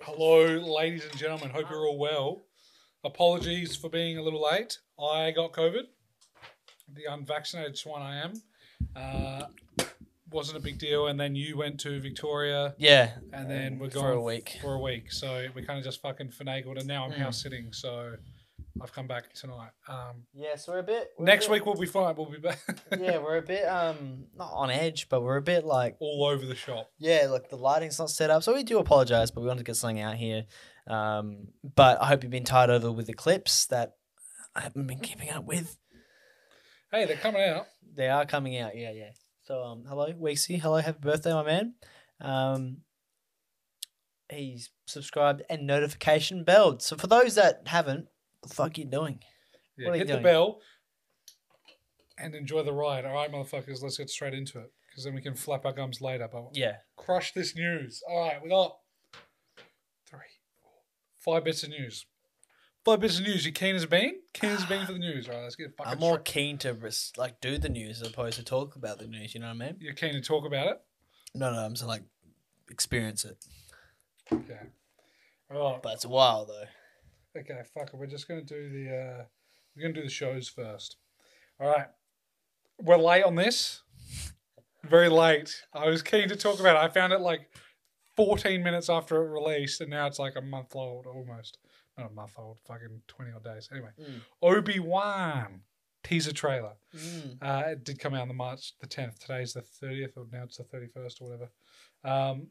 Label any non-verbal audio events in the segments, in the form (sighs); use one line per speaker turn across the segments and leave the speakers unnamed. Hello, ladies and gentlemen. Hope you're all well. Apologies for being a little late. I got COVID. The unvaccinated swan I am. Uh, wasn't a big deal. And then you went to Victoria,
Yeah.
and then we're going
for a week.
For a week. So we kind of just fucking finagled, and now I'm
Mm.
house sitting. So I've come back tonight. Um,
Yeah, so we're a bit. we're a
next
bit-
week we'll be fine. We'll be back (laughs)
(laughs) yeah, we're a bit um not on edge, but we're a bit like
all over the shop.
yeah, look the lighting's not set up, so we do apologize, but we wanted to get something out here. Um, but I hope you've been tied over with the clips that I haven't been keeping up with.
Hey, they're coming out.
They are coming out. Yeah, yeah. So um, hello Weeksy, hello, happy birthday, my man. Um, he's subscribed and notification belled. So for those that haven't, what the fuck you doing?
Yeah,
What are you
hit the
doing?
bell and enjoy the ride. All right, motherfuckers, let's get straight into it because then we can flap our gums later. But
Yeah.
crush this news. All right, we got three, four, five bits of news. Five bits of news. You keen as a bean? Keen as a bean for the news. All right, let's get fucking.
I'm more
straight-
keen to res- like do the news as opposed to talk about the news. You know what I mean?
You're keen to talk about it?
No, no, I'm just like experience it.
Okay. All right.
But it's a while though.
Okay, fuck it. We're just gonna do the uh, we're gonna do the shows first. All right, we're late on this. Very late. I was keen to talk about it. I found it like 14 minutes after it released, and now it's like a month old almost. Not a month old, fucking 20 odd days. Anyway,
Mm.
Obi Wan teaser trailer.
Mm.
Uh, it did come out on the March the 10th. Today's the 30th, or now it's the 31st, or whatever. Um,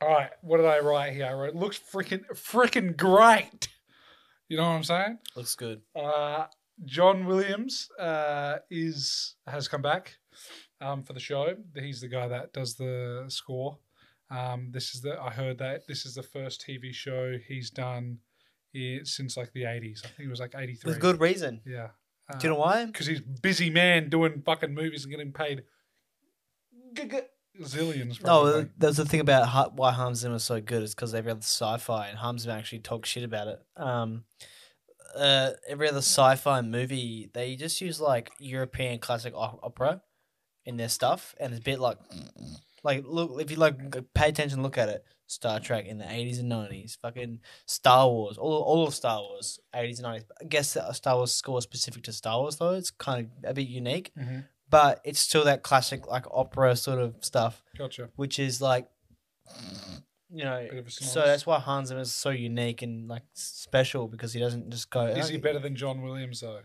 all right, what did I write here? I wrote, looks freaking freaking great. You know what I'm saying?
Looks good.
Uh, John Williams uh, is has come back um, for the show. He's the guy that does the score. Um, this is the I heard that this is the first TV show he's done i- since like the 80s. I think it was like 83.
With good reason.
Yeah. Uh,
Do you know why?
because he's busy man doing fucking movies and getting paid g- g- zillions. Probably.
No, Oh, there's the thing about ha- why Hans Zimmer's so good is because every other sci-fi and Hans Zimmer actually talks shit about it. Um, uh, every other sci-fi movie they just use like European classic o- opera in their stuff, and it's a bit like, like look if you like g- pay attention, look at it. Star Trek in the eighties and nineties, fucking Star Wars, all all of Star Wars, eighties and nineties. I guess the uh, Star Wars score is specific to Star Wars though. It's kind of a bit unique,
Mhm.
but it's still that classic like opera sort of stuff
Gotcha.
which is like you know
Bit of a
so
snob.
that's why Hans Zimmer is so unique and like special because he doesn't just go
Is he
"Oh,
better than John Williams though?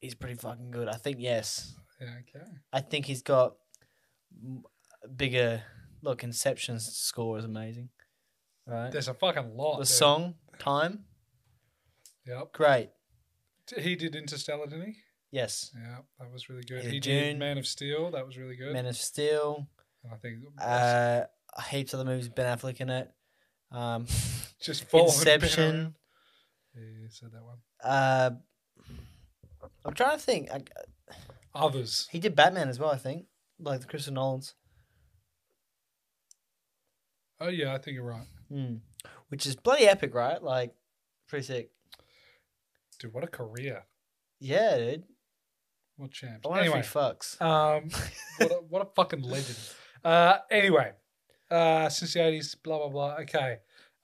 he's pretty fucking good I think yes
Yeah. Okay.
I think he's got m- bigger look Inception's score is amazing right
There's a fucking lot.
the
dude.
song time
Yep.
great
He did Interstellar, didn't he?
yes
Yeah, that was really good.
Yeah,
He did
Dune.
Man of Steel. That was really good.
Man of Steel
and I think
uh heaps of other movies with Ben Affleck in it um
just following Ben
Inception
around. Yeah, you said that one.
uh I'm trying to think I,
Others.
He did Batman as well, I think, like the Christopher Nolan's,
Oh yeah, I think you're right.
mm. which is bloody epic, right? Like, pretty sick.
Dude, what a career.
Yeah, dude.
What champs.
I wonder
Anyway,
if he fucks.
Um, what, a, what a fucking legend. Uh, anyway, uh, since the eighties, blah blah blah. Okay,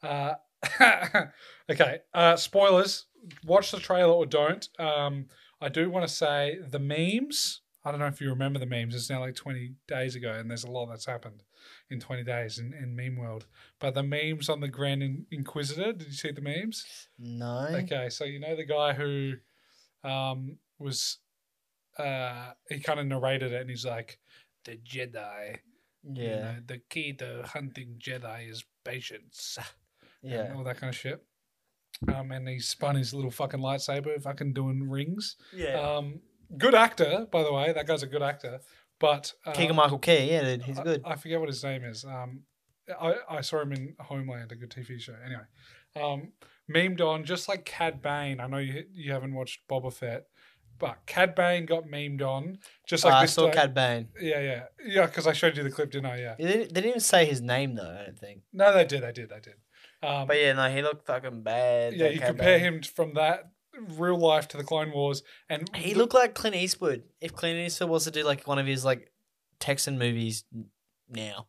uh, (laughs) okay. Uh, spoilers. Watch the trailer or don't. Um, I do want to say the memes. I don't know if you remember the memes. It's now like twenty days ago, and there's a lot that's happened in twenty days in, in meme world. But the memes on the Grand In- Inquisitor. Did you see the memes?
No.
Okay, so you know the guy who um, was uh, he kind of narrated it, and he's like, "The Jedi, you
Yeah.
know, the key to hunting Jedi is patience, (laughs)
Yeah.
and all that kind of shit." Um, and he spun his little fucking lightsaber, fucking doing rings.
Yeah.
Um, good actor, by the way. That guy's a good actor, but um,
Keegan Michael Key. Yeah, dude. He's
I-
good.
I, forget what his name is. Um, I, I saw him in Homeland, a good TV show. Anyway, um, memed on just like Cad Bane. I know you you haven't watched Boba Fett, but Cad Bane got memed on just like
Oh, I
this.
saw
day-
Cad Bane.
Yeah, yeah, yeah. Because I showed you the clip, didn't I? Yeah.
They didn't, they didn't even say his name though. I don't think.
No, they did. They did. They did. Um,
But yeah, no, he looked fucking bad.
yeah,
that
you
Cad
compare
Bane.
him from that real life to the Clone Wars, and
He
the-
looked like Clint Eastwood. If Clint Eastwood was to do like one of his like Texan movies now,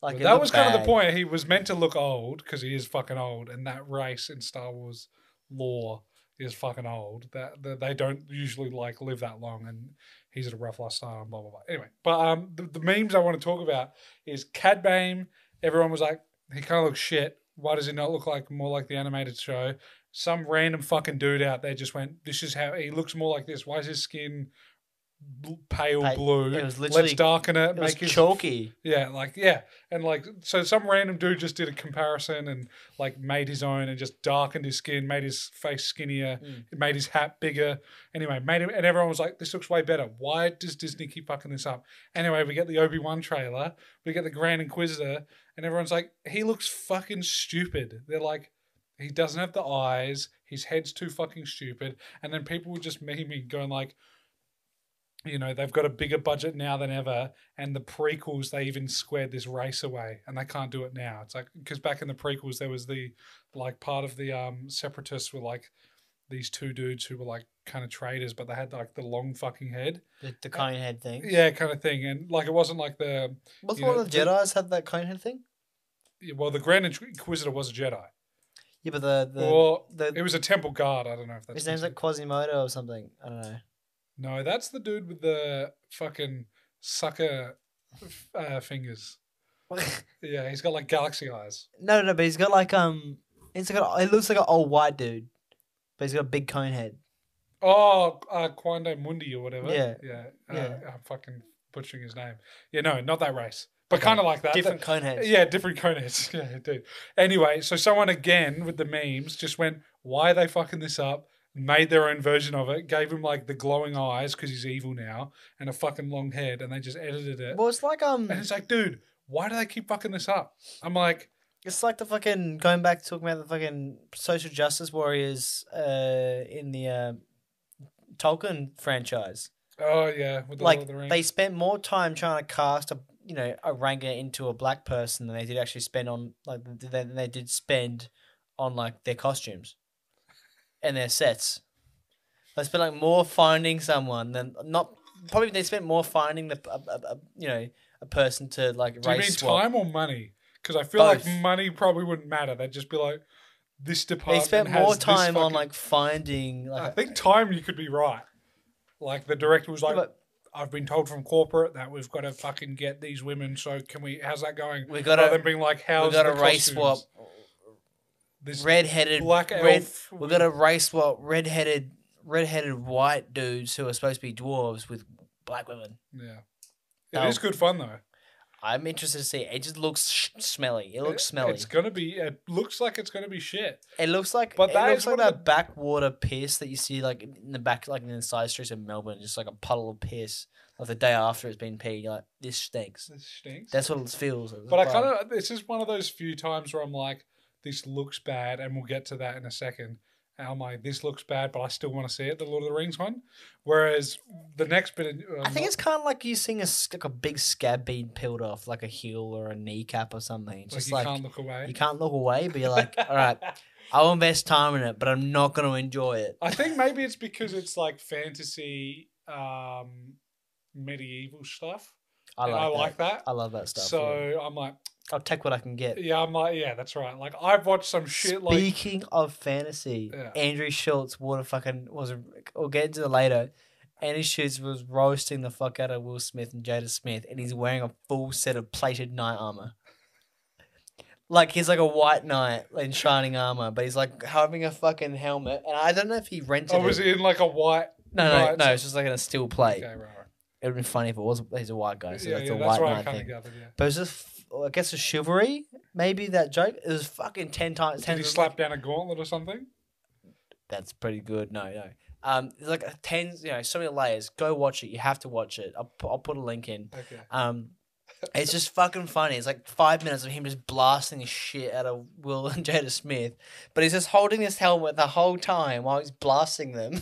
Like it
that
looked
was kind of the
bad.
point. He was meant to look old because he is fucking old, and that race in Star Wars lore is fucking old. That, that they don't usually like live that long, and he's at a rough lifestyle and blah blah blah. Anyway, but um, the, the memes I want to talk about is Cad Bane. Everyone was like, he kind of looks shit. Why does he not look like more like the animated show? Some random fucking dude out there just went, this is how he looks more like this. Why is his skin bl- pale
Like,
blue?
it was
Let's
literally-
darken it,
It was
make his
chalky.
yeah, like yeah, and like so, some random dude just did a comparison and like made his own and just darkened his skin, made his face skinnier,
Mm.
made his hat bigger. Anyway, made him, and everyone was like, "This looks way better. Why does Disney keep fucking this up?" Anyway, we get the Obi wan trailer, we get the Grand Inquisitor, and everyone's like, "He looks fucking stupid." They're like, "He doesn't have the eyes. His head's too fucking stupid." And then people were just meme me going like you know they've got a bigger budget now than ever and the prequels they even squared this race away and they can't do it now it's like because back in the prequels there was the like part of the um separatists were like these two dudes who were like kind of traders but they had like the long fucking head
The, the cone head thing.
yeah kind of thing and like it wasn't like the
What's
you
one
know,
of the Jedi's had that cone head thing?
well the grand inquisitor was a jedi
Yeah, but the the,
or
the
it was a temple guard i don't know if that's
his name's like Quasimodo or something. I don't know. (laughs)
no that's the dude with the fucking sucker uh, fingers yeah he's got like galaxy eyes
no, no, no, but he's got like um, he's got it looks like an old white dude, but he's got a big cone head.
Oh, uh, Quando Mundi or whatever.
Yeah.
Yeah. Uh,
Yeah.
I'm fucking butchering his name. Yeah, no, not that race. But
Okay.
kind of like that.
Different cone heads.
(laughs) Yeah, different coneheads. (laughs) Yeah, dude. Anyway, so someone again with the memes just went, why are they fucking this up? Made their own version of it, gave him like the glowing eyes because he's evil now and a fucking long head, and they just edited it.
Well, it's like um,
and it's like, dude, why do they keep fucking this up? I'm like,
It's like the fucking going back to talking about the fucking social justice warriors uh, in the uh, Tolkien franchise.
oh, yeah, with the Lord
Like
of the Rings.
they spent more time trying to cast a you know a ranger into a black person than they did actually spend on like than they did spend on like their costumes and their sets. They spent like more finding someone than not. Probably they spent more finding the a, a, a- you know a person to like
Do you mean
race swap.
time or money? Because I feel
Both.
like money probably wouldn't matter. They'd just be like, this
They
department.
spent
has
more
this
time on
fucking-
like finding like
I think time you could be right. Like the director was like,
But-
I've been told from corporate that we've got to fucking get these women. So can we? How's that going?
We gotta-
Rather than being like, how's
we got a
the
race swap
costumes? This
red-headed
black
red,
elf.
we got a race swap red-headed red-headed white dudes who are supposed to be dwarves with black women.
Yeah,
No.
it is good fun though.
I'm interested to see. It just looks sh- smelly. It looks smelly.
It's gonna be. It looks like it's gonna be shit.
it looks like
But
it
that
looks
is
like
one of
that backwater piss that you see like in the back like in the side streets of Melbourne, just like a puddle of piss. Like the day after it's been peed, you're like this stinks.
This stinks.
That's what it feels. It's
But I
like-
kind of this is one of those few times where I'm like, this looks bad, and we'll get to that in a second. And I'm like, this looks bad, but I still want to see it, the Lord of the Rings one. Whereas the next bit, of, uh,
I think it's kind of like you seeing a s- like a big scab being peeled off, like a heel or a kneecap or something. It's
like
just
you
like
can't look away.
You can't look away, but you're like,
(laughs)
all right, I'll invest time in it, but I'm not going to enjoy it.
I think maybe it's because it's like fantasy, um, medieval stuff.
I
and
like,
I
that.
like that.
I love that stuff. yeah.
so I'm like,
I'll take what I can get.
yeah, I'm like, yeah, that's right. Like I've watched some shit like
Speaking of fantasy,
Yeah.
Andrew Schultz, water fucking was. We'll get into it later. Andrew Schultz was roasting the fuck out of Will Smith and Jada Smith, and he's wearing a full set of plated knight armor. Like he's like a white knight in shining armor, but he's like having a fucking helmet, and I don't know if he rented
I Oh, was
it.
in like a white.
No, no,
Right,
no,
so-
it's just like in a steel plate.
Okay, right, right.
It would have been funny if it was he's a white guy, so
yeah,
that's
yeah,
a
that's
white
what I
man
kind
thing.
of gathered. Yeah.
But it was just, I guess, a chivalry. Maybe that joke. It was fucking ten times.
Did
Ten
he slap down a gauntlet or something?
That's pretty good. No, no. Um, it's like a ten. You know, so many layers. Go watch it. You have to watch it. I'll pu- I'll put a link in.
Okay.
Um, it's just fucking funny. It's like five minutes of him just blasting the shit out of Will (laughs) and Jada Smith, but he's just holding this helmet the whole time while he's blasting them.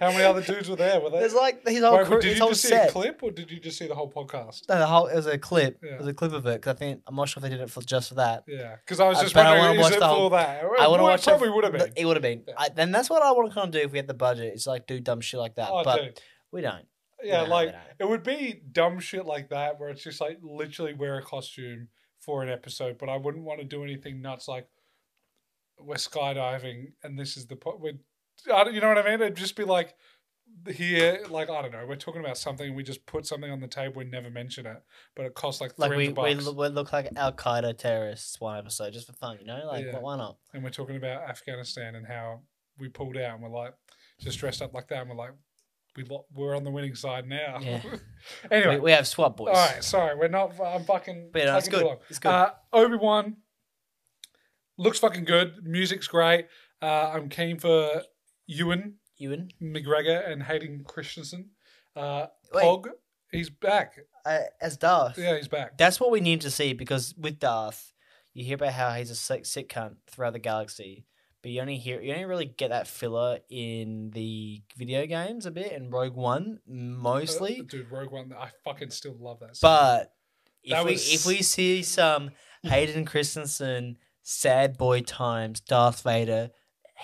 How many other dudes were there? Were they?
There's like his whole
Wait,
crew,
did
his
you
whole
just see
set.
a clip or did you just see the whole podcast?
No, the whole it was a clip.
Yeah.
It was a clip of it 'cause I think I'm not sure if they did it for just for that.
Yeah, because I was
I
just
bet Uh, I
wondering,
wanna
is
watch
it
the
for
whole-
that?
I
Well,
want to
it
watch
Probably would have been.
It would have been.
Yeah.
I, then that's what I want to kind of do if we had the budget. It's like do dumb shit like that,
Oh,
uh, but
dude.
we don't. eh.
yeah,
No,
like
they don't.
it would be dumb shit like that where it's just like literally wear a costume for an episode, but I wouldn't want to do anything nuts like we're skydiving and this is the po- we I don't, you know what I mean? It'd just be like here, like I don't know, we're talking about something and we just put something on the table and never mention it, but it costs like three
like we
hundred
we,
bucks,
lo- we look like Al Qaeda terrorists one episode just for fun, you know? Like
Yeah.
wh- why not?
and we're talking about Afghanistan and how we pulled out and we're like just dressed up like that and we're like we lo- we're on the winning side now.
Yeah.
(laughs) anyway,
We, we have SWAT boys.
All right, sorry, we're not. I'm fucking.
But yeah, it's
taking
good.
too long.
It's good.
Uh, Obi Wan looks fucking good. Music's great. Uh, I'm keen for Ewan
Ewan.
McGregor and Hayden Christensen. Uh,
Wait,
Pog, he's back.
uh, as Darth.
Yeah, he's back.
That's what we need to see because with Darth, you hear about how he's a sick, sick cunt throughout the galaxy, but you only hear you only really get that filler in the video games a bit and Rogue One mostly.
Uh, dude, Rogue One. I fucking still love that.
but
That
if we
was-
if we see some Hayden Christensen sad boy times, Darth Vader,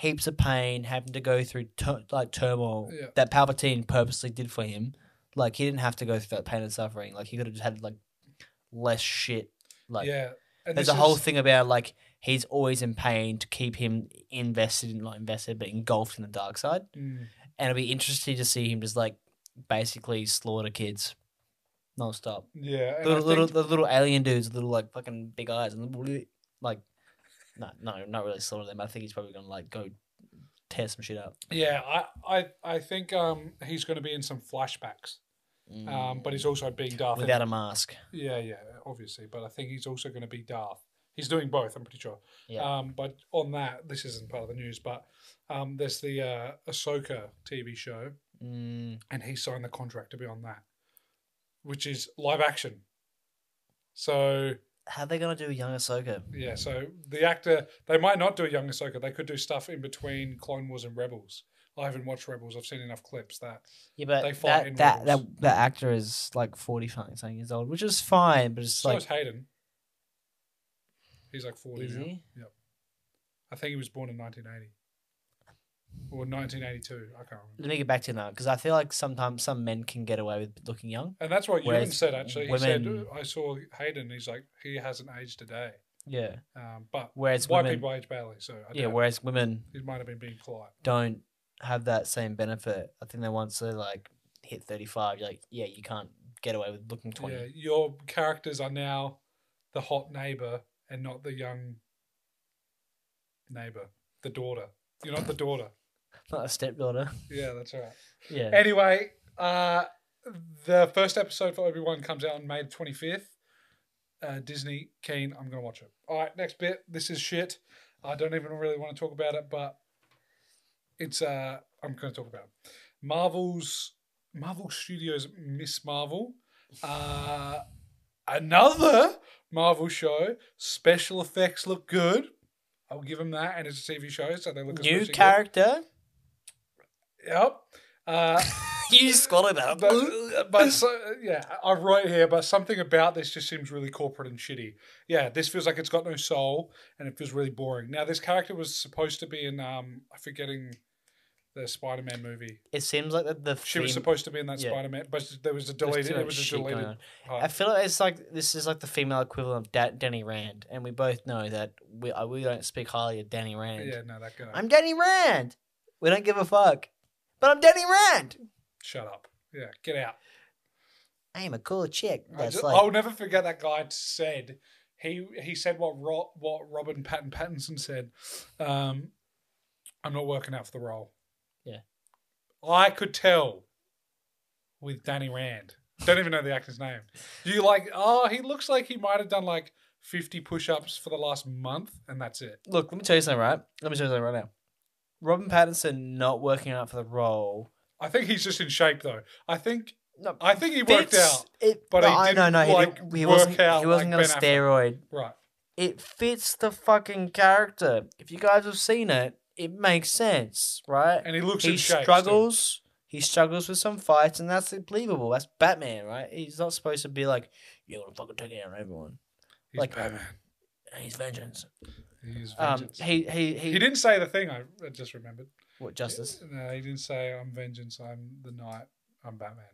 heaps of pain, having to go through tur- like turmoil
Yeah.
that Palpatine purposely did for him. Like he didn't have to go through that pain and suffering. Like he could have just had like less shit. Like
yeah, and
there's
this
a whole
is-
thing about like he's always in pain to keep him invested in not invested but engulfed in the dark side
Mm,
and it'll be interesting to see him just like basically slaughter kids non-stop
yeah, and I
little little
think-
the little alien dudes with little like fucking big eyes and little- like no no not really slaughter them i think he's probably gonna like go tear some shit up
yeah. I, I, I think um, he's going to be in some flashbacks. Um, but he's also being Darth. in
Mm. without a mask
Yeah, yeah, obviously. But I think he's also going to be Darth. He's doing both, I'm pretty sure.
Yeah.
Um, but on that, this isn't part of the news, but um, there's the uh, Ahsoka TV show,
mm,
and he signed the contract to be on that, which is live action. So,
how they gonna do young ahsoka
yeah, so the actor, they might not do a young Ahsoka. They could do stuff in between Clone Wars and Rebels. I haven't watched Rebels. I've seen enough clips that.
yeah but
They fight in
that that, that
Rebels.
that actor is like 40 fucking something years old which is fine but it's
So
like
is Hayden. He's like 40
Is
now.
he?
I think he was born in 1980 or 1982. I can't remember.
let me get back to that because I feel like sometimes some men can get away with looking young.
And that's what Ewan
Whereas
said actually. He said,
women-
"I saw Hayden. He's like, he hasn't aged a day."
Yeah.
Um, but
Whereas
white
women,
people age barely, so I
yeah,
doubt
whereas women
he might have been being polite.
don't have that same benefit. I think they once they like hit thirty five, you're like, yeah, you can't get away with looking twenty.
Yeah, your characters are now the hot neighbor and not the young neighbor, the daughter. You're not the daughter.
Not a stepdaughter.
(laughs) Yeah, that's right.
Yeah.
Anyway, uh, the first episode for Obi Wan comes out on May twenty fifth. Uh, Disney keen, I'm gonna watch it. All right, next bit. This is shit. I don't even really want to talk about it, but it's uh, I'm gonna talk about it. Marvel's Marvel Studios Miss Marvel, uh, another Marvel show. Special effects look good. I'll give them that, and it's a TV show, so they look
New
especially good.
character.
Yep. Uh,
you swallowed that.
but, uh, but so, yeah, I'm right here. But something about this just seems really corporate and shitty. Yeah, this feels like it's got no soul, and it feels really boring. Now, this character was supposed to be in um, I'm forgetting the Spider-Man movie.
it seems like the, the
She was
theme-
supposed to be in that
yeah.
Spider-Man, but there was a
there's
deleted.
too
It
much
was a
shit going on.
deleted.
I
Part.
feel like it's like this is like the female equivalent of da- Danny Rand, and we both know that we uh, we don't speak highly of Danny Rand.
Yeah, no, that guy.
I'm Danny Rand. We don't give a fuck. But I'm Danny Rand.
Shut up. Yeah, get out.
I am a cool chick.
I
That's
ju-
like
I'll never forget that guy said he he said what Ro, what Robin Patton Pattinson said. Um, I'm not working out for the role.
Yeah.
I could tell with Danny Rand. Don't even know the actor's name. You like? Oh, he looks like he might have done like 50 push-ups for the last month, and that's it.
look. Let me tell you something, right? Let me tell you something right now. Robin Pattinson not working out for the role.
I think he's just in shape though. I think
No,
I think he worked
fits-
out.
It,
but
no,
he
I- no,
didn't,
no, he,
like,
didn't, he
work
wasn't.
out
he wasn't
like
going to
Ben
steroid.
Right.
It fits the fucking character. If you guys have seen it, it makes sense, right?
And he looks
he
in shape. still.
struggles. He struggles with some fights, and that's believable. That's Batman, right? He's not supposed to be like, "You're gonna fucking take it out on everyone."
He's
like-
Batman.
He's vengeance.
He's
Um,
vengeance.
he he he.
he didn't say the thing I I just remembered.
what justice?
No, he didn't say I'm vengeance. I'm the knight. I'm Batman.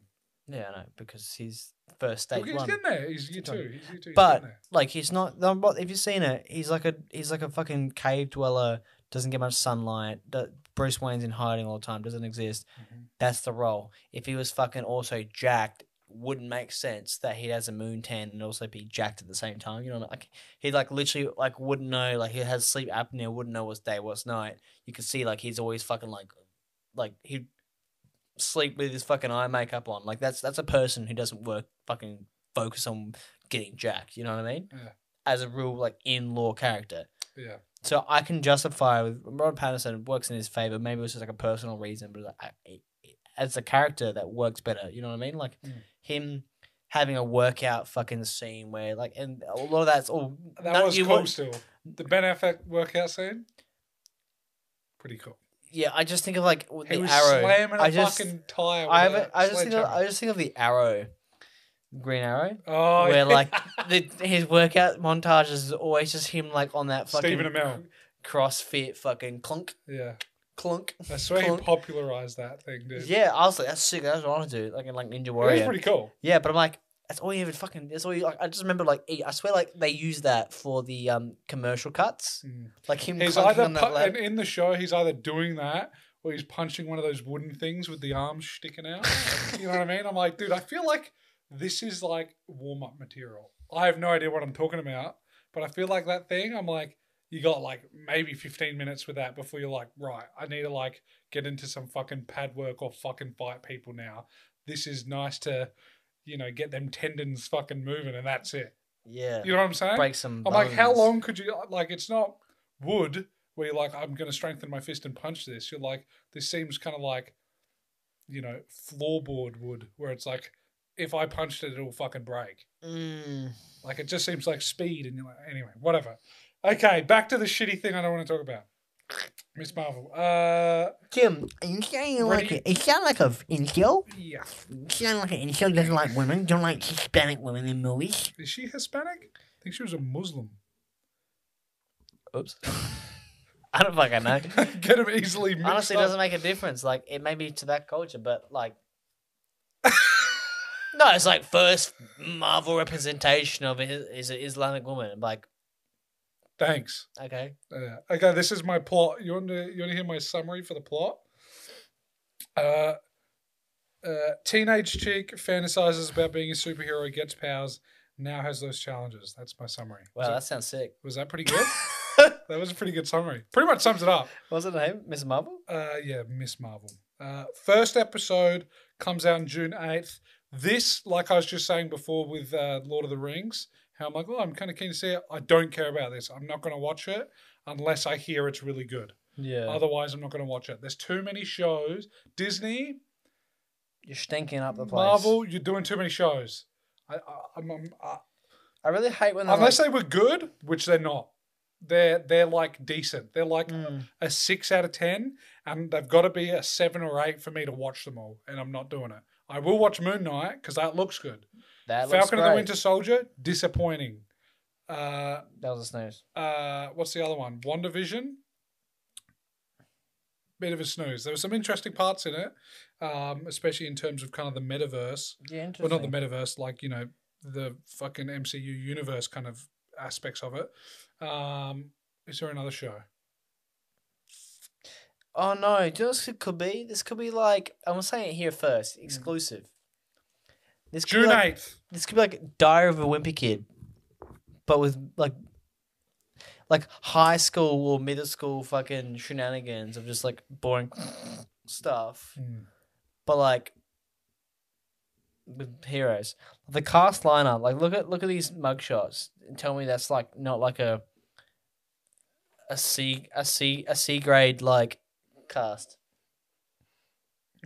Yeah, I know because he's first
Look,
stage
he's
one.
getting there. He's year
Stage one.
two. He's year two. He's
But
getting there.
like he's not. no, but If you've seen it, he's like a he's like a fucking cave dweller. Doesn't get much sunlight. do- Bruce Wayne's in hiding all the time. Doesn't exist.
Mhm.
That's the role. If he was fucking also jacked, wouldn't make sense that he has a moon tan and also be jacked at the same time. You know, what I mean? like he like literally like wouldn't know. Like he has sleep apnea. Wouldn't know what's day, what's night. You can see like he's always fucking like like he. would Sleep with his fucking eye makeup on, like that's that's a person who doesn't work fucking focus on getting jacked. You know what I mean?
Yeah.
As a real like in law character.
Yeah.
So I can justify with Rod Patterson it works in his favor. Maybe it's just like a personal reason, but I, I- as a character that works better. You know what I mean? Like
Mm.
him having a workout fucking scene where like, and a lot of that's all.
That
none-
was
you
cool
won't-
still. The Ben Affleck workout scene, pretty cool.
Yeah, I just think of like with
He
the
was
arrow.
slamming a
I just,
fucking tire. With
I
a
haven't. I just think. Of,
sledgehammer.
I just think of the arrow, Green Arrow.
oh,
where,
yeah. (laughs)
like, The, his workout montages is always just him like on that fucking
Stephen Amell.
CrossFit fucking clunk
Yeah,
clunk.
I swear he
Clunk.
popularized that thing, dude.
Yeah, I was like, that's sick. That's what I want to do, like in like Ninja
it was
Warrior.
pretty cool.
yeah, but I'm like, that's all you ever fucking. That's all you. Like, I just remember like, e, I swear, like they use that for the um commercial cuts,
Mm.
like him
He's
clunking
either
on that
pu-
lad.
in, in the show, he's either doing that or he's punching one of those wooden things with the arms sticking out. you know what I mean? I'm like, dude, I feel like this is like warm up material. I have no idea what I'm talking about, but I feel like that thing. I'm like, you got like maybe 15 minutes with that before you're like, right, I need to like get into some fucking pad work or fucking fight people now. This is nice to, you know, get them tendons fucking moving and that's it.
yeah,
You know what I'm saying?
break some.
I'm like, how
bones.
long could you like? It's not wood where you're like, I'm going to strengthen my fist and punch this. You're like, this seems kind of like, you know, floorboard wood where it's like, if I punched it, it'll fucking break.
Mm,
Like it just seems like speed, and you're like, anyway, whatever. Okay, back to the shitty thing I don't want to talk about. Miss Marvel. Uh,
Jim, you sound
What
like
do you-
a, you sound like a incel.
yeah.
You sound like an incel. Doesn't like women. Don't like Hispanic women in movies.
Is she Hispanic? I think she was a Muslim. (laughs)
oops. I don't fucking know.
Get him easily. Mixed
(laughs) Honestly, it
up.
doesn't make a difference. Like it may be to that culture, but
(laughs)
like, no, it's like first Marvel representation of it is an Islamic woman. Like,
Thanks.
okay,
Uh, okay, this is my plot. You want to you want to hear my summary for the plot? Uh, uh, teenage chick fantasizes about being a superhero, gets powers, now has those challenges. That's my summary.
wow,
Was that-
that sounds sick.
was that pretty
(laughs)
good? that was a pretty good summary. Pretty much sums it up.
What's her name? Miss Marvel.
Uh, yeah, Miss Marvel. Uh, first episode comes out on June 8th. This, like I was just saying before with uh, Lord of the Rings, how I'm like, oh, I'm kind of keen to see it. I don't care about this. I'm not going to watch it unless I hear it's really good.
Yeah.
Otherwise, I'm not going to watch it. There's too many shows. Disney,
You're stinking up the place.
Marvel, you're doing too many shows. I, I, I'm, I'm, I,
I really hate when they're
unless
like,
they were good, which they're not. They're they're like decent. They're like
Mm.
a six out of ten, and they've got to be a seven or eight for me to watch them all. And I'm not doing it. I will watch Moon Knight because that looks good.
that looks
Falcon and the
great.
Winter Soldier, disappointing. Uh,
That was a snooze.
uh, what's the other one? WandaVision. Bit of a snooze. There were some interesting parts in it, um, especially in terms of kind of the metaverse.
Yeah,
Well,
interesting.
not the metaverse, like you know, the fucking MCU universe kind of aspects of it. Um, is there another show?
oh no, do you know what this could be? This could be like I'm saying it here first, exclusive. This could
Hmm.
be
June
like,
eighth.
this could be like Diary of a Wimpy Kid, but with like like high school or middle school fucking shenanigans of just like boring (laughs) stuff.
Hmm.
but like with heroes. The cast lineup, like look at look at these mugshots and tell me that's like not like a a C a C a C grade like cast.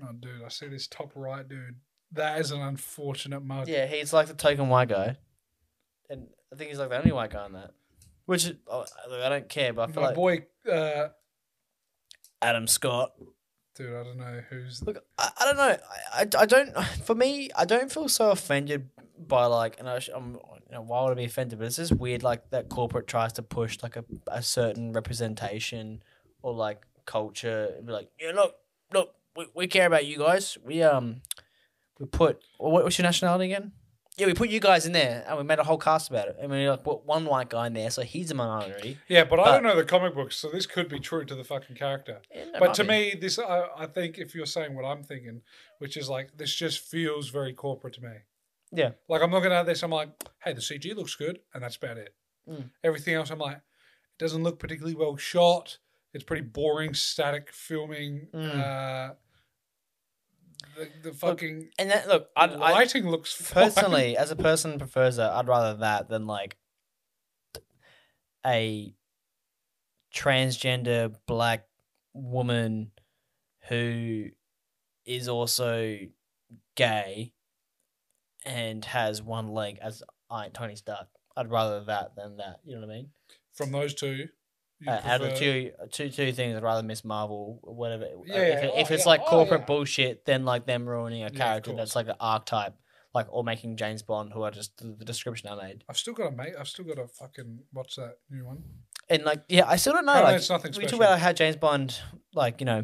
Oh, dude, I see this top right, dude. That is an unfortunate mug.
Yeah, he's like the token white guy, and I think he's like the only white guy in that. Which is- oh, look, I don't care, but I
My
feel like
boy, uh,
Adam Scott.
dude, I don't know who's.
Look, I, I don't know. I, I, I don't. For me, I don't feel so offended by like, and I, sh- I'm, you know, why would I be offended? But it's just weird, like that corporate tries to push like a, a certain representation or like culture. and be like, yeah, look, look, we, we care about you guys. We um, we- we put what, what's your nationality again? Yeah, we put you guys in there, and we made a whole cast about it. I mean, like put one white guy in there, so he's a minority.
Yeah, but, I
But-
don't know the comic books, so this could be true to the fucking character.
Yeah, it
but
might
to
be.
me, this I, I think if you're saying what I'm thinking, which is like this just feels very corporate to me.
Yeah.
Like I'm looking at this, I'm like, hey, the CG looks good, and that's about it.
Mm.
Everything else, I'm like, it doesn't look particularly well shot. It's pretty boring, static filming.
Mm.
Uh, the, the fucking
and that look, I, I
lighting looks fine.
personally, as a person who prefers that, I'd rather that than like a transgender black woman who is also gay and has one leg as I Tony Stark. I'd rather that than that. You know what I mean?
(laughs) from those two. you
uh, out of the
prefer-
two, two, two things, I'd rather miss Marvel, or whatever. Uh,
Yeah,
if,
yeah.
it- if
Oh,
it's
yeah.
like
Oh,
corporate
yeah.
bullshit, then like them ruining a
of
character
course.
that's like an archetype, like or making James Bond, who I just the, the description I made,
I've still got a mate. I've still got a fucking what's that new one?
and like yeah, I still don't know.
Apparently
like
it's nothing
we talk
special.
about like, how James Bond, like you know,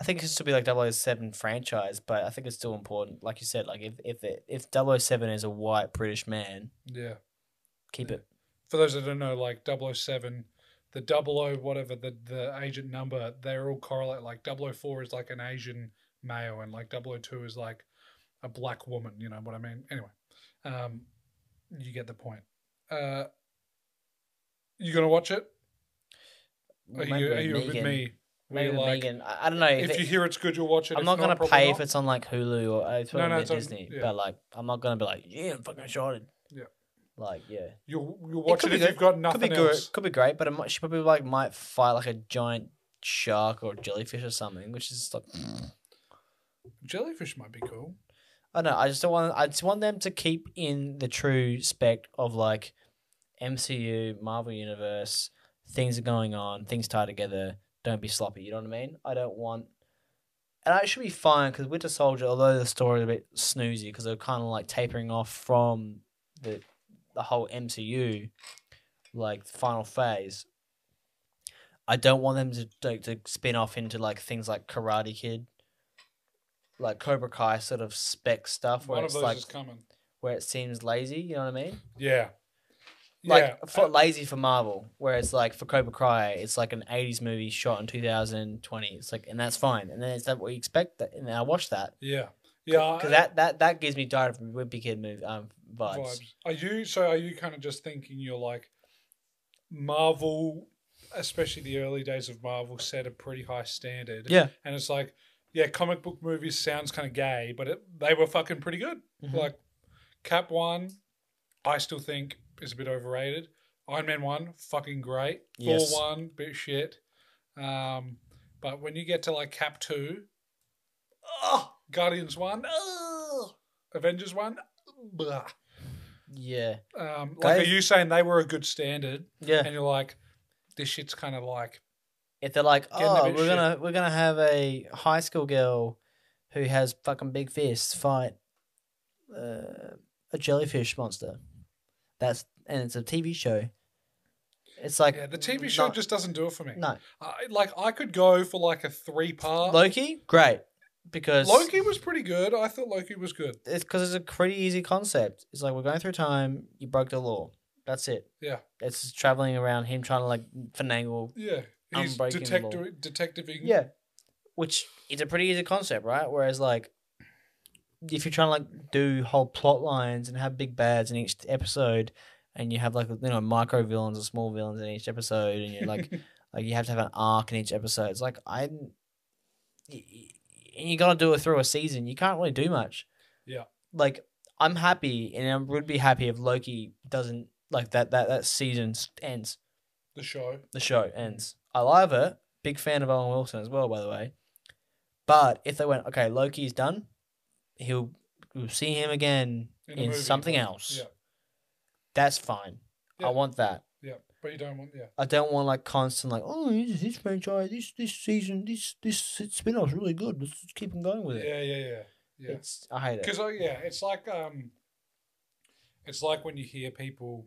I think it should be like 007 franchise, but I think it's still important. Like you said, like if if it, if 007 is a white British man,
Yeah.
keep it.
For those that don't know, like 007, the 00 whatever the the agent number, they're all correlate. Like 004 is like an Asian male, and like 002 is like a black woman. You know what I mean? Anyway, um, you get the point. Uh, you gonna watch it? Are
Maybe
you are you with
Megan.
me?
Maybe
We're
with
like,
Megan. I, I don't know
if
it-
you hear it's good, you'll watch it.
I'm
If
not gonna
probably
pay
not.
if it's on like Hulu or uh, it's
No,
probably
no,
on
it's on-
Disney.
yeah.
But like, I'm not gonna be like, yeah, I'm fucking shorted.
Yeah.
Like, yeah,
You'll you'll watch
could
it,
be
if
good.
you've got
could be
nothing
good,
else.
could be great, but it might, she probably like might fight like a giant shark or jellyfish or something, which is like,
Jellyfish might be cool.
I don't know. I just don't want. I just want them to keep in the true spec of like MCU, Marvel Universe. Things are going on. Things tie together. Don't be sloppy. You know what I mean? I don't want. And I should be fine because Winter Soldier, although the story is a bit snoozy because they're kind of like tapering off from the the whole MCU, like final phase. I don't want them to like, to spin off into like things like Karate Kid, like Cobra Kai sort of spec stuff where
One of
it's
those
like
is coming.
where it seems lazy. You know what I mean?
Yeah.
Like
yeah.
for, lazy for Marvel, whereas like for Cobra Kai, it's like an '80s movie shot in 2020. It's like, and that's fine. And then it's that what you expect. That, and I watch that
yeah. Yeah.
because that that that gives me Diary of a Wimpy Kid movie um, vibes.
Are you so are you kind of just thinking you're like Marvel especially the early days of Marvel set a pretty high standard.
Yeah.
And it's like, yeah, comic book movies sounds kind of gay, but it, they were fucking pretty good.
Mhm.
Like Cap 1 I still think is a bit overrated. Iron Man 1 fucking great.
Yes.
Thor 1 bit shit. Um but when you get to like Cap 2 oh, Guardians 1 oh, Avengers 1 blah.
Yeah,
Um, like,
Guys-
are you saying they were a good standard,
yeah.
and you're like, this shit's kind of like,
If they're like,
a
oh,
bit of
we're gonna we're gonna have a high school girl who has fucking big fists fight uh, a jellyfish monster. That's and it's a TV show. It's like mm,
yeah, the TV show
not-
just doesn't do it for me.
no
I, like, I could go for like a three part.
Loki great because
Loki was pretty good. I thought Loki was good.
it's because it's a pretty easy concept. It's like we're going through time. You broke the law. That's it.
Yeah.
It's just traveling around him trying to like finagle.
Yeah, he's
Unbreaking
detective,
Law.
detectiving.
Yeah, which it's a pretty easy concept, right? Whereas like, if you're trying to like do whole plot lines and have big bads in each episode, and you have like you know micro villains or small villains in each episode, and you're like like you have to have an arc in each episode. It's like I, and you got to do it through a season. You can't really do much.
Yeah.
Like I'm happy, and I would be happy if Loki doesn't like that. That that season s- ends.
the show.
The show ends. I love it. Big fan of Owen Wilson as well, by the way. But if they went, okay, Loki's done. He'll we'll see him again
In
in,
the movie,
something
but-
else.
Yeah,
That's fine.
Yeah.
I want that.
yeah, but you don't want. Yeah,
I don't want like constant like oh this, this franchise this this season this this spin off's really good let's just keep on going with it.
yeah, yeah, yeah, yeah.
It's I hate it.
Because yeah, it's like um, it's like when you hear people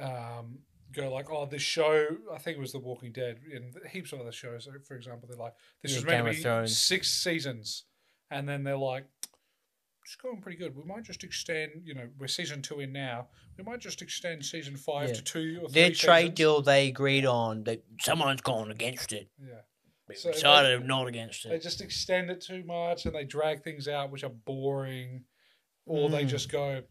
um go like, "Oh, this show." I think it was The Walking Dead and heaps of other shows. For example, they're like, "This
Yeah,
was meant
Game
to
of
be
Thrones.
six seasons," and then they're like, it's going pretty good. We might just extend. You know, we're season two in now. We might just extend season five
Yeah.
to two or three
Their trade
seasons.
deal they agreed on, they
Someone's gone against it.
Yeah,
They
So they-
decided not against
they
it.
just extend it too much and they drag things out which are boring, or they
Mm.
just go,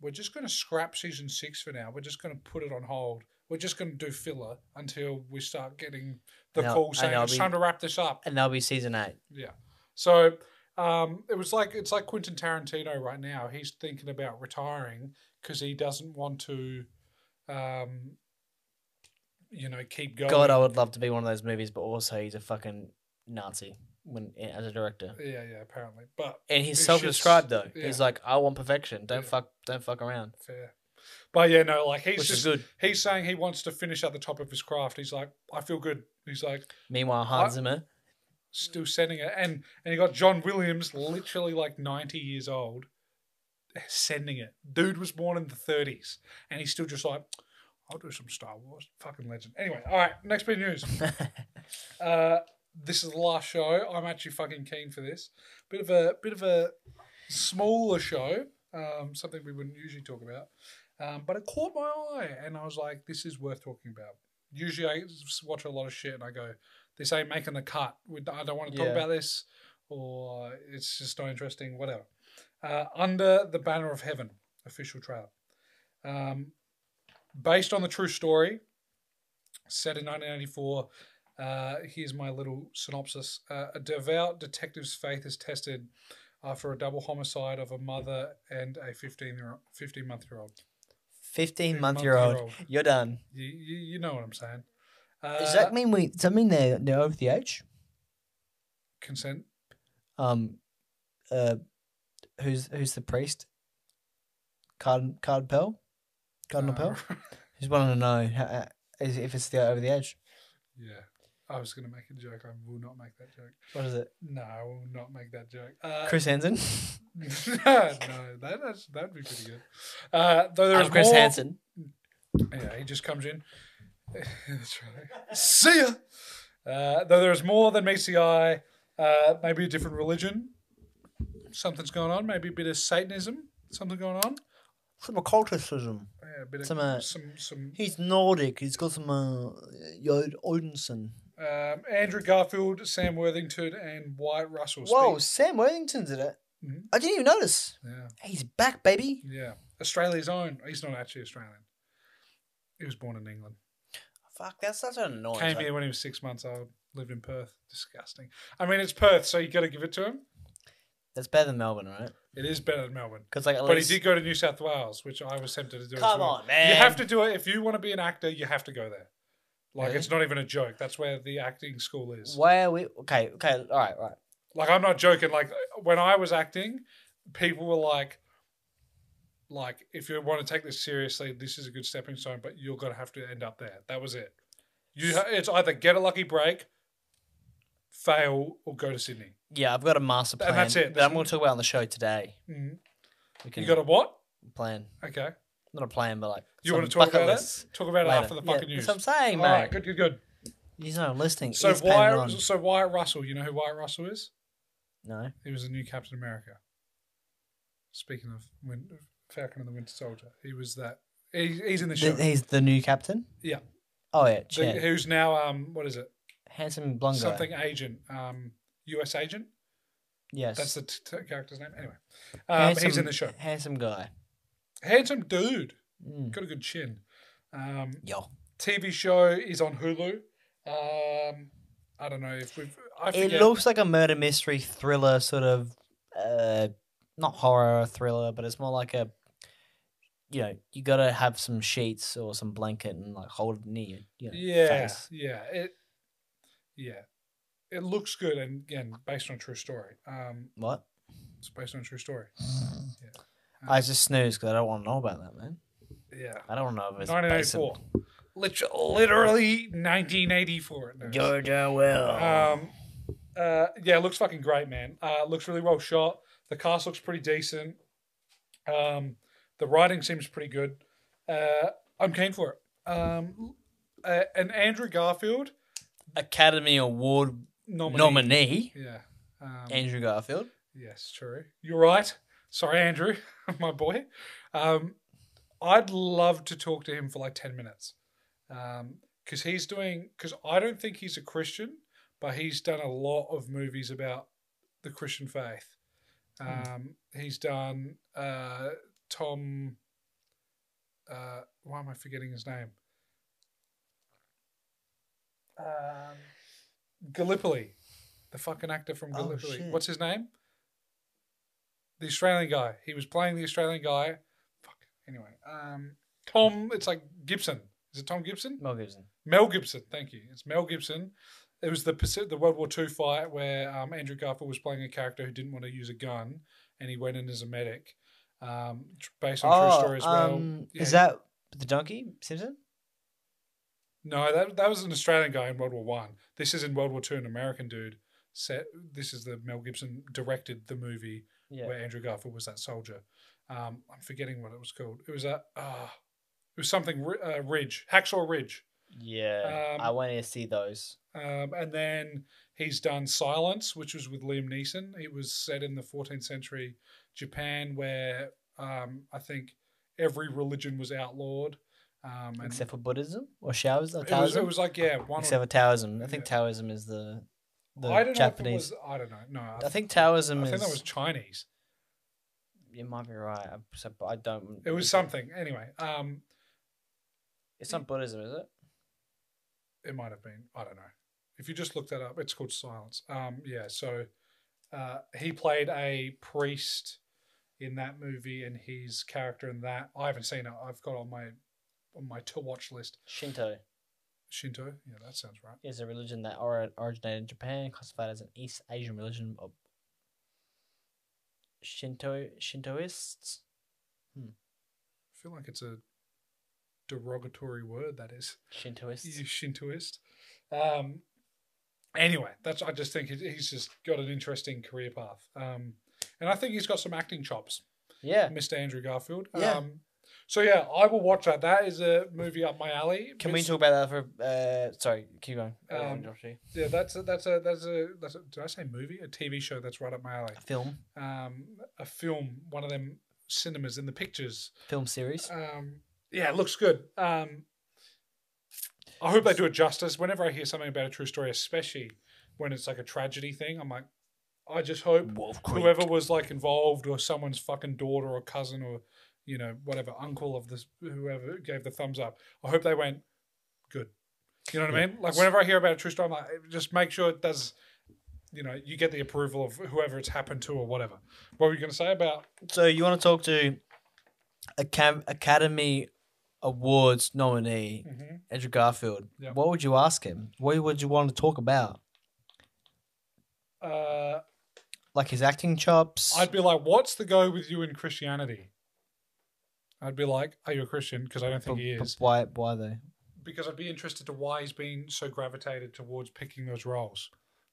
"We're just going to scrap season six for now. We're just going to put it on hold. We're just going to do filler until we start getting the
And I'll-
call
and
saying
I'll
it's
be-
time to wrap this up."
and they'll be season eight.
Yeah. So um, it was like it's like Quentin Tarantino right now. He's thinking about retiring because he doesn't want to, um, you know, keep going.
God, I would love to be one of those movies, but also he's a fucking Nazi when as a director.
yeah, yeah, apparently, but
And he's
It's
self-described though.
yeah.
He's like, I want perfection. Don't
Yeah.
fuck, don't fuck around.
fair. But yeah, no, like he's
Which
just
is good.
he's saying he wants to finish at the top of his craft. He's like, I feel good. He's like
Meanwhile,
I-
Hans Zimmer,
still sending it, and and you got John Williams, literally like ninety years old, sending it. Dude was born in the thirties, and he's still just like, I'll do some Star Wars. Fucking legend. Anyway, all right, next bit of news. Uh, this is the last show. I'm actually fucking keen for this. Bit of a bit of a smaller show, um, something we wouldn't usually talk about, um, but it caught my eye, and I was like, this is worth talking about. Usually, I s- watch a lot of shit, and I go, this ain't making the cut. We- I don't want to talk
Yeah.
about this, or it's just not interesting. Whatever. Uh, Under the banner of heaven, official trailer. Um, based on the true story, set in 1984. Uh, here's my little synopsis. Uh, a devout detective's faith is tested after a double homicide of a mother and a 15 year 15 month year old.
fifteen month year old, you're done.
You, you, you know what I'm saying. Uh,
Does that mean we? Does that mean they're they're over the age?
consent?
Um, uh, who's who's the priest? Card Card Pell, Cardinal Pell.
Uh,
Just wanted to know how, uh, is- if it's the over the edge.
(laughs) yeah. I was going to make a joke. I will not make that joke.
What is it?
No, I will not make that joke. Uh,
Chris Hansen.
(laughs) no, that, that's, that'd be pretty good. Uh, though there's
(laughs) I'm Chris
more,
Hansen.
Yeah, he just comes in. (laughs) That's right. See ya. Uh, though there's more than meets the eye. Uh, maybe a different religion. Something's going on. Maybe a bit of Satanism. Something going on.
Some occultism.
Yeah, a bit of
Some, uh,
some some.
He's Nordic. He's got some uh, Yod Odinson.
Um, Andrew Garfield, Sam Worthington, and Wyatt Russell.
Whoa,
speak-
Sam Worthington's in it.
Mhm.
I didn't even notice.
Yeah,
He's back, baby.
yeah. Australia's own. He's not actually Australian. He was born in England.
Fuck, that's such an annoyance.
Came here when he was six months old. Lived in Perth. Disgusting. I mean, it's Perth, so you got to give it to him.
That's better than Melbourne, right?
It is better than Melbourne.
Because like, at
But he
least-
did go to New South Wales, which I was tempted to do. as
Come
well.
on, man.
You have to do it if you want to be an actor. You have to go there. Like
Really?
it's not even a joke. That's where the acting school is.
Why are we? Okay, okay, all right, all right.
Like I'm not joking. Like when I was acting, people were like, like if you want to take this seriously, this is a good stepping stone, but you're gonna have to end up there. That was it. You, ha- it's either get a lucky break, fail, or go to Sydney.
Yeah, I've got a master
Th- and
plan.
that's it.
That I'm going to talk about on the show today.
Mhm.
We can
You got a what?
plan,
Okay.
not a plan, but like
You
some
want to talk
bucket
about it?
lists
Talk about it
later.
after the
Yeah,
fucking news.
That's what I'm saying,
All
mate.
right. Good. Good. Good.
He's not listening.
So
He's Wyatt,
Wyatt, so Wyatt Russell, you know who Wyatt Russell is?
No,
He was the new Captain America. Speaking of Win- Falcon and the Winter Soldier, he was that. He, he's in the show.
Th- he's the new captain.
Yeah.
Oh yeah,
So
yeah.
who's now um what is it?
handsome blonde guy.
Something agent, um U.S. agent.
Yes,
That's the t- t- character's name. Anyway, um, he's in the show.
Handsome guy.
Handsome dude,
Mm.
got a good chin. Um,
Yo,
TV show is on Hulu. Um, I don't know if we've. I
it
forget.
looks like a murder mystery thriller sort of, uh, not horror thriller, but it's more like a. You know, you gotta have some sheets or some blanket and like hold it near you. you know,
yeah,
face.
yeah, it, yeah, it looks good, and again, based on a true story. Um,
What?
it's based on a true story.
I just snoozed because I don't want to know about that, man.
Yeah,
I don't know if it's
nineteen eighty
based on-
four, literally nineteen eighty four.
Georgia will.
Um, uh, yeah, it looks fucking great, man. Uh, it looks really well shot. The cast looks pretty decent. Um, the writing seems pretty good. Uh, I'm keen for it. Um, uh, and Andrew Garfield
Academy Award
nominee.
nominee
Yeah. Um,
Andrew Garfield.
Yes, true. You're right. Sorry, Andrew, (laughs) my boy. Um, I'd love to talk to him for like 10 minutes. Because he's doing, because I don't think he's a Christian, but he's done a lot of movies about the Christian faith. Um, He's done uh, Tom, uh, why am I forgetting his name? Um, Gallipoli, the fucking actor from
Oh,
Gallipoli.
shit.
What's his name? The Australian guy. He was playing the Australian guy. Fuck. Anyway, um, Tom. It's like Gibson. Is it Tom Gibson?
Mel Gibson.
Mel Gibson. Thank you. It's Mel Gibson. It was the Paci- the World War II fight where um, Andrew Garfield was playing a character who didn't want to use a gun, and he went in as a medic. Um, tr- based on true story as well. Yeah.
Oh, um, Is that the donkey Simpson?
No, that that was an Australian guy in World War One. This is in World War Two, an American dude. Set. This is the Mel Gibson directed the movie
Yeah.
where Andrew Garfield was that soldier. Um, I'm forgetting what it was called. It was a. ah, it was something ri- uh, Ridge, Hacksaw Ridge.
Yeah.
Um,
I want to see those.
Um, and then he's done Silence, which was with Liam Neeson. It was set in the 14th century Japan, where um, I think every religion was outlawed. Um, and
Except for Buddhism or Showers or
it, was,
Taoism?
it was like, yeah, one.
Except
or,
for Taoism. I think
Yeah.
Taoism is the the
I don't
Japanese.
know if it was. I don't know. No, I,
I
think,
think Taoism
I
is.
think that was Chinese.
You might be right. I'm so- I don't.
It was
it's-
something. Anyway, um,
It's not Buddhism, is it?
it might have been. I don't know. If you just look that up, it's called Silence. Um, yeah, so uh, he played a priest in that movie, and his character in that I haven't seen it. I've got on my on my to watch list
Shinto
Shinto. Yeah, that sounds right.
is a religion that ori- originated in Japan, classified as an East Asian religion of Shinto Shintoists.
I feel like it's a derogatory word. That is.
Shintoists.
(laughs) you Shintoist. Um, anyway, that's I just think he- he's just got an interesting career path, um, and I think he's got some acting chops,
Yeah.
Mr. Andrew Garfield.
Yeah.
Um, so yeah, I will watch that. That is a movie up my alley.
Can we
It's-
talk about that for? Uh, sorry, keep going. I don't wanna
Um,
interrupt you.
Yeah, that's a, that's a that's a that's a. Did I say movie? A TV show that's right up my alley.
A film,
Um, a film, one of them cinemas in the pictures.
film series.
Um, yeah, it looks good. Um, I hope they do it justice. Whenever I hear something about a true story, especially when it's like a tragedy thing, I'm like, I just hope
Wolf Creek.
whoever was like involved or someone's fucking daughter or cousin or you know whatever uncle of this whoever gave the thumbs up. I hope they went good. You know what I mean? Like whenever I hear about a true story, I'm like, just make sure it does. You know, you get the approval of whoever it's happened to or whatever. What were you going to say about?
So you want to talk to Acam- Academy Awards nominee
Mhm.
Andrew Garfield?
Yeah.
What would you ask him? What would you want to talk about?
Uh,
Like his acting chops?
I'd be like, "What's the go with you in Christianity?" I'd be like, "Are you a Christian?" Because I don't think
But-
he
but
is.
Why? Why though?
Because I'd be interested to why he's been so gravitated towards picking those roles.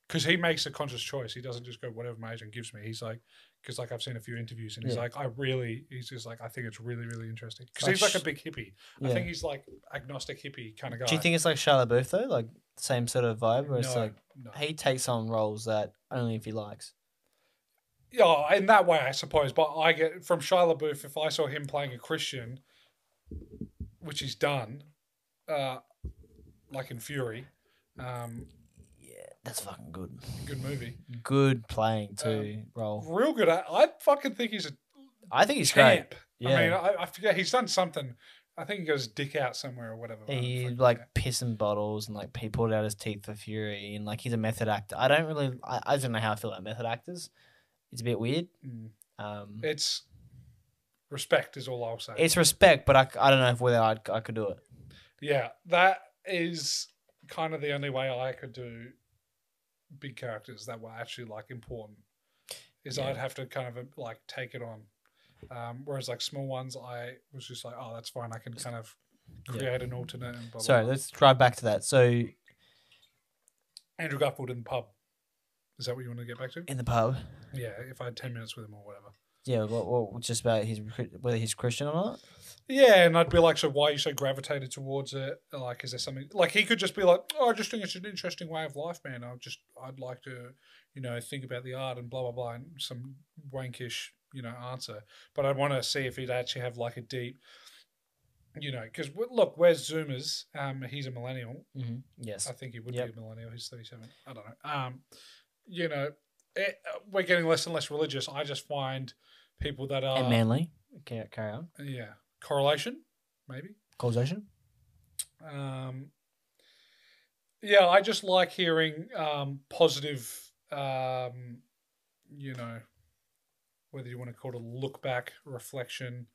Because he makes a conscious choice. He doesn't just go whatever my agent gives me. He's like, because like I've seen a few interviews, and he's
Yeah.
like, I really, he's just like, I think it's really, really interesting. Because
Like
he's like a
sh-
big hippie. I
Yeah.
think he's like agnostic hippie kind of guy.
Do you think it's like Charlotte Booth though? Like same sort of vibe, where it's
No,
like
no.
he takes on roles that only if he likes.
Yeah, in that way, I suppose. But I get from Shia LaBeouf, if I saw him playing a Christian, which he's done, uh, like in Fury, um,
Yeah, that's fucking good.
good movie,
Good playing too
Um,
role.
real good. I, I fucking think he's a
I think he's
champ.
great. Yeah.
I mean, I, I forget he's done something. I think he goes dick out somewhere or whatever. I
he
don't
like
fucking
pissing bottles and like he pulled out his teeth for fury and like he's a method actor. I don't really I, I don't know how I feel about method actors. It's a bit weird.
know. Mm.
Um,
It's respect is all I'll say.
it's respect, but I, I don't know if whether I'd, I could do it.
yeah, that is kind of the only way I could do big characters that were actually like important. Is
Yeah.
I'd have to kind of like take it on. Um, whereas like small ones, I was just like, oh, that's fine. I can kind of
Yeah.
create an alternate. And blah, blah,
Sorry,
blah.
let's drive back to that. So in
Andrew Garfield in the pub. Is that what you want to get back to?
the pub,
Yeah, if I had ten minutes with him or whatever.
yeah, what, what just about his whether he's Christian or not?
Yeah, and I'd be like, so why are you so gravitated towards it? Like, is there something like he could just be like, oh, I just think it's an interesting way of life, man. I just I'd like to, you know, think about the art and blah blah blah, and some wankish you know answer. But I'd want to see if he'd actually have like a deep, you know, because look, we're Zoomers. Um, he's a millennial.
Mm-hmm. Yes.
I think he would
Yep.
be a millennial. He's thirty-seven. I don't know. Um, you know, it, we're getting less and less religious. I just find people that are
and Manly. Okay, carry on.
yeah correlation maybe
Causation.
um, yeah, I just like hearing um, positive, um, you know, whether you want to call it a look back reflection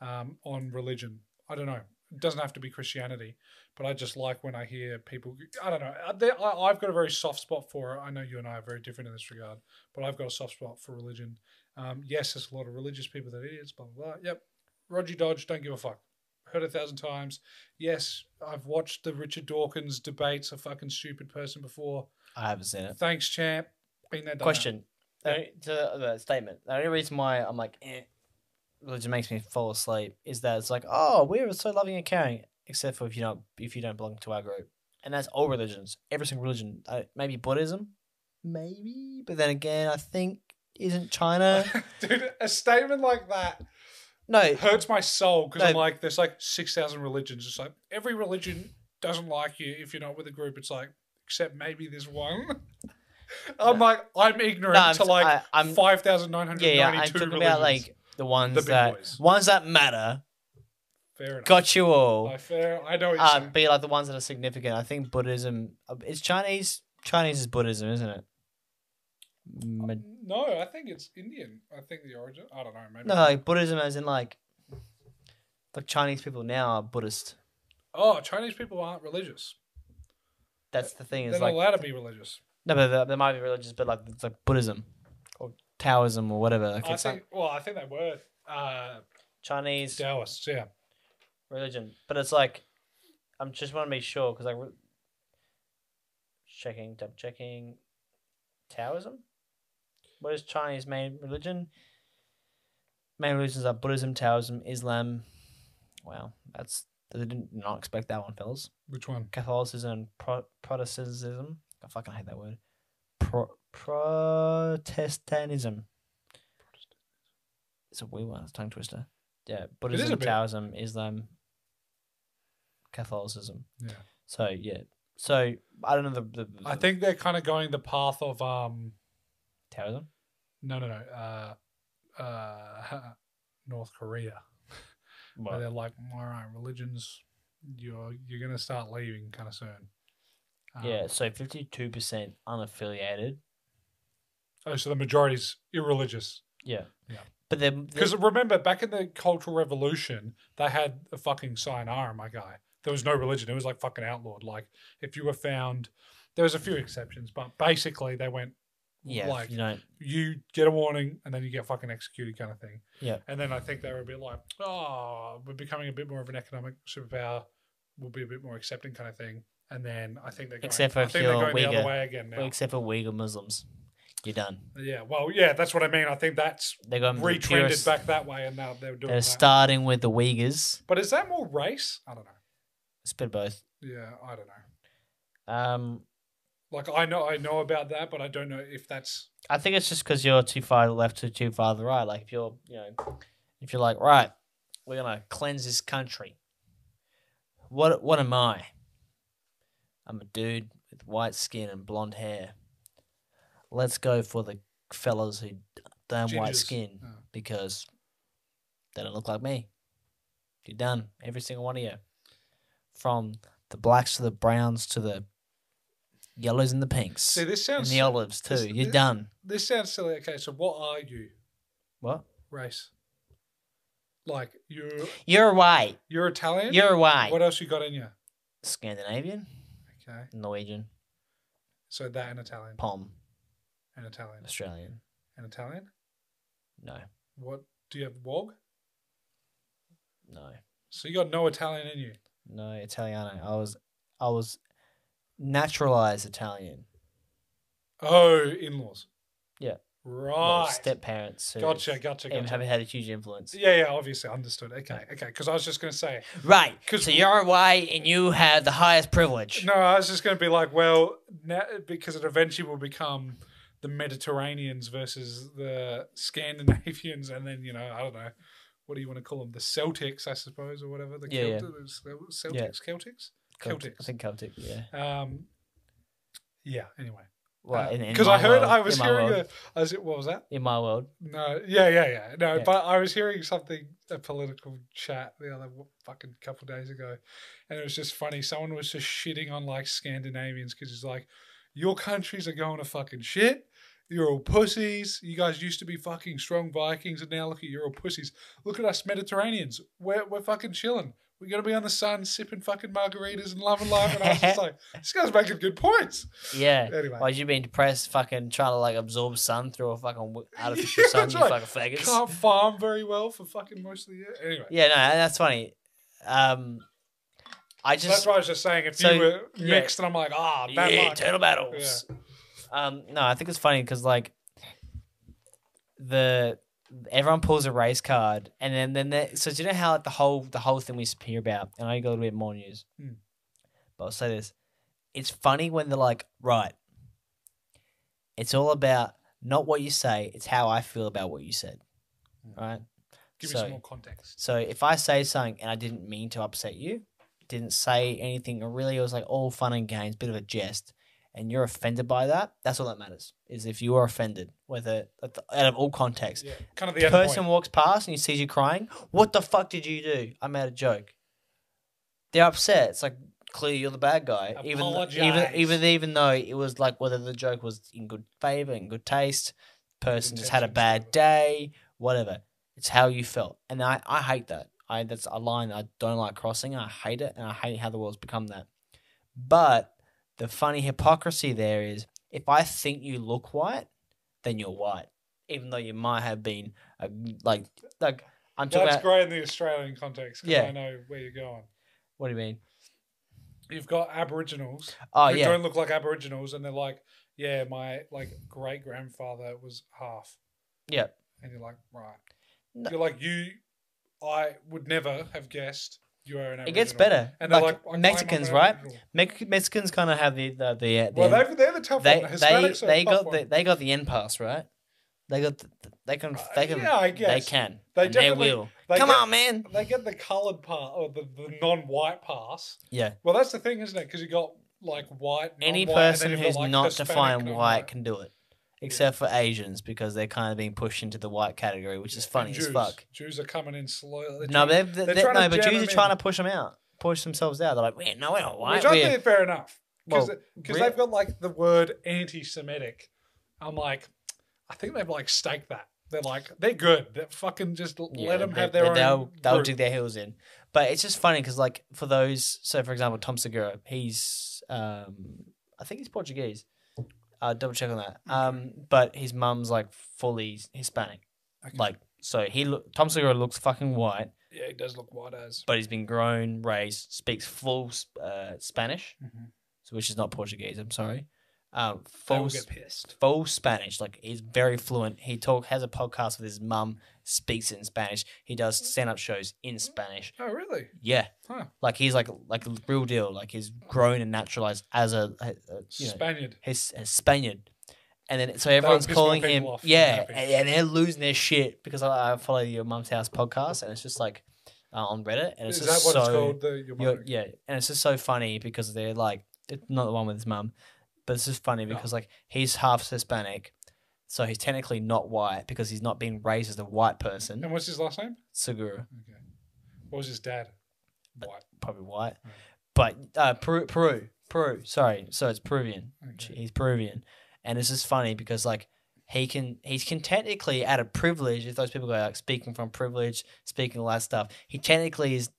um, on religion. I don't know. It doesn't have to be Christianity, but I just like when I hear people. I don't know. I- there- I- I've got a very soft spot for it. I know you and I are very different in this regard, but I've got a soft spot for religion. Um, yes, there's a lot of religious people that are idiots, blah, blah, blah. Yep. Roger Dodge, don't give a fuck. Heard a thousand times yes, I've watched the Richard Dawkins debates, a fucking stupid person before.
I haven't seen it.
Thanks, champ. Been there, done that.
Question. The only- To the statement. The only reason why I'm like, eh, religion makes me fall asleep is that it's like, oh, we're so loving and caring, except for if you don't if you don't belong to our group, and that's all religions. Every single religion. Uh, maybe Buddhism, maybe, but then again, I think
(laughs)
isn't China.
Dude, a statement like that
no,
hurts my soul because
No.
I'm like, there's like 6,000 religions. It's like every religion doesn't like you if you're not with a group. It's like, except maybe this one. (laughs) I'm
No.
like, I'm ignorant
No, I'm-
to like
I- I'm- yeah,
5,992
yeah, I'm talking
religions.
about like the ones
The big
that
boys.
ones that matter.
fair enough.
Got you all.
Like, fair. I know what you're
uh,
saying.
be like the ones that are significant. I think Buddhism is Chinese. Chinese is Buddhism, isn't it? Ma-
No, I think it's Indian. I think the origin. I don't know. Maybe.
No, like Buddhism as in like, like Chinese people now are Buddhist.
Oh, Chinese people aren't religious.
That's the thing.
They're
Is
not
like
allowed to be religious.
no, but they, they might be religious, but like it's like Buddhism or Taoism or whatever. Like
I
it's
think.
like
well, I think they were uh,
Chinese
Taoists. Yeah.
religion, but it's like I'm just want to be sure because like re- checking, double checking, Taoism. What is Chinese main religion? Main religions are Buddhism, Taoism, Islam. Wow, that's I did not expect that one, fellas.
Which one?
Catholicism and Pro- Protestantism. I fucking hate that word. Pro- Protestantism. It's a weird one. It's a tongue twister. Yeah, Buddhism,
bit.
Taoism, Islam, Catholicism.
Yeah.
So yeah. So I don't know the. the, the
I think they're kind of going the path of um.
Taoism.
No, no, no. Uh, uh, (laughs) North Korea. Where
Well,
they're like, all right, religions. You're you're gonna start leaving kind of soon. Um,
yeah. So fifty-two percent unaffiliated.
Oh, so the majority's irreligious.
Yeah.
Yeah.
But then
Because remember, back in the Cultural Revolution, they had a fucking sayonara, my guy. There was no religion. It was like fucking outlawed. Like if you were found, there was a few exceptions, but basically they went,
yeah,
like-
you know,
you get a warning and then you get fucking executed, kind of thing.
Yeah.
And then I think they were a bit like, oh, we're becoming a bit more of an economic superpower. We'll be a bit more accepting, kind of thing. And then I think they're going,
Except for
I
if
think they're
you're
going the
Uyghur.
other way again now.
except for Uyghur Muslims, you're done.
yeah. Well, yeah, that's what I mean. I think that's
They're going with Um, the
retrended
purest-
back that way, and now they're doing.
They're
that.
starting with the Uyghurs.
But is that more race? I don't know.
It's been both.
Yeah, I don't know.
Um,
Like I know I know about that, but I don't know if that's
I think it's just because you're too far left or too far to the right. Like if you're, you know, if you're like, right, we're gonna cleanse this country. What what am I? I'm a dude with white skin and blonde hair. Let's go for the fellas who don't have white
Gingers.
skin
Oh.
because they don't look like me. You're done, every single one of you, from the blacks to the browns to the yellows and the pinks
See this
and
sounds
the olives too.
this-
You're
this-
done.
this sounds silly. Okay, so what are you?
What?
Race. Like you're
You're white.
you're Italian?
You're white.
what else you got in you?
Scandinavian,
Okay.
Norwegian,
So that and Italian.
Pom,
And Italian.
Australian.
And Italian?
No,
What do you have Wog?
no,
So you got no Italian in you.
no. Italiano. I was, I was naturalized Italian.
Oh, in laws.
Yeah.
Right.
Step parents. Who
Gotcha, gotcha,
have- Have
gotcha.
had a huge influence.
Yeah, yeah, obviously understood. Okay, okay. Because I was just gonna say,
Right.
'Cause-
So you're white and you had the highest privilege.
No, I was just going to be like, well, now, because it eventually will become the Mediterraneans versus the Scandinavians, and then you know I don't know what do you want to call them, the Celtics, I suppose, or whatever the
Yeah, yeah.
Celtics, Celtics,
Yeah.
Celtics.
Celtic, I
Celtics.
think Celtic, yeah.
Um, yeah. Anyway,
Well, in- in
because
my
I heard
world-
I was
in my
hearing
world-
a, I was, what was that?
in my world.
No, yeah, yeah, yeah. No,
Yeah.
but I was hearing something, a political chat the other w- fucking couple days ago, and it was just funny. Someone was just shitting on like Scandinavians because he's like, your countries are going to fucking shit. You're all pussies. You guys used to be fucking strong Vikings, and now look at you, you're all pussies. Look at us Mediterraneans. We're, we're fucking chilling. We're gonna be on the sun, sipping fucking margaritas and loving life. And I was
(laughs)
just like, this guy's making good points.
Yeah.
Anyway,
Why you being depressed? Fucking trying to like absorb sun through a
(laughs)
fucking w- artificial
Yeah,
sun,
that's
you
right.
fucking faggots.
can't farm very well for fucking most of the year. Anyway.
Yeah, no, that's funny. Um, I
So
just
that's what I was just saying. If
so,
you were
yeah.
mixed, and I'm like, ah, bad
yeah,
luck.
turtle battles. Um, no, I think it's funny because like the everyone pulls a race card, and then then they, so do you know how like the whole the whole thing we hear about? And I got a little bit more news,
Hmm.
but I'll say this: it's funny when they're like, right, it's all about not what you say, it's how I feel about what you said,
Hmm.
right?
Give me
So-
some more context.
So if I say something and I didn't mean to upset you, didn't say anything, or really it was like all fun and games, bit of a jest, and you're offended by that, that's all that matters. Is if you are offended, whether at the- out of all contexts,
Yeah, kind of the end
person
point.
walks past and he sees you crying, what the fuck did you do? I made a joke. They're upset. It's like clearly you're the bad guy, even
Apologise.
even even even though it was like whether the joke was in good favor, in good taste, person just had a
intentions,
bad
whatever.
day, whatever. It's how you felt, and I I hate that. I that's a line I don't like crossing. I hate it, and I hate how the world's become that. But the funny hypocrisy there is, if I think you look white, then you're white, even though you might have been uh, like like I'm talking
That's
about.
great in the Australian context because
Yeah.
I know where you're going.
What do you mean?
You've got Aboriginals
Oh
who
yeah,
don't look like Aboriginals, and they're like, yeah, my like great grandfather was half.
Yeah.
and you're like, right.
No.
You're like, you, I would never have guessed you are an. Aboriginal.
it gets better.
And they're
like,
like, "I- I'm
Mexicans,
an
right?
Aboriginal."
Mex- Mexicans kind of have the the the, uh, the
Well,
end-
they've, they're the tough
they
one.
they
Hispanics are the tough
they got the,
one.
they got the end pass right. They got the, they can
Uh,
they can
yeah, I
they
guess.
can
They
and they
definitely-
will.
They
Come
get-
on, man.
They get the coloured pass or the, the non-white pass.
Yeah.
Well, that's the thing, isn't it? Because you got like white.
Any
non-white, and
person
then you've
who's
got, like,
not
Hispanic,
defined white
non-white.
can do it, except for Asians because they're kind of being pushed into the white category, which is funny
And
as
Jews.
fuck.
Jews are coming in slowly.
No, they're, they're,
they're
they're-
trying to
no, but
jam
Jews are
them
trying to
in.
push them out, push themselves out. They're like, we're no, we're not white.
which I
we're-"
think fair enough because
Well,
because
re-
they've got like the word anti-Semitic. I'm like, I think they've like staked that. They're like, they're good. They're fucking just let 'em
Yeah,
let them
they-
have
they-
their own.
They'll, they'll
group.
dig their heels in. But it's just funny because, like, for those, so for example, Tom Segura, he's, um, I think he's Portuguese. Uh, double check on that. Um, but his mum's like fully Hispanic.
Okay.
Like, so he look, Tom Segura looks fucking white,
yeah, it does look white as.
but he's been grown, raised, speaks full uh, Spanish,
Mhm.
so which is not Portuguese. I'm sorry. Um,
They
full
will
s-
get pissed.
full Spanish. Like he's very fluent. He talk has a podcast with his mum, speaks in Spanish. He does stand up shows in Spanish.
Oh really?
Yeah,
Huh.
like he's like like a real deal. Like he's grown and naturalized as a, a, a you know,
Spaniard.
his, a Spaniard. And then so everyone's
piss more
calling
people
him,
off than
yeah,
happy.
and, and they're losing their shit because I, I follow your mum's house podcast, and it's just like uh, on Reddit, and it's
Is that
just
what
so
it's called? The, your
you're-
mother-
yeah, and it's just so funny because they're like, it's not the one with his mum, but it's just funny
No.
because like he's half Hispanic, so he's technically not white because he's not being raised as a white person.
And what's his last name?
Segura
Okay. What was his dad? White.
probably white,
Right.
but uh, Peru, Peru, Peru. Sorry, so it's Peruvian.
Okay.
He's Peruvian, and it's just funny because like he can he's can technically out of privilege. If those people go like speaking from privilege, speaking all that stuff, he technically is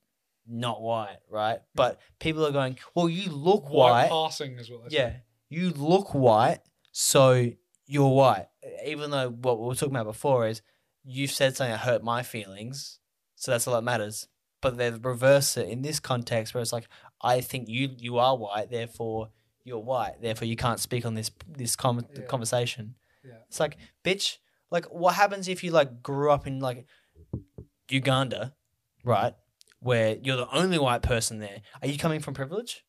not white, right? But people are going, well, you look
White
white.
passing is what they say.
Yeah, you look white, so you're white. Even though what we were talking about before is you've said something that hurt my feelings, so that's all that matters. But they reverse it in this context where it's like, I think you you are white, therefore you're white, therefore you can't speak on this this com-
Yeah.
conversation.
Yeah.
It's like, bitch, like what happens if you like grew up in like Uganda, right? Where you're the only white person there. Are you coming from privilege?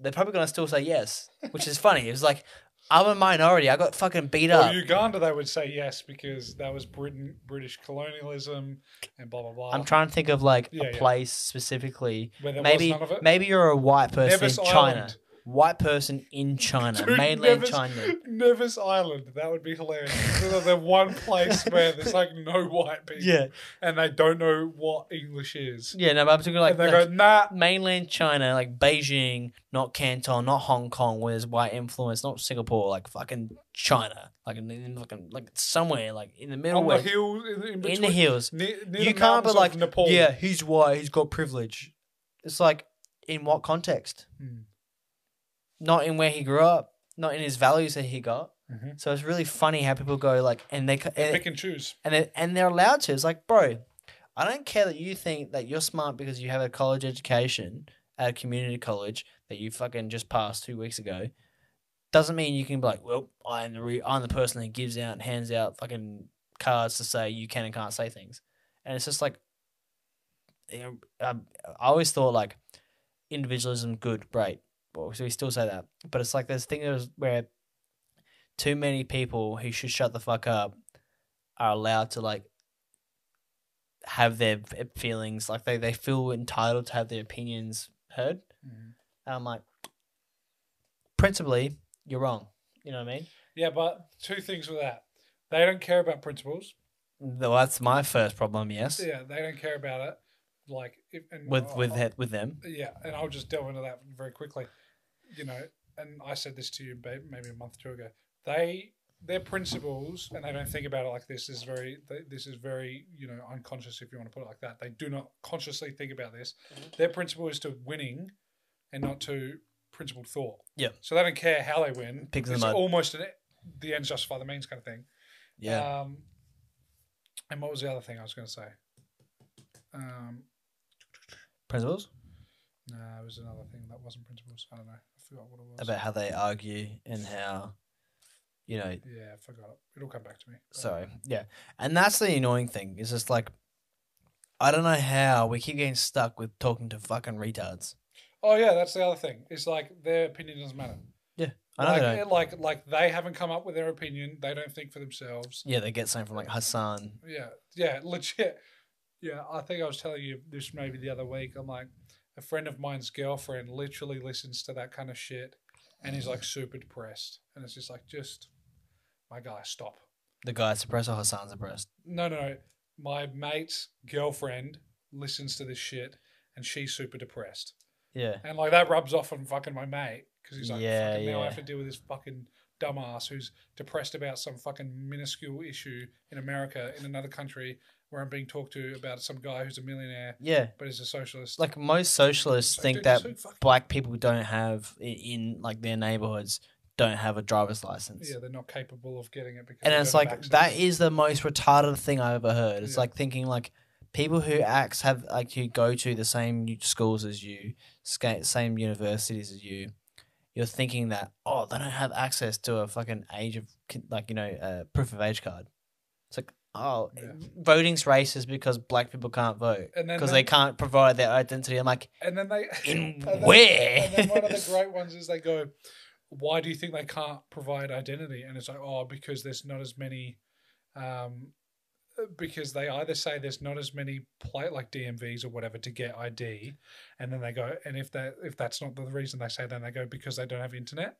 They're probably gonna still say yes, which is funny. It was like I'm a minority. I got fucking beat
Well,
up.
Uganda, they would say yes because that was Britain, British colonialism, and blah blah blah.
I'm trying to think of like
Yeah,
a
yeah.
place specifically.
Where there was
maybe
none of it?
maybe you're a white person
Nevis
in China.
Island.
White person in China,
Dude,
mainland
Nevis-
China.
(laughs) Nevis Island. That would be hilarious. the, the one place where there's like no white people,
Yeah,
and they don't know what English is.
yeah. No, but I'm talking like,
and they
like
go, nah,
mainland China, like Beijing, not Canton, not Hong Kong, where there's white influence, not Singapore, like fucking China, like in, in fucking like somewhere like in the middle
on the
west,
hills, in, in
in the
between-
hills.
near- near
You
the
can't
mountains
be
of
like
Nepal.
Yeah, he's white. He's got privilege. It's like in what context?
Hmm.
Not in where he grew up. Not in his values that he got.
Mhm.
So it's really funny how people go like, and they,
They
and,
pick and choose.
and they and they're allowed to. It's like, bro, I don't care that you think that you're smart because you have a college education at a community college that you fucking just passed two weeks ago. Doesn't mean you can be like, well, I'm the re- I'm the person that gives out and hands out fucking cards to say you can and can't say things, and it's just like, you know, um, I always thought like individualism good, great. Well, so we still say that, but it's like this thing that was where too many people who should shut the fuck up are allowed to like have their f- feelings like they, they feel entitled to have their opinions heard
Mhm.
and i'm like principally you're wrong you know what i mean
Yeah, but two things with that. They don't care about principles.
Though that's my first problem yes
Yeah, they don't care about it. Like if, and
with
I'll-
with
I'll-
he- with them
yeah, and I'll just delve into that very quickly. You know, and I said this to you ba- maybe a month or two ago. They their principles, and they don't think about it like this. Is very th- this is very you know unconscious if you want to put it like that. They do not consciously think about this. Their principle is to winning, and not to principled thought.
Yeah.
So they don't care how they win.
Pigs in the
it's
mud.
almost an, the ends justify the means kind of thing.
yeah
Um, and what was the other thing I was going to say? Um,
principles
no, it was another thing that wasn't principles. I don't know. I forgot what it was.
about how they argue and how you know
Yeah, I forgot it. It'll come back to me.
So yeah, and that's the annoying thing. Is just like, I don't know how we keep getting stuck with talking to fucking retards.
Oh yeah, that's the other thing. It's like their opinion doesn't matter.
I know
like,
they
it-
don't.
like like they haven't come up with their opinion. They don't think for themselves.
Yeah, they get something from like Hassan.
Yeah, yeah, legit. Yeah, I think I was telling you this maybe the other week. I'm like, a friend of mine's girlfriend literally listens to that kind of shit, and is like super depressed. And it's just like, just my guy, stop.
The guy's suppressed or Hassan's suppressed.
No, no, no. My mate's girlfriend listens to this shit and she's super depressed.
Yeah,
And like that rubs off on fucking my mate because he's like,
Yeah,
fucking now I
yeah.
have to deal with this fucking dumbass who's depressed about some fucking minuscule issue in America, in another country where I'm being talked to about some guy who's a millionaire
yeah.
but is a socialist.
Like most socialists
It's like,
think
dude, you're
that
so fucking-
black people don't have i- in like their neighborhoods don't have a driver's license.
yeah, they're not capable of getting it because
and
they
it's
don't
like
have
that
access.
is the most retarded thing I ever heard. It's
Yeah.
like thinking like people who acts have like who go to the same u- schools as you, sca- same universities as you. You're thinking that oh they don't have access to a fucking age of con- like you know uh, proof of age card. It's like oh
Yeah.
voting's racist because black people can't vote
And then
because
the-
they can't provide their identity. I'm like
And then they (laughs)
In
and then-
where?
And then one of
(laughs)
the great ones is they go, "Why do you think they can't provide identity?" And it's like, "Oh, because there's not as many." Um, because they either say there's not as many play like DMVs or whatever to get ID, and then they go, and if that if that's not the reason they say, then they go because they don't have internet.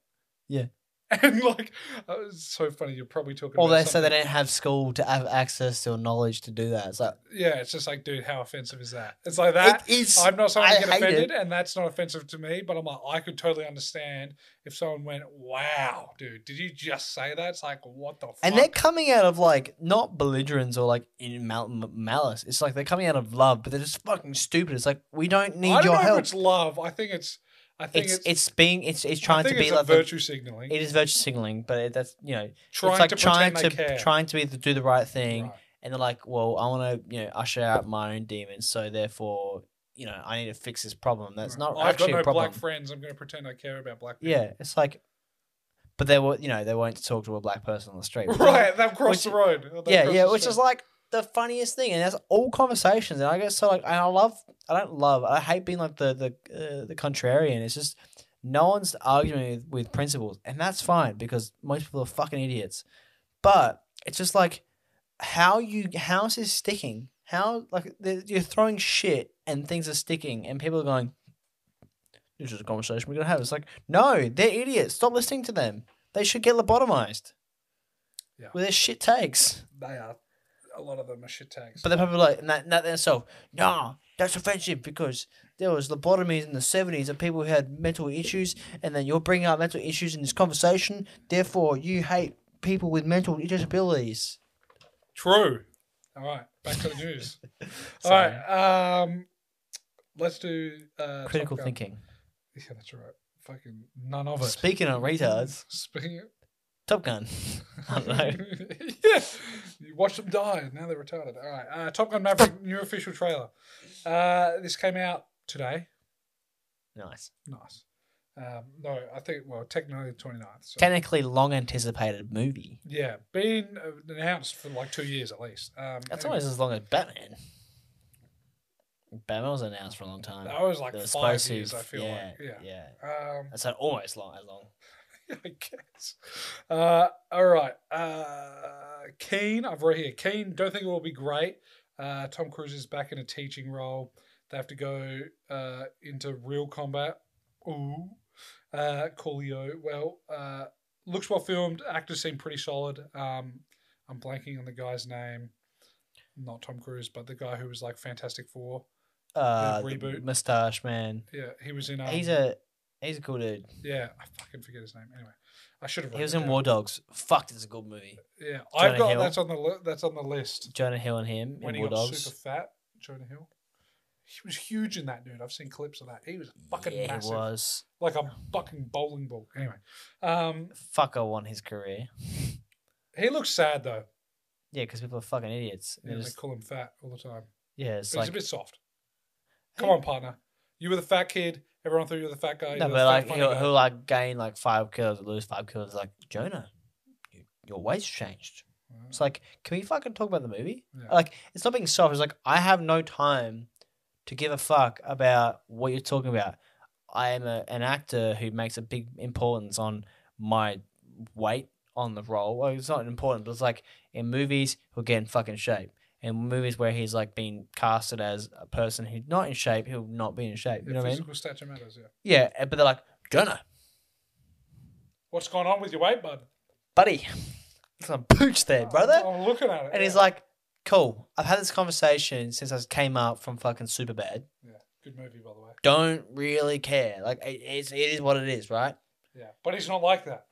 Yeah.
(laughs) and like uh, it's so funny. You're probably talking.
or
about
they say they
something-
don't have school to have access or knowledge to do that. It's like
Yeah, it's just like, dude, how offensive is that? It's like that.
it is.
I'm not someone
I
to get
hate it.
offended, and that's not offensive to me. But I'm like, I could totally understand if someone went, "Wow, dude, did you just say that?" It's like, what the fuck?
And they're coming out of like not belligerence or like in mal- m- malice. It's like they're coming out of love, but they're just fucking stupid. It's like we don't need
I don't
your
know
help.
if it's love. I think it's. I think
it's,
it's.
it's being it's it's
I
trying to
think
be
it's a
like the-
virtue signaling.
it is virtue signaling, but it, that's you know
trying
it's like
to
trying to
pretend they care.
trying to be the, do the right thing,
Right.
and they're like, well, I want to you know usher out my own demons, so therefore you know I need to fix this problem. That's
Right.
not
I've got
actually
no
a problem.
black friends. I'm going to pretend I care about black people.
yeah, it's like, but they were you know they won't talk to a black person on the street.
(laughs) right. They've
Which-
crossed the road. They've
yeah,
crossed
yeah,
the
which
street.
is like the funniest thing, and that's all conversations. And I guess so like, and I love, I don't love, I hate being like the the uh, the contrarian. It's just No one's arguing with, with principles, and that's fine because most people are fucking idiots. But it's just like how you how is this sticking? How like th- you're throwing shit and things are sticking, and people are going. This is a conversation we're gonna have. It's like no, they're idiots. Stop listening to them. They should get lobotomized.
Yeah.
With their shit takes.
They are. A lot of them are shit tags.
But they're probably like, and that, that itself, nah, that's offensive because there was lobotomies in the 70s of people who had mental issues, and then you're bringing up mental issues in this conversation, therefore you hate people with mental disabilities.
True. All right, back to the
(laughs)
news. All
Sorry.
right, um, let's do uh,
Critical
Top Gun.
thinking.
Yeah, that's right. Fucking none of it.
Speaking
(laughs)
of retards,
Speaking. Of-
Top Gun. (laughs) I don't
(laughs)
know.
yeah, you watch them die, and now they're retarded. All right, uh, Top Gun Maverick new official trailer. Uh, this came out today.
Nice.
Nice. Um, no, I think well, technically the 29th. So.
Technically long anticipated movie.
yeah, been uh, announced for like two years at least. Um,
That's
anyway,
almost as long as Batman. Batman was announced for a long time.
that was like
They were
five
supposed to-
years. I feel
yeah,
like yeah.
Yeah.
Um,
That's like almost long as long.
(laughs) I guess. Uh, all right. Uh, Keen, I've read here. Keen, don't think it will be great. Uh, Tom Cruise is back in a teaching role. They have to go uh, into real combat. Ooh. Uh, Coolio. Well, uh, looks well filmed. Actors seem pretty solid. Um, I'm blanking on the guy's name. Not Tom Cruise, but the guy who was like Fantastic Four.
Uh, the
reboot.
Mustache man.
Yeah, he was in. Um,
He's a he's a cool dude.
Yeah, I fucking forget his name. Anyway, I should have.
He
written
was
it
in
down.
War Dogs. Fuck, it's a good movie.
Yeah,
Jonah
I've got
Hill.
that's on the li- that's on the list.
Jonah Hill and him
When
in
he
War
got
Dogs.
super fat, Jonah Hill, he was huge in that dude. I've seen clips of that. He was fucking
yeah,
massive,
he was.
like a fucking bowling ball. Anyway, um,
Fucker won his career.
he looks sad though.
Yeah, because people are fucking idiots.
Yeah,
It
they
was-
call him fat all the time.
Yeah, it's
He's
like
a bit soft. Come on, partner. You were the fat kid. Everyone thought you were the fat guy. you
(laughs) no,
were
but
the fat
like
funny
he'll,
guy.
he'll like gain like five kilos or lose five kilos. Like Jonah, you, your weight's changed. It's like, can we fucking talk about the movie?
Yeah.
Like, it's not being soft. It's like, I have no time to give a fuck about what you're talking about. I am a, an actor who makes a big importance on my weight on the role. Well, it's not important, but it's like in movies, he'll get in fucking shape. In movies where he's like being casted as a person who's not in shape, he'll not be in shape. You
Yeah,
know what I mean?
physical stature matters. Yeah.
Yeah, and- but they're like, Jonah,
What's going on with your weight, bud?
buddy, (laughs) some pooch there, brother.
I'm looking at it.
And
yeah.
he's like, cool. I've had this conversation since I came up from fucking Superbad.
yeah, good movie by the way.
Don't really care. Like, it, it's, it is what it is, right?
Yeah, but he's not like that.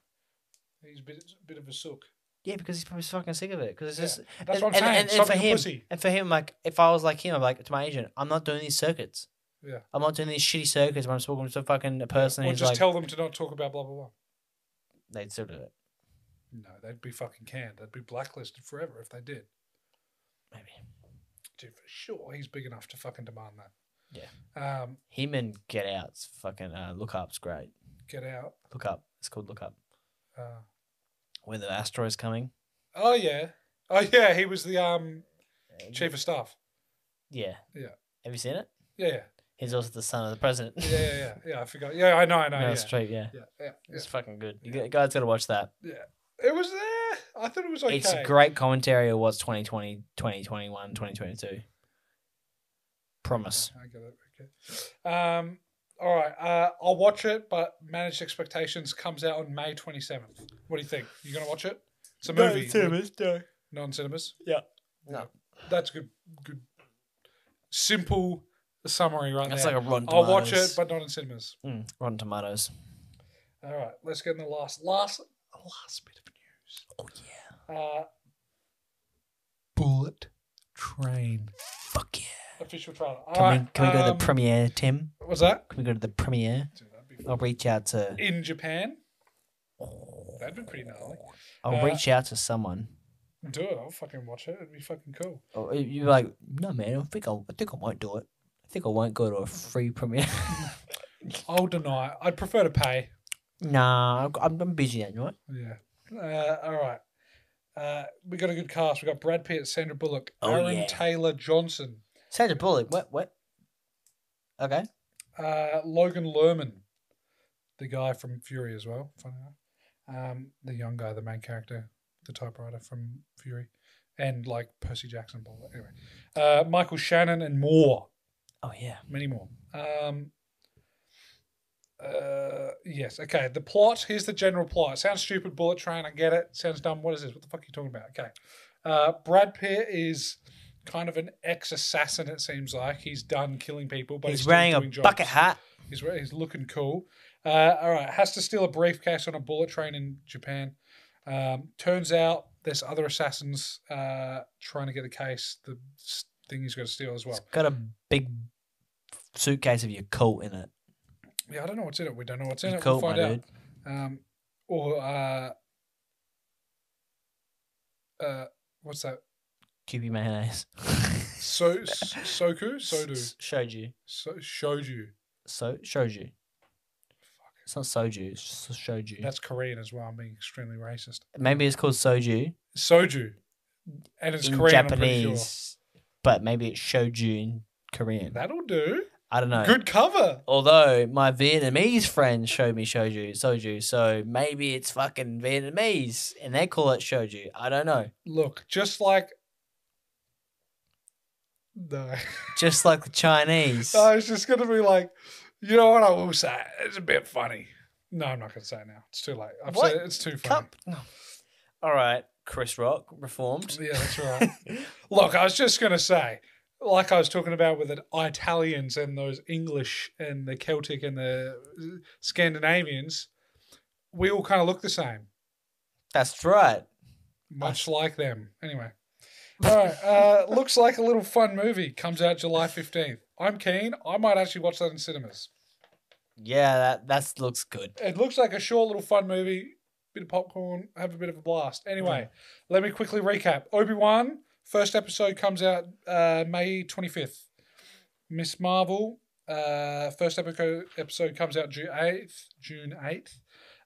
He's a bit, a bit of a sook.
Yeah, because he's probably fucking sick of it. Because it's
Yeah.
just.
That's
and,
what I'm
and-
saying.
And, and
Stop
for
being a
him,
pussy.
and for him, like, if I was like him, I'm like, to my agent, I'm not doing these circuits.
Yeah.
I'm not doing these shitty circuits when I'm talking to fucking a person
Or
who's
just
like,
tell them to not talk about blah blah blah.
they'd still do it.
No, they'd be fucking canned. They'd be blacklisted forever if they did.
Maybe.
Dude, for sure, he's big enough to fucking demand that.
Yeah.
Yeah. Um,
Him and Get Out's fucking uh, Look Up's great.
get out.
Look Up. It's called Look Up.
Uh,
When the asteroid's coming.
oh yeah. Oh yeah. He was the um chief of staff.
Yeah.
Yeah.
Have you seen it?
Yeah. Yeah.
He's also the son of the president.
Yeah.
(laughs)
Yeah. Yeah. yeah I forgot. Yeah. I know. I know.
No,
yeah.
it's straight, yeah.
yeah. Yeah. yeah.
It's fucking good. You
Yeah.
gu- guys got to watch that.
It was there. I thought it was okay.
It's great commentary of what's 2020, 2021, 2022. Promise.
Okay, I get it. Okay. Um. All right. Uh, I'll watch it, but Managed Expectations comes out on May twenty seventh. What do you think? You gonna watch it? It's a movie. Non cinemas.
Yeah. No.
That's a good. Good. Simple summary right
That's
there.
like a Rotten
I'll watch
Tomatoes.
it, but not in cinemas.
Mm, Rotten Tomatoes.
All right, let's get in the last, last, last bit of news.
Oh, yeah.
Uh, Bullet Train
Fuck yeah.
official trailer. All
Can, we,
right.
can we go to
um,
the premiere, Tim?
What's that?
Can we go to the premiere?
Dude, that'd be
I'll reach out to.
in Japan. That'd be pretty gnarly.
I'll
Uh,
reach out to someone.
Do it. I'll fucking watch it. It'd be fucking cool.
Or you're like, no, man. I think I, I think I won't do it. I think I won't go to a free premiere. (laughs)
I'll deny. it. I'd prefer to pay.
nah, I'm- I'm, I'm busy that night.
Yeah. Uh, all right. Uh, we got a good cast. We got Brad Pitt, Sandra Bullock,
Oh,
Aaron
yeah.
Taylor Johnson,
Sandra Bullock. What? What? Okay.
uh, Logan Lerman. the guy from Fury as well. Funny enough, um, the young guy, the main character, the typewriter from Fury, and like Percy Jackson. blah, blah, Anyway, uh, Michael Shannon and more,
Oh yeah.
many more. Um, uh, yes. Okay. The plot. Here's the general plot. Sounds stupid. Bullet train. I get it. Sounds dumb. What is this? What the fuck are you talking about? Okay. Uh, Brad Pitt is kind of an ex-assassin. It seems like he's done killing people, but he's,
he's
still
wearing a
doing jobs.
bucket hat.
He's re- he's looking cool. Uh, all right, has to steal a briefcase on a bullet train in Japan. Um, turns out there's other assassins uh, trying to get the case. The s- thing he's going to steal as well.
It's got a big suitcase of your coat in it.
Yeah, I don't know what's in it. We don't know what's in
Your
it. We'll
coat, my
find out.
dude.
Um, or uh, uh, what's that?
Cupid
(laughs)
mayonnaise.
So s- soku sodu
S- Showed you.
so, shoju.
So showed you. It's not soju. It's just shoju.
That's Korean as well. I'm being extremely racist.
maybe it's called soju
Soju, and it's
in
Korean. I'm pretty sure.
Japanese, but maybe it's shoju in Korean.
That'll do.
I don't know.
Good cover.
Although my Vietnamese friend showed me shoju, soju, so maybe it's fucking Vietnamese and they call it shoju. I don't know.
Look, just like. No. (laughs)
Just like the Chinese.
I was just going to be like, you know what? I will say it. it's a bit funny. No, I'm not going to say it now. It's too late. I've
What?
said it. it's too funny.
Cup. No. All right, Chris Rock reformed.
Yeah, that's right. Look, I was just going to say, like I was talking about with the Italians and those English and the Celtic and the Scandinavians, we all kind of look the same,
That's right.
much like them. Anyway. All right. Uh, looks like a little fun movie. Comes out July 15th. I'm keen. I might actually watch that in cinemas.
Yeah, that that's looks good.
It looks like a short little fun movie. Bit of popcorn, have a bit of a blast. Anyway, let me quickly recap. Obi Wan, first episode comes out uh, May 25th. Miss Marvel, uh, first episode episode comes out June 8th. June 8th.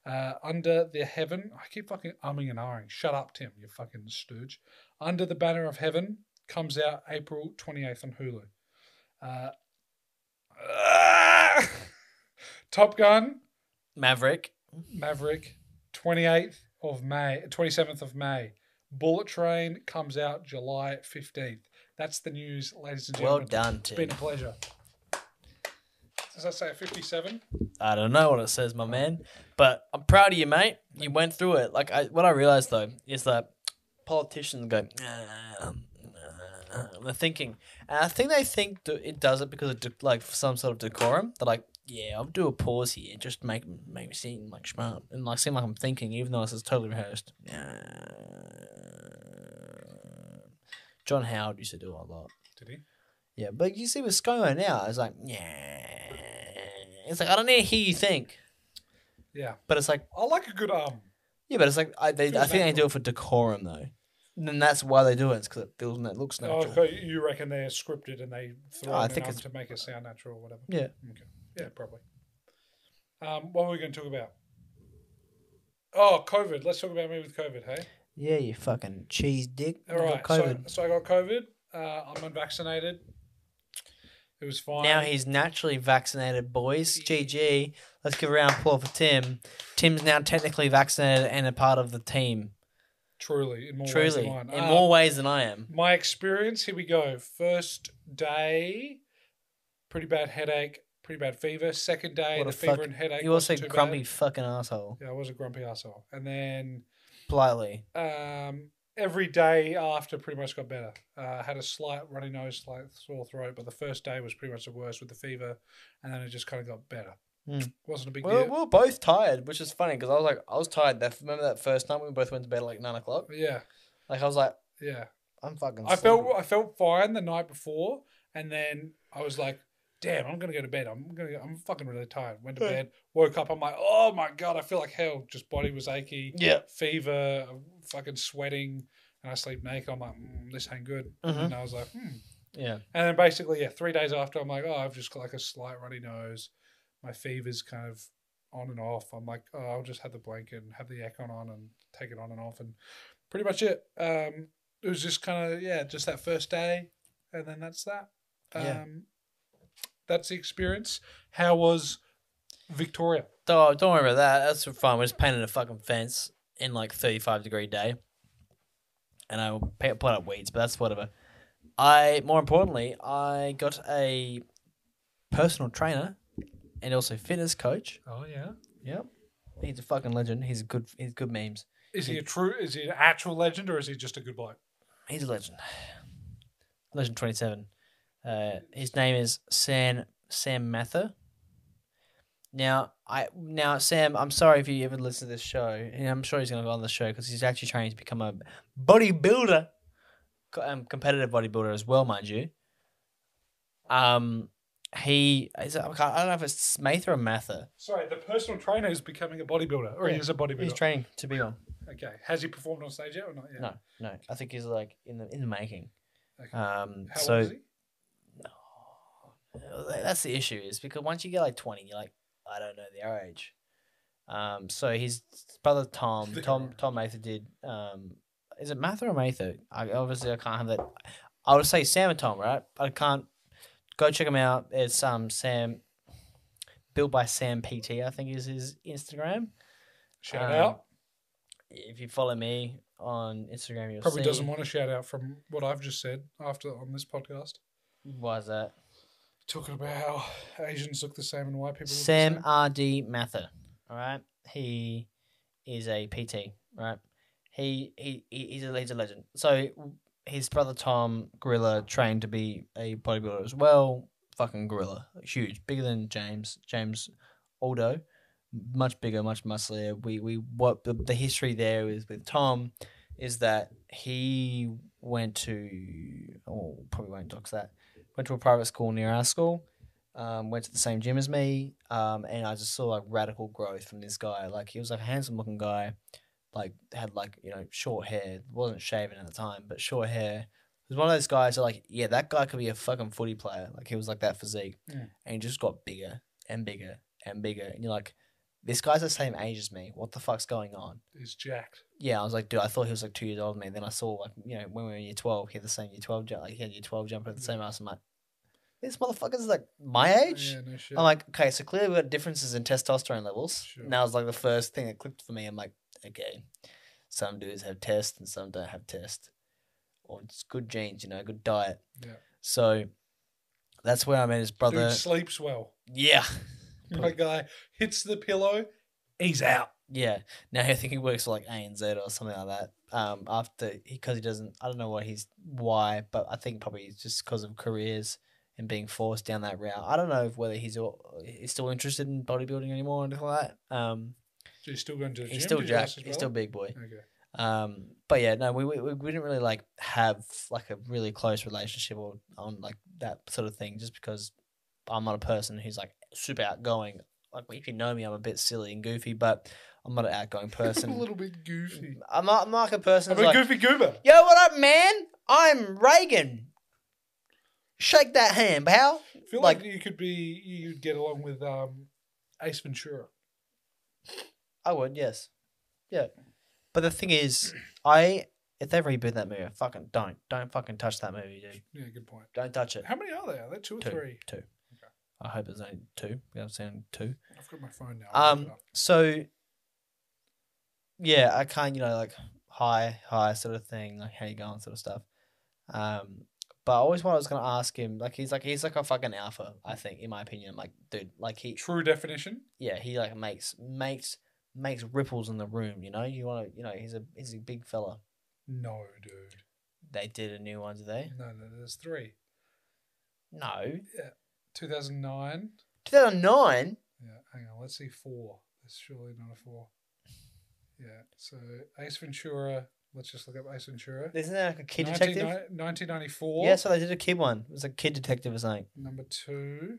Uh, Under the Heaven, I keep fucking umming and ahhing. Shut up, Tim, you fucking stooge. Under the Banner of Heaven comes out April 28th on Hulu. Uh, (laughs) Top Gun,
Maverick.
Maverick, 28th of May, 27th of May. Bullet Train comes out July 15th. That's the news, ladies and
Well
gentlemen.
done,
It's been
Tim.
a pleasure. Does that say 57?
I don't know what it says, my man, but I'm proud of you, mate. You went through it. Like I, what I realized though is that politicians go. "Ah, ah," They're thinking, and I think they think that it does it because of de- like some sort of decorum. They're like, "Yeah, I'll do a pause here, just to make make me seem like smart and like seem like I'm thinking, even though this is totally rehearsed." John Howard used to do it a lot.
Did he?
Yeah, but you see with ScoMo now, it's like, yeah. It's like, I don't need to hear you think.
Yeah.
But it's like,
I like a good um.
yeah, but it's like, I, they,
Feels
I think they do it for decorum, though. And then that's why they do it, it's because it feels and it looks
Oh,
natural.
okay, you reckon they're scripted and they throw
No, I
in an
think
um
it's-
to make it sound natural or whatever?
Yeah.
Okay. Yeah, probably. Um, what are we going to talk about? Oh, COVID. Let's talk about me with COVID, hey?
Yeah, you fucking cheese dick.
All
You
right.
got COVID.
So, so I got COVID. Uh, I'm unvaccinated. It was fine.
now he's naturally vaccinated, boys. GG. Let's give a round of applause for Tim. Tim's now technically vaccinated and a part of the team.
truly in more ways
Truly.
than one.
In
Uh,
more ways than I am.
my experience. Here we go. First day, pretty bad headache, pretty bad fever. Second day,
What
the
a
fever
fuck-
and headache.
You also
wasn't too bad.
grumpy fucking asshole.
Yeah, I was a grumpy asshole. And then
Politely.
um, every day after, pretty much got better. Uh, had a slight runny nose, slight sore throat, but the first day was pretty much the worst with the fever, and then it just kind of got better.
Mm.
Wasn't a big
We
deal.
were, we were both tired, which is funny because I was like, I was tired. That remember that first night we both went to bed at like nine o'clock.
Yeah,
Like I was like,
yeah.
I'm fucking.
I felt
sleepy.
I felt fine the night before, and then I was like, "Damn, I'm gonna go to bed. I'm gonna. Go, I'm fucking really tired." Went to
Yeah.
bed, woke up. I'm like, "Oh my god, I feel like hell." Just body was achy,
Yeah.
fever, fucking sweating, and I sleep naked. I'm like, mm, "This ain't good."
Mhm.
And I was like, "Hmm."
Yeah.
And then basically, yeah, three days after, I'm like, "Oh, I've just got like a slight runny nose. My fever's kind of on and off." I'm like, "Oh, I'll just have the blanket and have the aircon on and take it on and off and." pretty much it. Um, it was just kind of yeah, just that first day, and then that's that. Um,
Yeah.
That's the experience. How was Victoria?
Oh, don't worry about that. That's fine. We're just painting a fucking fence in like 35 degree day. And I will pay, put up weeds, but that's whatever. I, more importantly, I got a personal trainer and also fitness coach.
Oh yeah.
Yep. He's a fucking legend. He's a good, he's good memes.
Is he a true? Is he an actual legend or is he just a good bloke?
He's a legend. Legend 27. Uh, his name is Sam Sam Mather. Now, I now Sam, I'm sorry if you ever listen to this show, and I'm sure he's going to go on the show because he's actually trying to become a bodybuilder, co- um, competitive bodybuilder as well, mind you. Um, he is it, I can't- I don't know if it's Mather or Mather.
Sorry, the personal trainer is becoming a bodybuilder, or he
Yeah,
is a bodybuilder.
He's training to be one.
okay, has he performed on stage yet or not yet?
No, no, I think he's like in the in the making.
Okay.
Um,
How
so
old is he?
Uh, tha- that's the issue is because once you get like 20 you're like i don't know their age um so his brother tom
Their
tom
age.
tom mather did um is it mather or mather i obviously i can't have that i would say sam and tom right i can't go check him out it's um sam built by sam pt i think is his instagram
Shout
um,
out.
if you follow me on instagram you'll
Probably
see
doesn't want a shout out from what I've just said after on this podcast.
why is that
Talking about how Asians look the same and white people look
Sam
the same.
R.D. Mather. All right. He is a PT, right? He, he he- he's a he's a legend. So his brother Tom Gorilla trained to be a bodybuilder as well. Fucking gorilla, huge, bigger than James James Aldo, much bigger, much musclier. We we what the, the history there is with Tom is that he went to oh probably won't dox that went to a private school near our school um, went to the same gym as me, um, and I just saw like radical growth from this guy. Like he was like a handsome looking guy, like had like you know short hair, wasn't shaven at the time, but short hair. He was one of those guys that like yeah, that guy could be a fucking footy player. Like he was like that physique,
Yeah.
and he just got bigger and bigger and bigger. And you're like, this guy's the same age as me. What the fuck's going on?
He's jacked.
yeah, I was like, dude, I thought he was like two years older than me. Then I saw like, you know, when we were in year twelve, he had the same year twelve jump, like he had year twelve jumper at the same house. I'm like, this motherfucker's like my age.
Yeah, no shit.
I'm like, okay, so clearly we've got differences in testosterone levels.
Sure.
And that was like the first thing that clicked for me. I'm like, okay, some dudes have test and some don't have test, or it's good genes, you know, good diet.
Yeah.
So that's where I met his brother. Hmm.
Dude sleeps well.
yeah,
My guy hits the pillow, he's out.
Yeah. Now I think he works for like ANZ or something like that. Um, after because he doesn't, I don't know what he's why, but I think probably it's just because of careers and being forced down that route. I don't know if whether he's all, he's still interested in bodybuilding anymore or anything like that. Um,
So he's still going to the gym.
he's still
Did you ask
jacked.
his
He's still
brother?
big boy.
Okay.
Um, but yeah, no, we, we we didn't really like have like a really close relationship or on like that sort of thing, just because I'm not a person who's like super outgoing. Like if you know me, I'm a bit silly and goofy, but I'm not
(laughs)
an outgoing person.
a little bit goofy.
I'm not, I'm not like a person
I'm
who's
a
like,
goofy goober.
yo, what up, man? I'm Reagan. Shake that hand, pal.
I feel like,
like-
you could be, you'd get along with um, Ace Ventura.
I would, yes. Yeah. But the thing is, I if they reboot that movie, fucking don't. Don't fucking touch that movie, dude.
Yeah, good point.
Don't touch it.
How many are there? Are there two or
Two.
three?
I hope it's only two. We haven't seen two.
I've got my phone now. I'll look
Um,
it up.
so yeah, I kind you know like hi, hi sort of thing, like how you going sort of stuff. Um, but I always wanted I was gonna ask him, like he's like he's like a fucking alpha, I think, in my opinion. Like, dude, like he
True definition.
yeah, he like makes makes makes ripples in the room, you know? You wanna you know, he's a he's a big fella.
No, dude.
They did a new one today.
No, no, there's three.
No.
2009.
Two thousand nine?
Yeah, hang on. Let's see four. There's surely not a four. Yeah, so Ace Ventura. Let's just look up Ace Ventura.
Isn't that like a kid
1990
detective?
1994.
Yeah, so they did a kid one. It was a kid detective or something.
Number two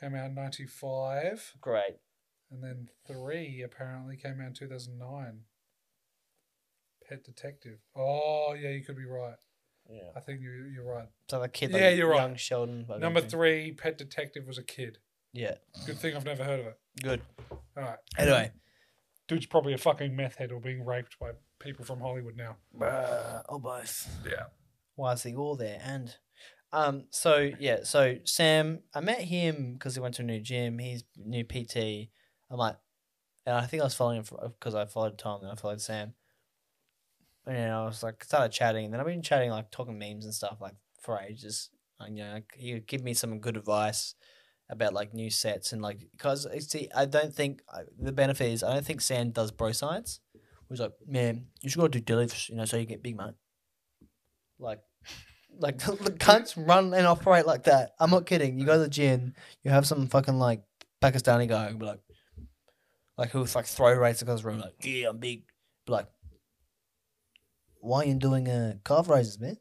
came out in 95.
Great.
And then three apparently came out in 2009. Pet Detective. Oh, yeah, you could be right.
Yeah.
I think you, you're right.
So the kid, like,
Yeah, you're right.
young Sheldon. like,
Number
okay.
three, Pet Detective was a kid.
Yeah,
Good thing I've never heard of it.
good.
All right.
Anyway,
Dude's probably a fucking meth head or being raped by people from Hollywood now.
uh, or both.
Yeah.
Why is he all there? And, um, so yeah, so Sam, I met him because he went to a new gym. He's new PT. I'm like, and I think I was following him because I followed Tom and I followed Sam. And I was like, started chatting. And then I've been chatting, like, talking memes and stuff, like, for ages. And, you know, like, he would give me some good advice about, like, new sets. And, like, because, see, I don't think I, the benefit is, I don't think Sam does bro science. He's like, man, you should go do diligence, you know, so you get big, man. Like, (laughs) like the cunts run and operate like that. I'm not kidding. You go to the gym, you have some fucking like Pakistani guy who be like, like who's like throw rates across the room, like yeah, I'm big. Be like, why you doing uh, calf raises, man?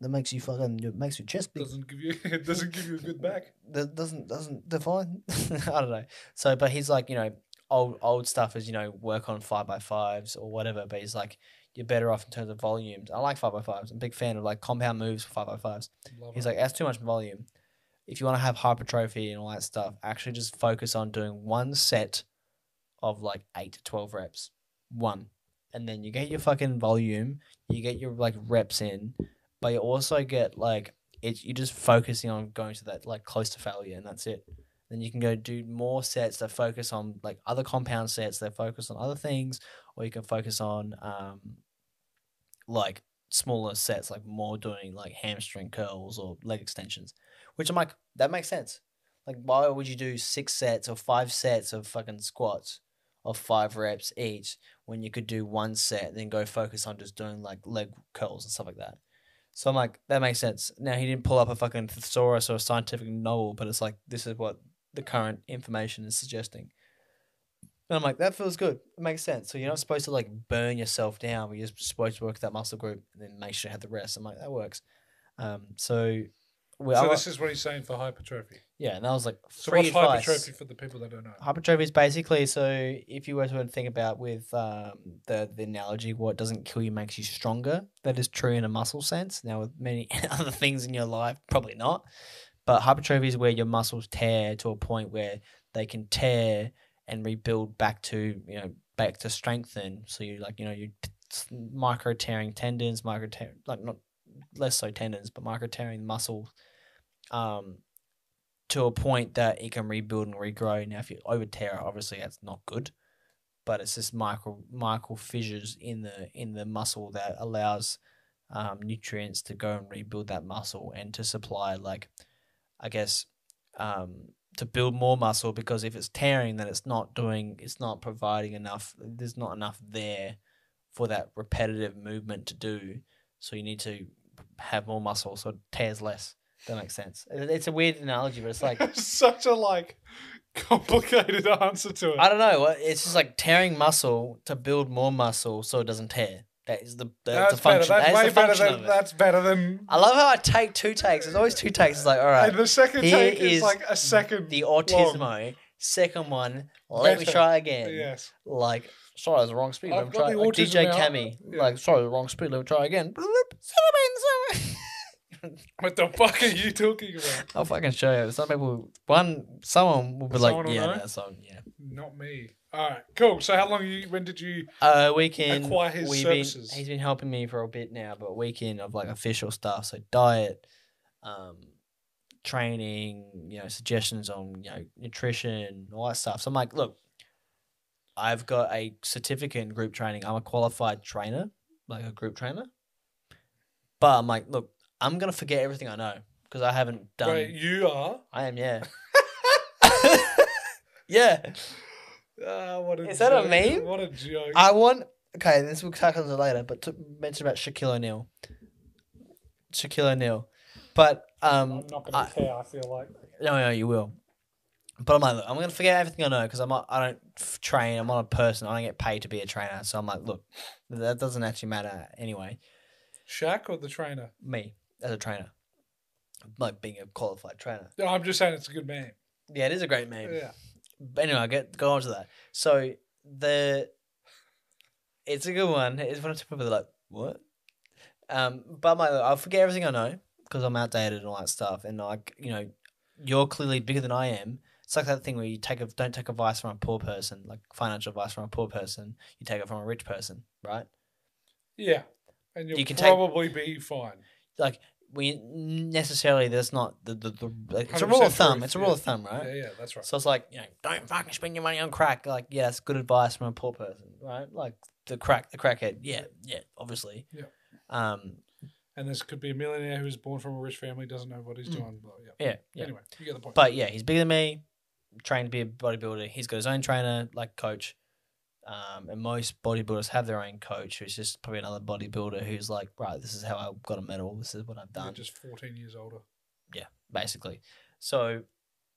That makes you fucking it makes your chest big.
Doesn't give you (laughs) it doesn't give you a good back.
That doesn't doesn't define. (laughs) I don't know. So, but he's like, you know, old old stuff is you know work on five by fives or whatever. But he's like, you're better off in terms of volumes. I like five by fives. I'm a big fan of like compound moves for five by fives.
Love
He's
it.
like, that's too much volume. If you want to have hypertrophy and all that stuff, actually just focus on doing one set of like eight to 12 reps. One. And then you get your fucking volume, you get your like reps in, but you also get like, it, you're just focusing on going to that like close to failure and that's it. Then you can go do more sets that focus on like other compound sets that focus on other things, or you can focus on um, like smaller sets, like more doing like hamstring curls or leg extensions, which I'm like, that makes sense. Like, why would you do six sets or five sets of fucking squats of five reps each when you could do one set, then go focus on just doing like leg curls and stuff like that? So I'm like, that makes sense. Now, he didn't pull up a fucking thesaurus or a scientific novel, but it's like, this is what the current information is suggesting. And I'm like, that feels good. It makes sense. So you're not supposed to like burn yourself down. You're just supposed to work that muscle group and then make sure you have the rest. I'm like, that works. Um, so, we, I
so
wa-
this is what he's saying for hypertrophy.
yeah, and I was like,
So
free
what's
advice.
hypertrophy for the people that don't know? (laughs)
Hypertrophy is basically so if you were to think about with um, the the analogy, what doesn't kill you makes you stronger. That is true in a muscle sense. Now with many (laughs) other things in your life, probably not. But hypertrophy is where your muscles tear to a point where they can tear and rebuild back to you know back to strengthen. So you like you know you micro tearing tendons, micro tear like not less so tendons, but micro tearing muscle. Um, to a point that it can rebuild and regrow. Now, if you over tear, it, obviously that's not good, but it's just micro micro fissures in the in the muscle that allows um, nutrients to go and rebuild that muscle and to supply like, I guess, um, to build more muscle because if it's tearing, then it's not doing it's not providing enough. There's not enough there for that repetitive movement to do. So you need to have more muscle, so it tears less. That makes sense. It- It's a weird analogy, but it's like
such a like complicated answer to it.
I don't know. what- It's just like tearing muscle to build more muscle so it doesn't tear. That is the that's, the function.
better. That's
that
way
is the
better
function
than
of it.
that's better than.
I love how I take two takes. There's always two takes. It's like all
And
right,
the second
Here
take is,
is
like a second.
the
long.
autismo. Second one, let me
Better.
try again.
Yes.
like sorry, I was the wrong speed. Let
I've
me
got
try
the
like
autism
DJ
now.
Cammy.
Yeah.
Like sorry, the wrong speed. Let me try again.
What the fuck are you talking about?
(laughs) I'll fucking show you. Some people, one, someone will be like,
Someone will
yeah,
know?
that's on, yeah.
Not me. All right. Cool. So how long? you? When did you?
Uh,
(laughs)
weekend.
Acquire his
we've
services.
Been, he's been helping me for a bit now, but weekend of like official stuff, so diet, um, training, you know, suggestions on you know nutrition, all that stuff. So I'm like, look, I've got a certificate in group training. I'm a qualified trainer, like a group trainer. But I'm like, look, I'm gonna forget everything I know because I haven't done.
Wait, you are.
I
(laughs)
am, yeah. (laughs) yeah.
Ah, what a
Is that a
joke.
meme?
What a joke.
I want. Okay, this will tackle it later, but to mention about Shaquille O'Neal. Shaquille O'Neal, but um,
I'm not
I-
gonna care. I feel like.
no, no, you will. But I'm like, look, I'm gonna forget everything I know because I'm not, I don't f- train. I'm not a person. I don't get paid to be a trainer. So I'm like, look, that doesn't actually matter anyway.
Shaq or the trainer?
Me as a trainer, like being a qualified trainer.
No, I'm just saying it's a good man.
Yeah, it is a great meme.
Yeah.
But anyway, I get go on to that. So the it's a good one. It's one of people that are like what? Um, but my I'll forget everything I know because I'm outdated and all that stuff. And like you know, you're clearly bigger than I am. It's like that thing where you take a don't take advice from a poor person, like financial advice from a poor person. You take it from a rich person, right?
Yeah. And you'll
You can take-
probably be fine.
Like we necessarily that's not the the, the like, it's a
100%
rule of thumb.
truth,
It's a
yeah.
rule of thumb, right?
Yeah, yeah, that's right.
So it's like, you know, don't fucking spend your money on crack. Like, yeah, that's good advice from a poor person, right? Like the crack, the crackhead. Yeah, yeah, obviously.
Yeah.
Um.
And this could be a millionaire who's born from a rich family, doesn't know what he's
Mm.
doing. But yeah.
Yeah. Yeah.
Anyway, you get the point.
But yeah, he's bigger than me. Trained to be a bodybuilder. He's got his own trainer, like coach. Um, and most bodybuilders have their own coach, who's just probably another bodybuilder who's like, right, this is how I got a medal. This is what I've
You're
done.
just 14 years older.
basically. So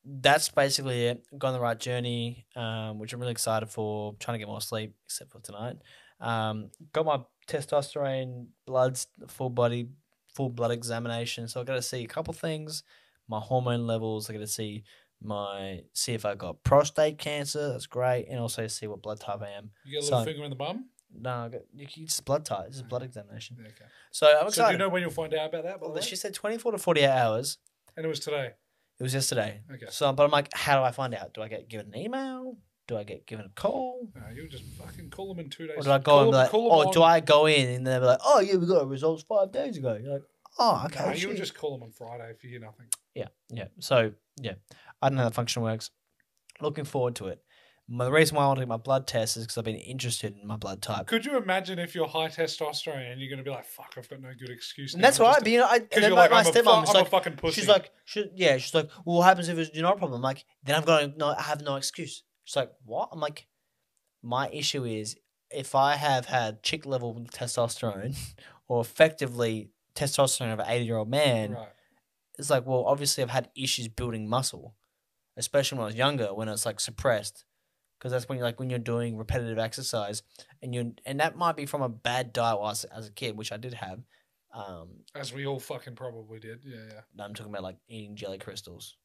that's basically it. Gone the right journey, um, which I'm really excited for. Trying to get more sleep, except for tonight. Um, got my testosterone bloods, full body, full blood examination. So I got to see a couple things. My hormone levels. I got to see my see if I got prostate cancer. That's great, and also see what blood type I am.
You get a little
So-
finger in the bum?
No, I got, you can just blood type. It's just blood examination.
Yeah, Okay.
So I'm
so do you
excited.
know when you'll find out about that? By the
Well,
way?
she said 24 to 48 hours.
and it was today.
It was yesterday.
Okay.
So, but I'm like, how do I find out? Do I get given an email? Do I get given a call?
No, you'll just fucking call them in two days.
Or do I go
Call
and be
them-
like,
call them
or
on-
do I go in and they're like, oh yeah, we got our results five days ago. You're like, oh okay.
Nah, you'll
shit."
just call them on Friday if you hear nothing.
Yeah, yeah. So yeah, I don't know how the function works. Looking forward to it. My, the reason why I want to get my blood test is because I've been interested in my blood type.
Could you imagine if you're high testosterone and you're going to be like, fuck, I've got no good excuse.
And that's
now,
why
just
I'd be, you know, I, and
Because
then
you're
my,
like,
my
I'm, a, fu-
stepmom
I'm
was like,
a fucking pussy.
she's like, she, yeah, she's like, well, what happens if it's not a problem? I'm like, then I've got no, I have no excuse. She's like, what? I'm like, my issue is if I have had chick level testosterone, (laughs) or effectively testosterone of an 80 year old man,
right.
it's like, well, obviously I've had issues building muscle, especially when I was younger, when it's like suppressed, because that's when you're like when you're doing repetitive exercise, and you and that might be from a bad diet while I was, as a kid, which I did have. Um,
As we all fucking probably did. Yeah, yeah.
no, I'm talking about like eating jelly crystals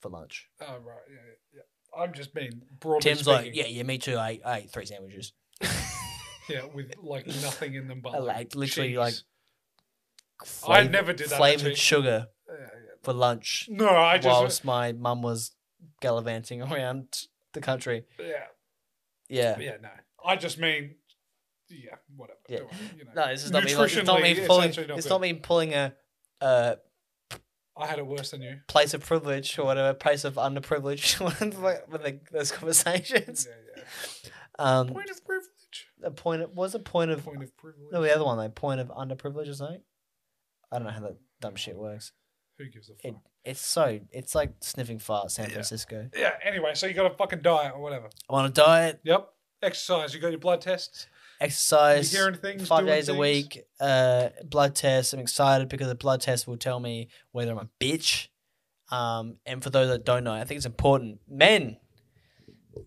for lunch.
Oh, right. Yeah, yeah. yeah. I'm just being broadly
Tim's
speaking.
like, yeah, yeah, me too. I, I ate three sandwiches.
Yeah, with like nothing in
(laughs)
them but
I
like,
like literally, like,
cheese. I
Flavor-
never did that.
flavored
actually.
sugar
Yeah, yeah.
for lunch
No, I just
whilst my mum was gallivanting (laughs) around the country.
yeah,
Yeah.
yeah, no. I just mean yeah, whatever.
Yeah.
Don't worry, you know.
No, this is not me. Like, it's not me
Nutritionally, it's
pulling. It's,
actually not good.
not me pulling a, a
I had it worse than
(laughs)
you.
place of privilege or whatever, place of underprivilege (laughs) with the, those conversations.
Yeah, yeah.
Um,
Point of
(laughs)
privilege.
a point. Of, was a point of
Point of privilege.
no the other one, like point of underprivilege or something. I don't know how that dumb shit works.
Who gives a fuck?
It, it's so it's like sniffing fart, San
Yeah.
Francisco.
yeah. Anyway, so you got a fucking diet or whatever.
I'm on a diet,
Yep. Exercise. You got your blood tests. You
exercise.
hearing things.
five
doing
days a
things.
week. Uh, blood tests. I'm excited because the blood test will tell me whether I'm a bitch. Um, and for those that don't know, I think it's important. Men,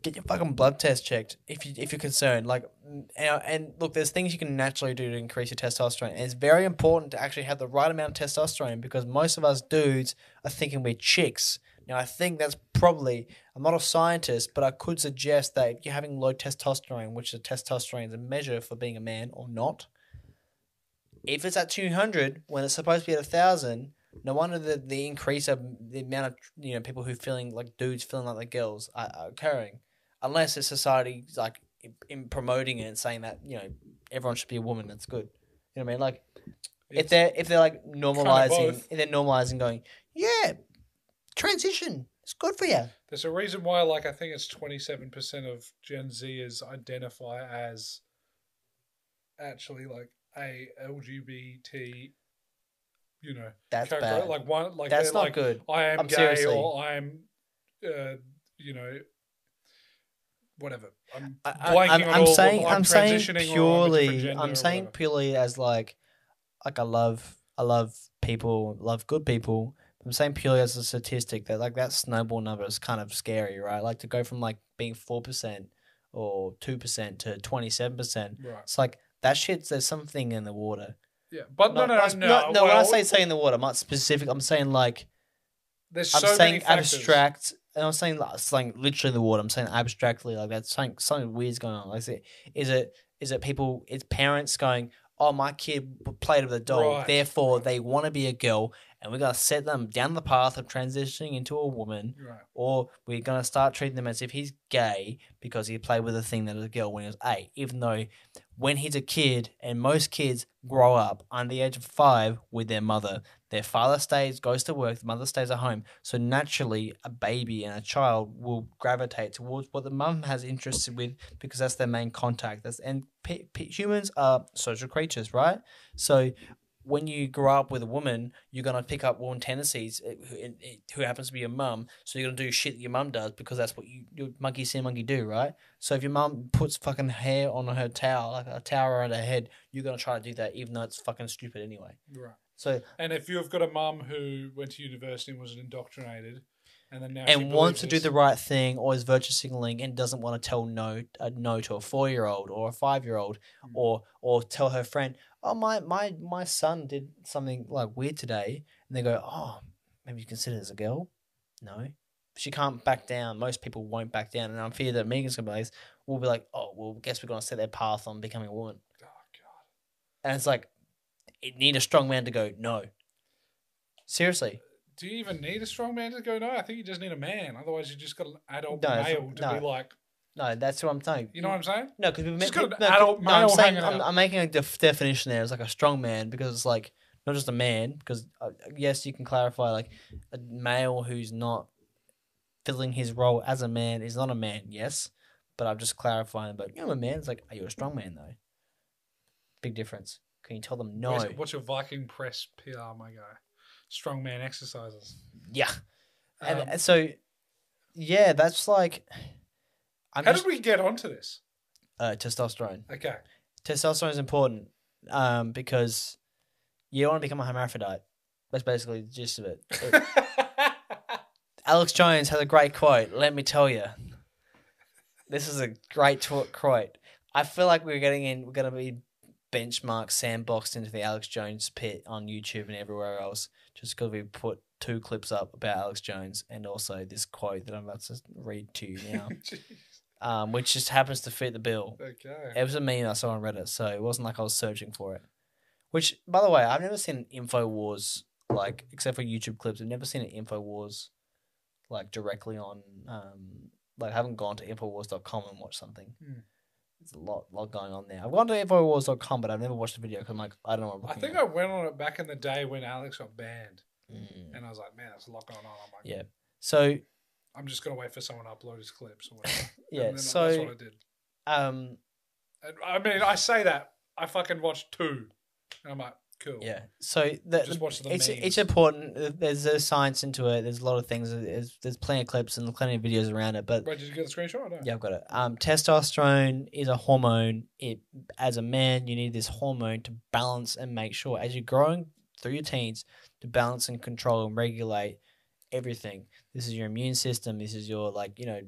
get your fucking blood test checked if you if you're concerned. Like, mm, and, and look, there's things you can naturally do to increase your testosterone, and it's very important to actually have the right amount of testosterone because most of us dudes are thinking we're chicks. Now, I think that's probably I'm not a scientist, but I could suggest that if you're having low testosterone, which the testosterone is a measure for being a man or not, if it's at 200 when it's supposed to be at 1,000, no wonder the, the increase of the amount of you know people who feeling like dudes feeling like the girls are, are occurring, unless it's society like in, in promoting it and saying that you know everyone should be a woman. That's good. You know what I mean? Like if they're if they're like normalizing,
both.
if they're normalizing, going yeah, transition. It's good for you.
There's a reason why, like, I think it's 27% of Gen Zers identify as actually like a LGBT, you know,
That's
character.
bad.
Like one, like
That's
they're
not
like,
good.
I am
I'm
gay
seriously-
or I am, uh, you know, whatever. I'm
I,
blanking
I,
on
am I'm
all-
saying
I'm
I'm saying
transitioning or I'm a different
purely
gender
I'm,
or
saying
whatever.
purely as like like I love I love people love good people. I'm saying purely as a statistic that like that snowball number is kind of scary, right? Like to go from like being four percent or two percent to twenty seven percent.
right.
It's like that shit's there's something in the water.
Yeah, but no,
Not-
no,
not-
no,
not- no. When I
well,
say say in the water, I'm not specific. I'm saying like
there's
I'm
so
saying
many factors.
abstract, and I'm saying like, it's like literally the word. I'm saying abstractly, like that's something something weird's going on. Like, is it is it is it people? It's parents going, oh, my kid w- played with a doll,
Right,
therefore
right.
they want to be a girl, and we're gonna set them down the path of transitioning into a woman,
Right.
or we're gonna start treating them as if he's gay because he played with a thing that is a girl when he was eight, even though when he's a kid, and most kids grow up under the age of five with their mother. Their father stays, goes to work, the mother stays at home. So naturally, a baby and a child will gravitate towards what the mum has interests with because that's their main contact. That's and pe- pe- humans are social creatures, right? So when you grow up with a woman, you're gonna pick up woman tendencies eh, who, eh, eh, who happens to be your mum. So you're gonna do shit that your mum does because that's what you, you monkey see, monkey do, right? So if your mum puts fucking hair on her towel, like a towel around her head, you're gonna try to do that, even though it's fucking stupid anyway.
Right.
So
And if you've got a mum who went to university and was indoctrinated, and then now she
and wants to do
believes oh,
the right thing, always virtue signaling, and doesn't want to tell no a no to a four year old or a five year old,
Mm.
or or tell her friend, oh my my my son did something like weird today, and they go, oh maybe you consider it as a girl, no, she can't back down. Most people won't back down, and I'm fear that Megan's gonna be like, will be like, oh well, guess we're gonna set their path on becoming a woman,
this. Oh,
and it's like, you need a strong man to go no. Seriously,
God. Do you even need a strong man to go? No, I think you just need a man. Otherwise, you just got an adult
No, if-
male to
no.
be like,
no, that's what I'm saying.
you know what I'm saying?
No, because we
Just
ma-
got an
no, 'cause-
adult
no,
male
I'm, saying,
hanging
I'm,
out.
I'm making a def- definition there. It's like a strong man because it's like not just a man. Because uh, yes, you can clarify like a male who's not filling his role as a man is not a man. Yes, but I'm just clarifying. But you're a man. It's like are you a strong man though? Big difference. Can you tell them no?
Where's- What's your Viking press PR, my guy? Strongman exercises.
Yeah, and,
Um,
and so yeah, that's like. I'm
how
just,
did we get onto this?
uh, testosterone.
(laughs) Okay.
testosterone is important um, because you want to become a hermaphrodite. That's basically the gist of it.
(laughs)
It- Alex Jones has a great quote. Let me tell you, this is a great tw- quote. I feel like we're getting in. We're gonna be benchmarked, sandboxed into the Alex Jones pit on YouTube and everywhere else, just because we put two clips up about Alex Jones and also this quote that I'm about to read to you
(laughs)
now,
Jeez.
um, which just happens to fit the bill.
Okay.
It was a meme I saw on Reddit, so it wasn't like I was searching for it. Which, by the way, I've never seen an InfoWars, like, except for YouTube clips, I've never seen an InfoWars, like, directly on, um, like, I haven't gone to InfoWars.com and watched something.
Hmm.
There's a lot, lot going on there. I've gone to InfoWars.com, but I've never watched a video because I'm like, I don't know what I'm
I
looking
think
at.
I went on it back in the day when Alex got banned,
Mm.
and I was like, man, there's a lot going on. I'm like,
Yeah. So,
I'm just gonna wait for someone to upload his clips or whatever.
(laughs) yeah,
And then that's what
so,
I did.
um,
And, I mean, I say that I fucking watched two, and I'm like, cool.
yeah. So, the,
Just watch the
it's
memes.
it's important. There's there's science into it. There's a lot of things. There's, there's plenty of clips and plenty of videos around it. But
Wait, did you get a screenshot? Or no?
yeah, I've got it. Um, testosterone is a hormone. It as a man, you need this hormone to balance and make sure as you're growing through your teens to balance and control and regulate everything. This is your immune system. This is your like you know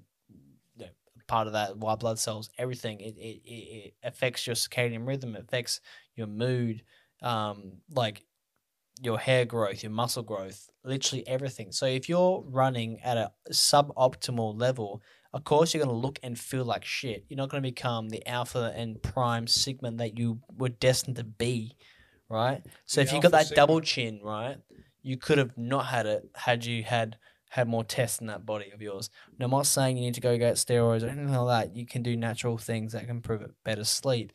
the part of that white blood cells. Everything it it, it it affects your circadian rhythm. It affects your mood. Um, like your hair growth, your muscle growth, literally everything. So if you're running at a suboptimal level, of course you're going to look and feel like shit. You're not going to become the alpha and prime sigma that you were destined to be, right? So
The
if you got
alpha
that double
sigma.
chin, right, you could have not had it had you had had more tests in that body of yours. Now, I'm not saying you need to go get steroids or anything like that. You can do natural things that can improve it. Better sleep,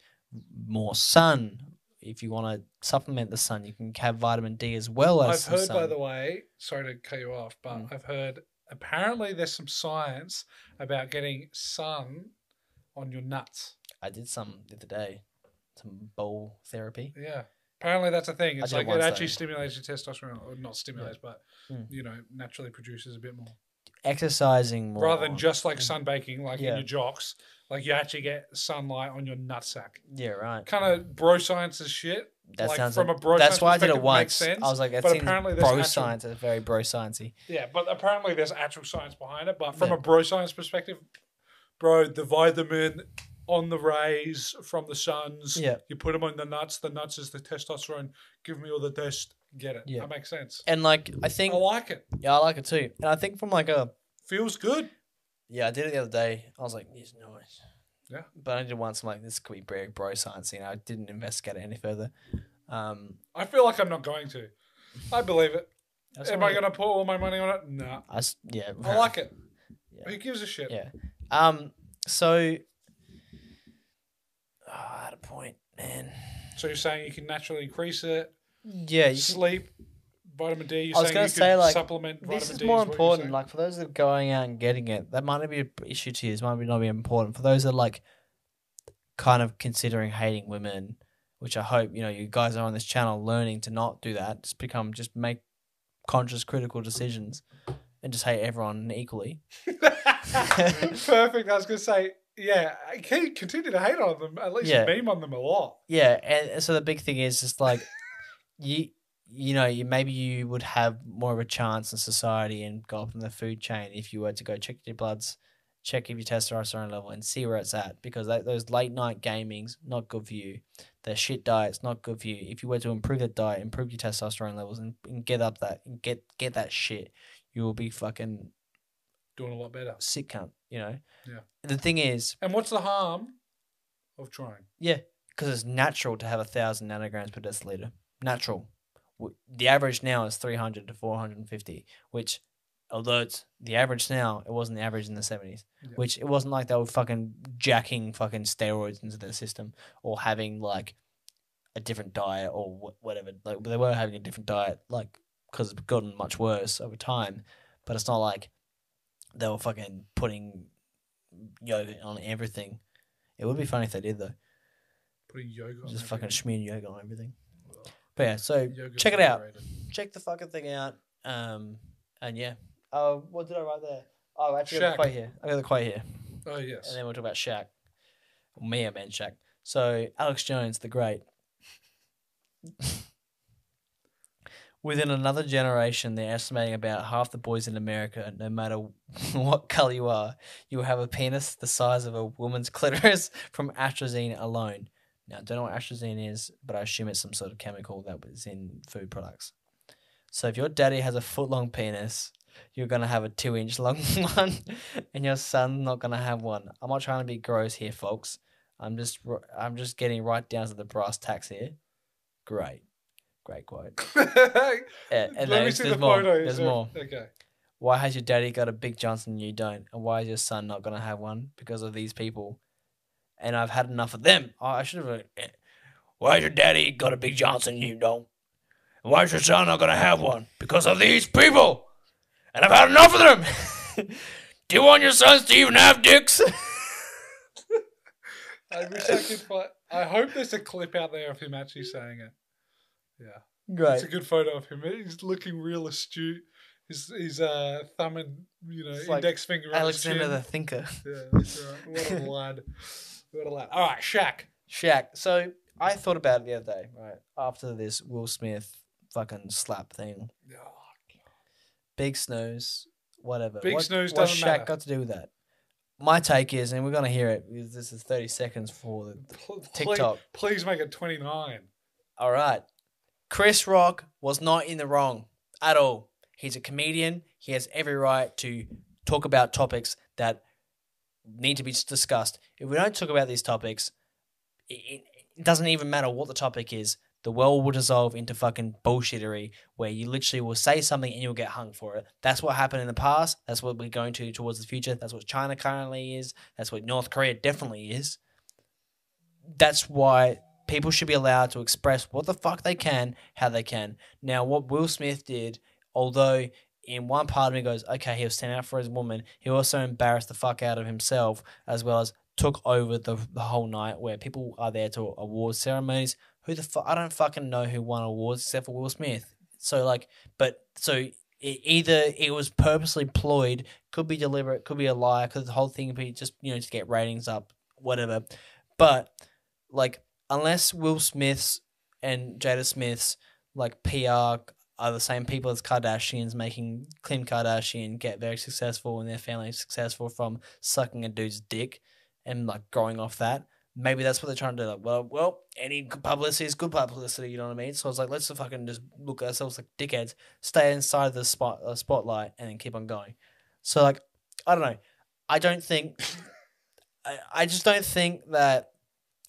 more sun. If you want to supplement the sun, you can have vitamin D as well as
I've
the
heard,
sun.
by the way, sorry to cut you off, but
Mm.
I've heard apparently there's some science about getting sun on your nuts.
I did some the other day, some bowl therapy.
Yeah. Apparently that's a thing.
I
It's
did it
like it
once,
actually
though.
stimulates your testosterone, or not stimulates, but
Mm.
you know, naturally produces a bit more.
Exercising more
Rather than
on- Mm.
just like sunbaking, like in
Yeah.
your jocks, like you actually get sunlight on your nutsack.
yeah, right.
Kind of bro science is shit.
That
like,
sounds
from
like-
a bro
That's
science
why I did it
perspective, it makes
once.
sense,
I was like, that
but
seems
apparently there's
bro
actual-
science. It's very bro sciencey.
Yeah, but apparently there's actual science behind it. But from
Yeah.
a bro science perspective, bro, the vitamin on the rays from the suns.
Yeah.
You put them on the nuts. The nuts is the testosterone. Give me all the test. Get it.
Yeah.
That makes sense.
And like, I
I
think
like it.
yeah, I like it too. And I think from like a
Feels good.
Yeah, I did it the other day. I was like, it's noise.
Yeah.
But I did it once. I'm like, this could be very bro science. You know, I didn't investigate it any further. Um,
I feel like I'm not going to. I believe it.
I just
Am I
wanted-
going to put all my money on it? Nah.
I s- yeah.
I like it.
Yeah.
Who gives a shit?
Yeah. Um. So. Oh, I had a point, man.
So you're saying you can naturally increase it,
Yeah. You can,
sleep, vitamin D. You're
I was
saying
gonna
you could
say, like,
supplement vitamin
This is
D
more
what you're
important.
saying?
Like for those that are going out and getting it, that might not be an issue to you. This might be not be important for those that are like kind of considering hating women, which I hope you know you guys are on this channel learning to not do that. Just become just make conscious critical decisions and just hate everyone equally.
(laughs) Perfect. I was going to say, yeah, I can continue to hate on them. At least
Yeah.
meme on them a lot.
Yeah, and, and so the big thing is just like you you know you maybe you would have more of a chance in society and go up in the food chain if you were to go check your bloods, check if your testosterone level and see where it's at because that, those late night gamings not good for you. The shit diet's not good for you. If you were to improve that diet, improve your testosterone levels and, and get up that and get get that shit, you will be fucking
Doing a lot better.
sick cunt, you know.
Yeah.
The thing is,
And what's the harm of trying?
because it's natural to have a thousand nanograms per deciliter. Natural. W- The average now is three hundred to four hundred and fifty, which, although it's the average now, it wasn't the average in the seventies.
Yeah.
Which it wasn't like they were fucking jacking fucking steroids into their system or having like a different diet or wh- whatever. Like they were having a different diet, like because it's gotten much worse over time. But it's not like they were fucking putting yogurt on everything. It would be funny if they did though
Putting yoga on
just
everything.
fucking schmearing yoga on everything.
Ugh.
But yeah, so
Yoga's
check it out.
overrated.
check the fucking thing out. Um, and yeah. Oh, what did I write there? Oh, actually, I got
Shaq.
the quote here. I got the quote here,
Oh, yes.
and then we'll talk about Shaq. Me, I meant Shaq. So Alex Jones, the great. (laughs) Within another generation, they're estimating about half the boys in America, no matter (laughs) what color you are, you will have a penis the size of a woman's (laughs) clitoris from atrazine alone. Now, I don't know what atrazine is, but I assume it's some sort of chemical that was in food products. So, if your daddy has a foot long penis, you're going to have a two inch long (laughs) one, and your son's not going to have one. I'm not trying to be gross here, folks. I'm just, r- I'm just getting right down to the brass tacks here. Great, great quote. Yeah,
(laughs) Let
and
me
there's,
see
there's
the
more.
photos.
There's
of-
more.
Okay.
Why has your daddy got a big Johnson and you don't? And why is your son not going to have one? Because of these people. And I've had enough of them. Oh, I should have. eh, Why's your daddy got a big Johnson and you don't? And why's your son not going to have one? Because of these people. And I've had enough of them. (laughs) Do you want your sons to even have dicks? (laughs)
I wish I could find. I hope there's a clip out there of him actually saying it. Yeah. It's
Great.
a good photo of him. He's looking real astute. His, his uh, thumb and you know
It's like
index finger. on his
Alexander
chin.
the Thinker.
Yeah, that's right. What a lad. What a lad. All right, Shaq.
Shaq. So I thought about it the other day, right? After this Will Smith fucking slap thing. Big Snooze, whatever.
Big
What-
Snooze
what's
doesn't
Shaq
matter.
got to do with that? My take is, and we're gonna hear it because this is thirty seconds for the
Pl- pl-
TikTok.
Please make it 29.
All right, Chris Rock was not in the wrong at all. He's a comedian. He has every right to talk about topics that need to be discussed. If we don't talk about these topics, it, it- it doesn't even matter what the topic is. The world will dissolve into fucking bullshittery where you literally will say something and you'll get hung for it. That's what happened in the past. That's what we're going to towards the future. That's what China currently is. That's what North Korea definitely is. That's why people should be allowed to express what the fuck they can, how they can. Now, what Will Smith did, although in one part of me goes, okay, he was standing out for his woman, he also embarrassed the fuck out of himself as well as took over the, the whole night where people are there to award ceremonies. Who the fuck? I don't fucking know who won awards except for Will Smith. So, like, but so it, either it was purposely ployed, could be deliberate, could be a lie, could the whole thing be just, you know, to get ratings up, whatever. But, like, unless Will Smith's and Jada Smith's, like, PR are the same people as Kardashians making Kim Kardashian get very successful and their family successful from sucking a dude's dick and like growing off that. Maybe that's what they're trying to do. Like, well, well, any good publicity is good publicity. You know what I mean? So I was like, let's just fucking just look at ourselves like dickheads, stay inside the spot uh, spotlight, and then keep on going. So like, I don't know. I don't think. (laughs) I, I just don't think that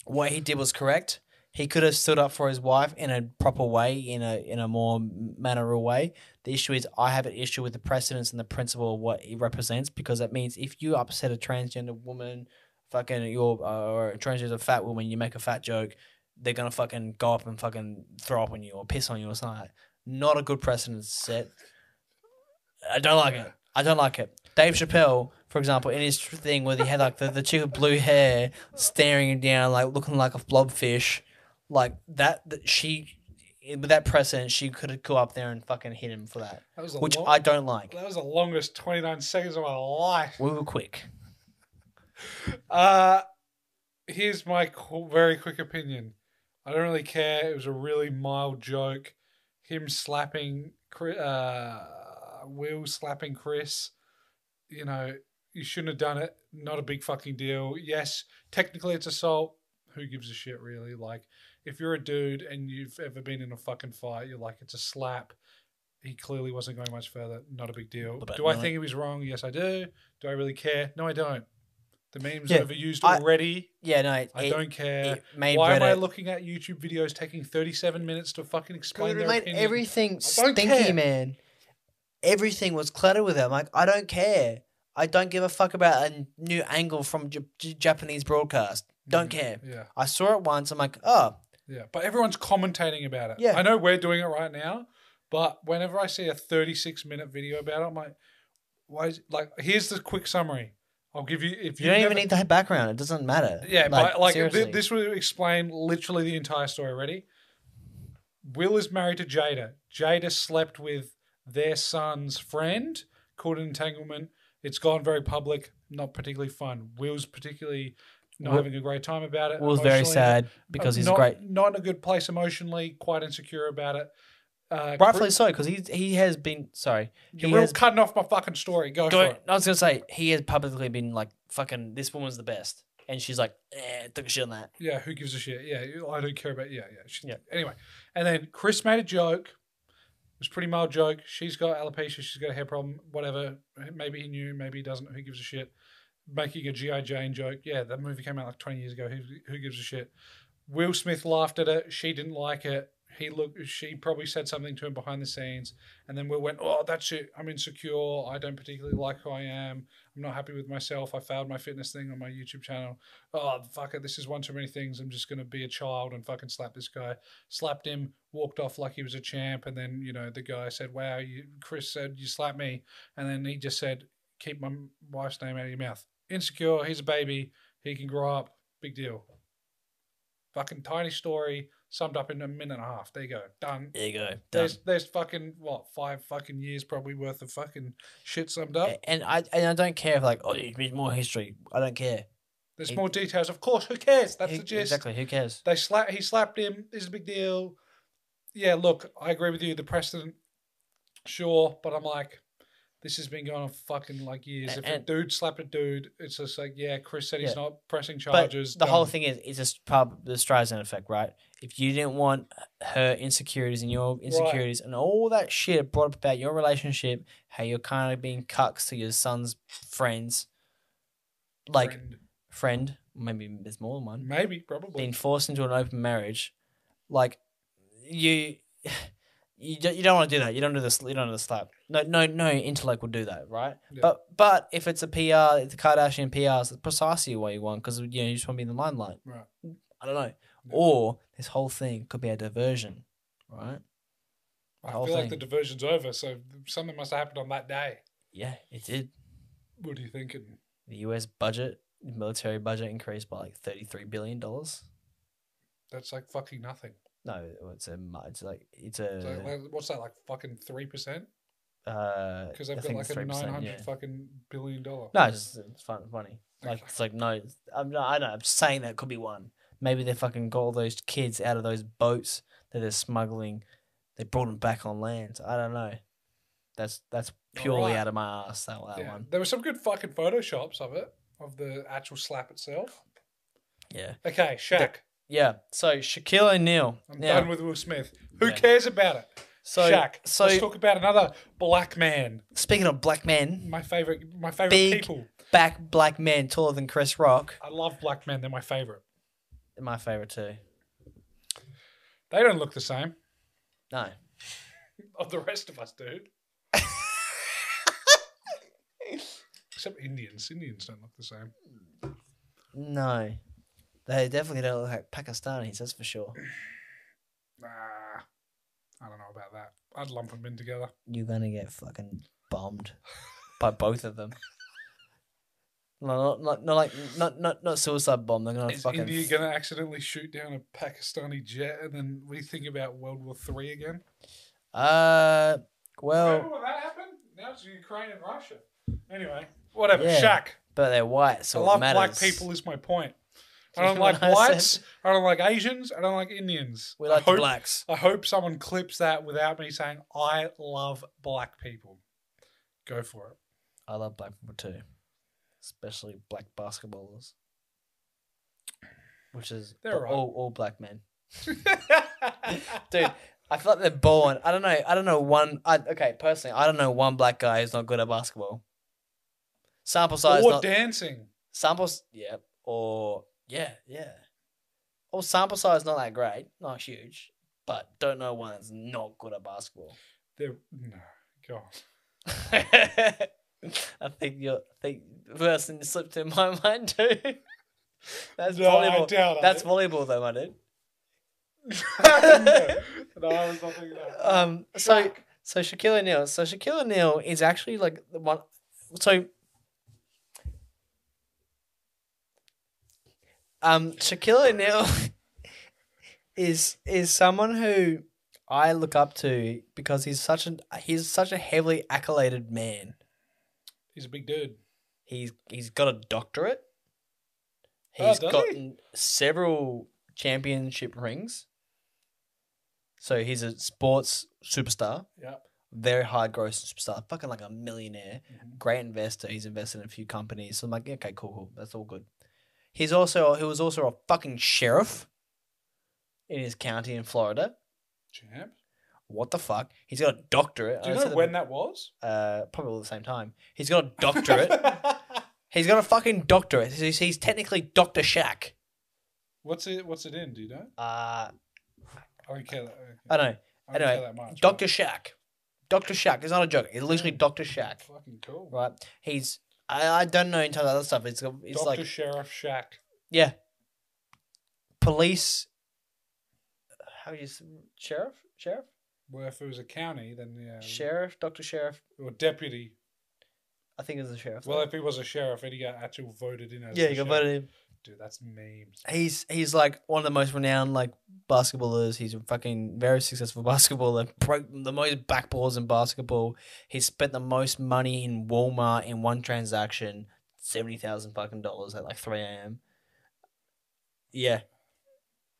what he did was correct he could have stood up for his wife in a proper way, in a in a more mannerable way. The issue is I have an issue with the precedence and the principle of what it represents because that means if you upset a transgender woman, fucking you're uh, or a transgender fat woman, you make a fat joke, they're gonna fucking go up and fucking throw up on you or piss on you or something. like that. Not a good precedent set. I don't like it. I don't like it. Dave Chappelle, for example, in his thing where he had like the, the chick with blue hair staring him down, like looking like a blobfish, like that, that she, with that precedent, she could have go up there and fucking hit him for that,
That was a
which
long,
I don't like.
that was the longest 29 seconds of my life.
We were quick.
Uh, here's my qu- very quick opinion. I don't really care. It was a really mild joke. Him slapping, Chri- uh, Will slapping Chris. You know, you shouldn't have done it. Not a big fucking deal. Yes, technically it's assault. Who gives a shit, really? Like, if you're a dude and you've ever been in a fucking fight, you're like, it's a slap. He clearly wasn't going much further. Not a big deal.
But
Do I
no.
think he was wrong? Yes, I do. Do I really care? No, I don't. The meme's
Yeah,
overused
I-
already.
Yeah, no, it,
I
it-
don't care.
it made
Why am I
Reddit-
looking at YouTube videos taking 37 minutes to fucking explain
Dude, it
their
made
opinion?
everything
I don't
stinky,
care.
man. Everything was cluttered with it. I'm like, I don't care. I don't give a fuck about a new angle from J- J- Japanese broadcast. Don't
Yeah,
care.
Yeah,
I saw it once. I'm like, oh,
yeah. But everyone's commentating about it.
Yeah.
I know we're doing it right now, but whenever I see a 36 minute video about it, I'm like, why is like, here's the quick summary. I'll give you, if
you
you
don't
never-
even need that background. It doesn't matter.
Yeah, but like th-
seriously.
this will explain literally the entire story. Ready? Will is married to Jada. Jada slept with their son's friend, called an entanglement. It's gone very public, not particularly fun. Will's particularly not
Will-
having a great time about it.
was very
emotionally.
sad because
Uh,
he's
not,
great.
Not in a good place emotionally, quite insecure about it. Uh,
Rightfully so, because he he has been sorry.
Chris-
he
Will
has-
cutting off my fucking story. Go,
Go-
for it.
I was gonna say he has publicly been like fucking. This woman's the best, and she's like, eh, took a shit on that.
Yeah, who gives a shit? Yeah, you- I don't care about. Yeah, yeah. She,
Yeah.
Anyway, and then Chris made a joke. It was a pretty mild joke. She's got alopecia. She's got a hair problem. Whatever. Maybe he knew. Maybe he doesn't. Who gives a shit? Making a GI Jane joke. Yeah, that movie came out like twenty years ago. Who who gives a shit? Will Smith laughed at it. She didn't like it. He looked. She probably said something to him behind the scenes, and then Will went, "Oh, that's it. I'm insecure. I don't particularly like who I am. I'm not happy with myself. I failed my fitness thing on my YouTube channel. Oh, fuck it. This is one too many things. I'm just gonna be a child and fucking slap this guy. Slapped him. Walked off like he was a champ. And then you know the guy said, "Wow, you." Chris said, "You slapped me," and then he just said, "Keep my wife's name out of your mouth." Insecure. He's a baby. He can grow up. Big deal. Fucking tiny story summed up in a minute and a half. There you go. Done.
There you go. Done.
There's there's fucking what five fucking years probably worth of fucking shit summed up.
A- And I and I don't care if like oh you need more history. I don't care.
There's
It-
more details, of course. Who cares? That's
Who-
the gist.
e Exactly. Who cares?
They slap. He slapped him. This is a big deal. Yeah, look, I agree with you. The precedent, sure, but I'm like, this has been going on for fucking like years.
A-
if a
and-
dude slapped a dude, it's just like, yeah, Chris said he's
Yeah.
not pressing
But
charges.
the whole
done.
thing is it's just prob- the Streisand effect, right? If you didn't want her insecurities and your insecurities and all that shit it brought up about your relationship, how you're kind of being cucks to your son's friends, like friend,
Friend.
maybe there's more than one,
maybe probably
being forced into an open marriage, like you. You don't, you don't want to do that. You don't do this. You don't do the slap. No, no, no intellect would do that, right?
Yeah.
But but if it's a PR, if the Kardashian PR is precisely what you want because you know you just want to be in the limelight.
right.
I don't know.
Yeah.
Or this whole thing could be a diversion, right?
I feel
whole
like the
thing.
diversion's over, so something must have happened on that day.
Yeah, it did.
What are you thinking?
The U.S. budget, military budget, increased by like thirty-three billion dollars.
That's like fucking nothing.
No, it's a mu- it's like it's
So
a
like, what's that like? Fucking three percent?
uh,
Because
I
they've got like a
think it's 3%,
nine hundred
yeah.
fucking billion dollar.
No, it's, just, it's fun, funny. Like
Okay.
it's like no, I'm not. I know. I'm just saying that could be one. Maybe they fucking got all those kids out of those boats that they're smuggling. They brought them back on land. I don't know. That's that's purely
Alright.
out of my ass. That, that
Yeah,
one.
There were some good fucking photoshops of it, of the actual slap itself.
Yeah.
Okay, Shaq.
Yeah. So Shaquille O'Neal.
I'm
Now,
done with Will Smith. Who
Yeah.
cares about it?
so
Shaq.
so
Let's talk about another black man.
speaking of black men,
My favorite. My favorite
Big-
people.
back black men taller than Chris Rock,
I love black men. They're my favorite.
my favorite too.
They don't look the same.
No.
Of the rest of us, dude.
(laughs)
Except Indians. Indians don't look the same.
No. They definitely don't look like Pakistanis, that's for sure.
Nah. I don't know about that. I'd lump them in together.
You're gonna get fucking bombed by both of them. No, not, not, not like not not not suicide bomb. They're gonna
Is
fucking
India going to accidentally shoot down a Pakistani jet and then we think about World War Three again?
Uh, well,
when that happened? Now it's Ukraine and Russia. Anyway, whatever.
Yeah.
Shaq.
but they're white, so
I
it
love
matters.
black people is my
(laughs)
point. I
You
don't
know
like
what I said?
whites. I don't like Asians. I don't like Indians.
We
I
like the
hope-
blacks.
I hope someone clips that without me saying I love black people. Go for it.
I love black people too, especially black basketballers, which is
They're
b-
right.
all all black men, dude. I feel like they're born. I don't know. I don't know one. I, okay, personally, I don't know one black guy who's not good at basketball. Sample (laughs) size,
or
not
dancing.
samples. Yeah, or yeah, yeah. Or sample size not that great, not huge, but don't know one that's not good at basketball. (laughs)
They're, no, God.
I think you're. I think the person slipped in my (laughs) mind too. That's
(laughs) no, I
volleyball.
doubt
That's
it.
volleyball, though, my dude.
no, no, I was not thinking that.
Um. So so Shaquille O'Neal. So Shaquille O'Neal is actually like the one. So. Um, Shaquille O'Neal (laughs) is is someone who I look up to because he's such an he's such a heavily accoladed man.
He's a big dude.
He's he's got a doctorate.
Oh,
He's
does he?
gotten several championship rings. So he's a sports superstar,
Yeah.
very hard grossing superstar, fucking like a millionaire,
Mm-hmm.
great investor. He's invested in a few companies. So I'm like, okay, cool, cool. That's all good. He's also he was also a fucking sheriff in his county in Florida.
Champ.
What the fuck? He's got Uh, a doctorate.
Do you
I
know
said
when that was?
Uh, probably all the same time. He's got a doctorate.
(laughs)
He's got a fucking doctorate. He's, he's technically Doctor Shack.
what's it? What's it in? Do you know?
Uh,
I don't care that.
I don't know.
I don't
Uh, Anyway,
care that much.
Doctor Shack. Doctor Shack. It's not a joke. It's literally Doctor Shack.
but fucking cool.
Right. He's. I, I don't know in terms of other stuff. It's it's
Doctor
like
Sheriff Shack.
yeah. Police. How do you s- sheriff sheriff
Where if it was a county, then yeah.
sheriff Doctor Sheriff?
Or deputy.
I think it's a sheriff.
Well, if he was a sheriff, and he got actually voted in as.
yeah,
the
he got
sheriff.
voted in.
Dude, that's memes.
He's he's like one of the most renowned like basketballers. He's a fucking very successful (laughs) basketballer. Broke the most backboards in basketball. He spent the most money in Walmart in one transaction, seventy thousand fucking dollars at like three a.m. Yeah,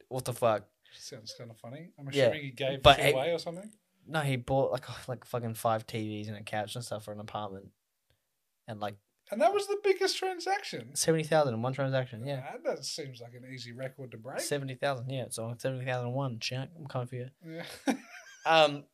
what the fuck?
Sounds kind of funny. I'm
Yeah,
assuming he gave
but
shit
it-
away or something.
No, he bought like (laughs) like fucking five TVs and a couch and stuff for an apartment, and like
And that was the biggest transaction.
seventy thousand in one transaction. Yeah,
Nah, that seems like an easy record to break.
seventy thousand. Yeah, so seventy thousand in one. Jack, I'm coming for you.
Yeah. (laughs)
Um.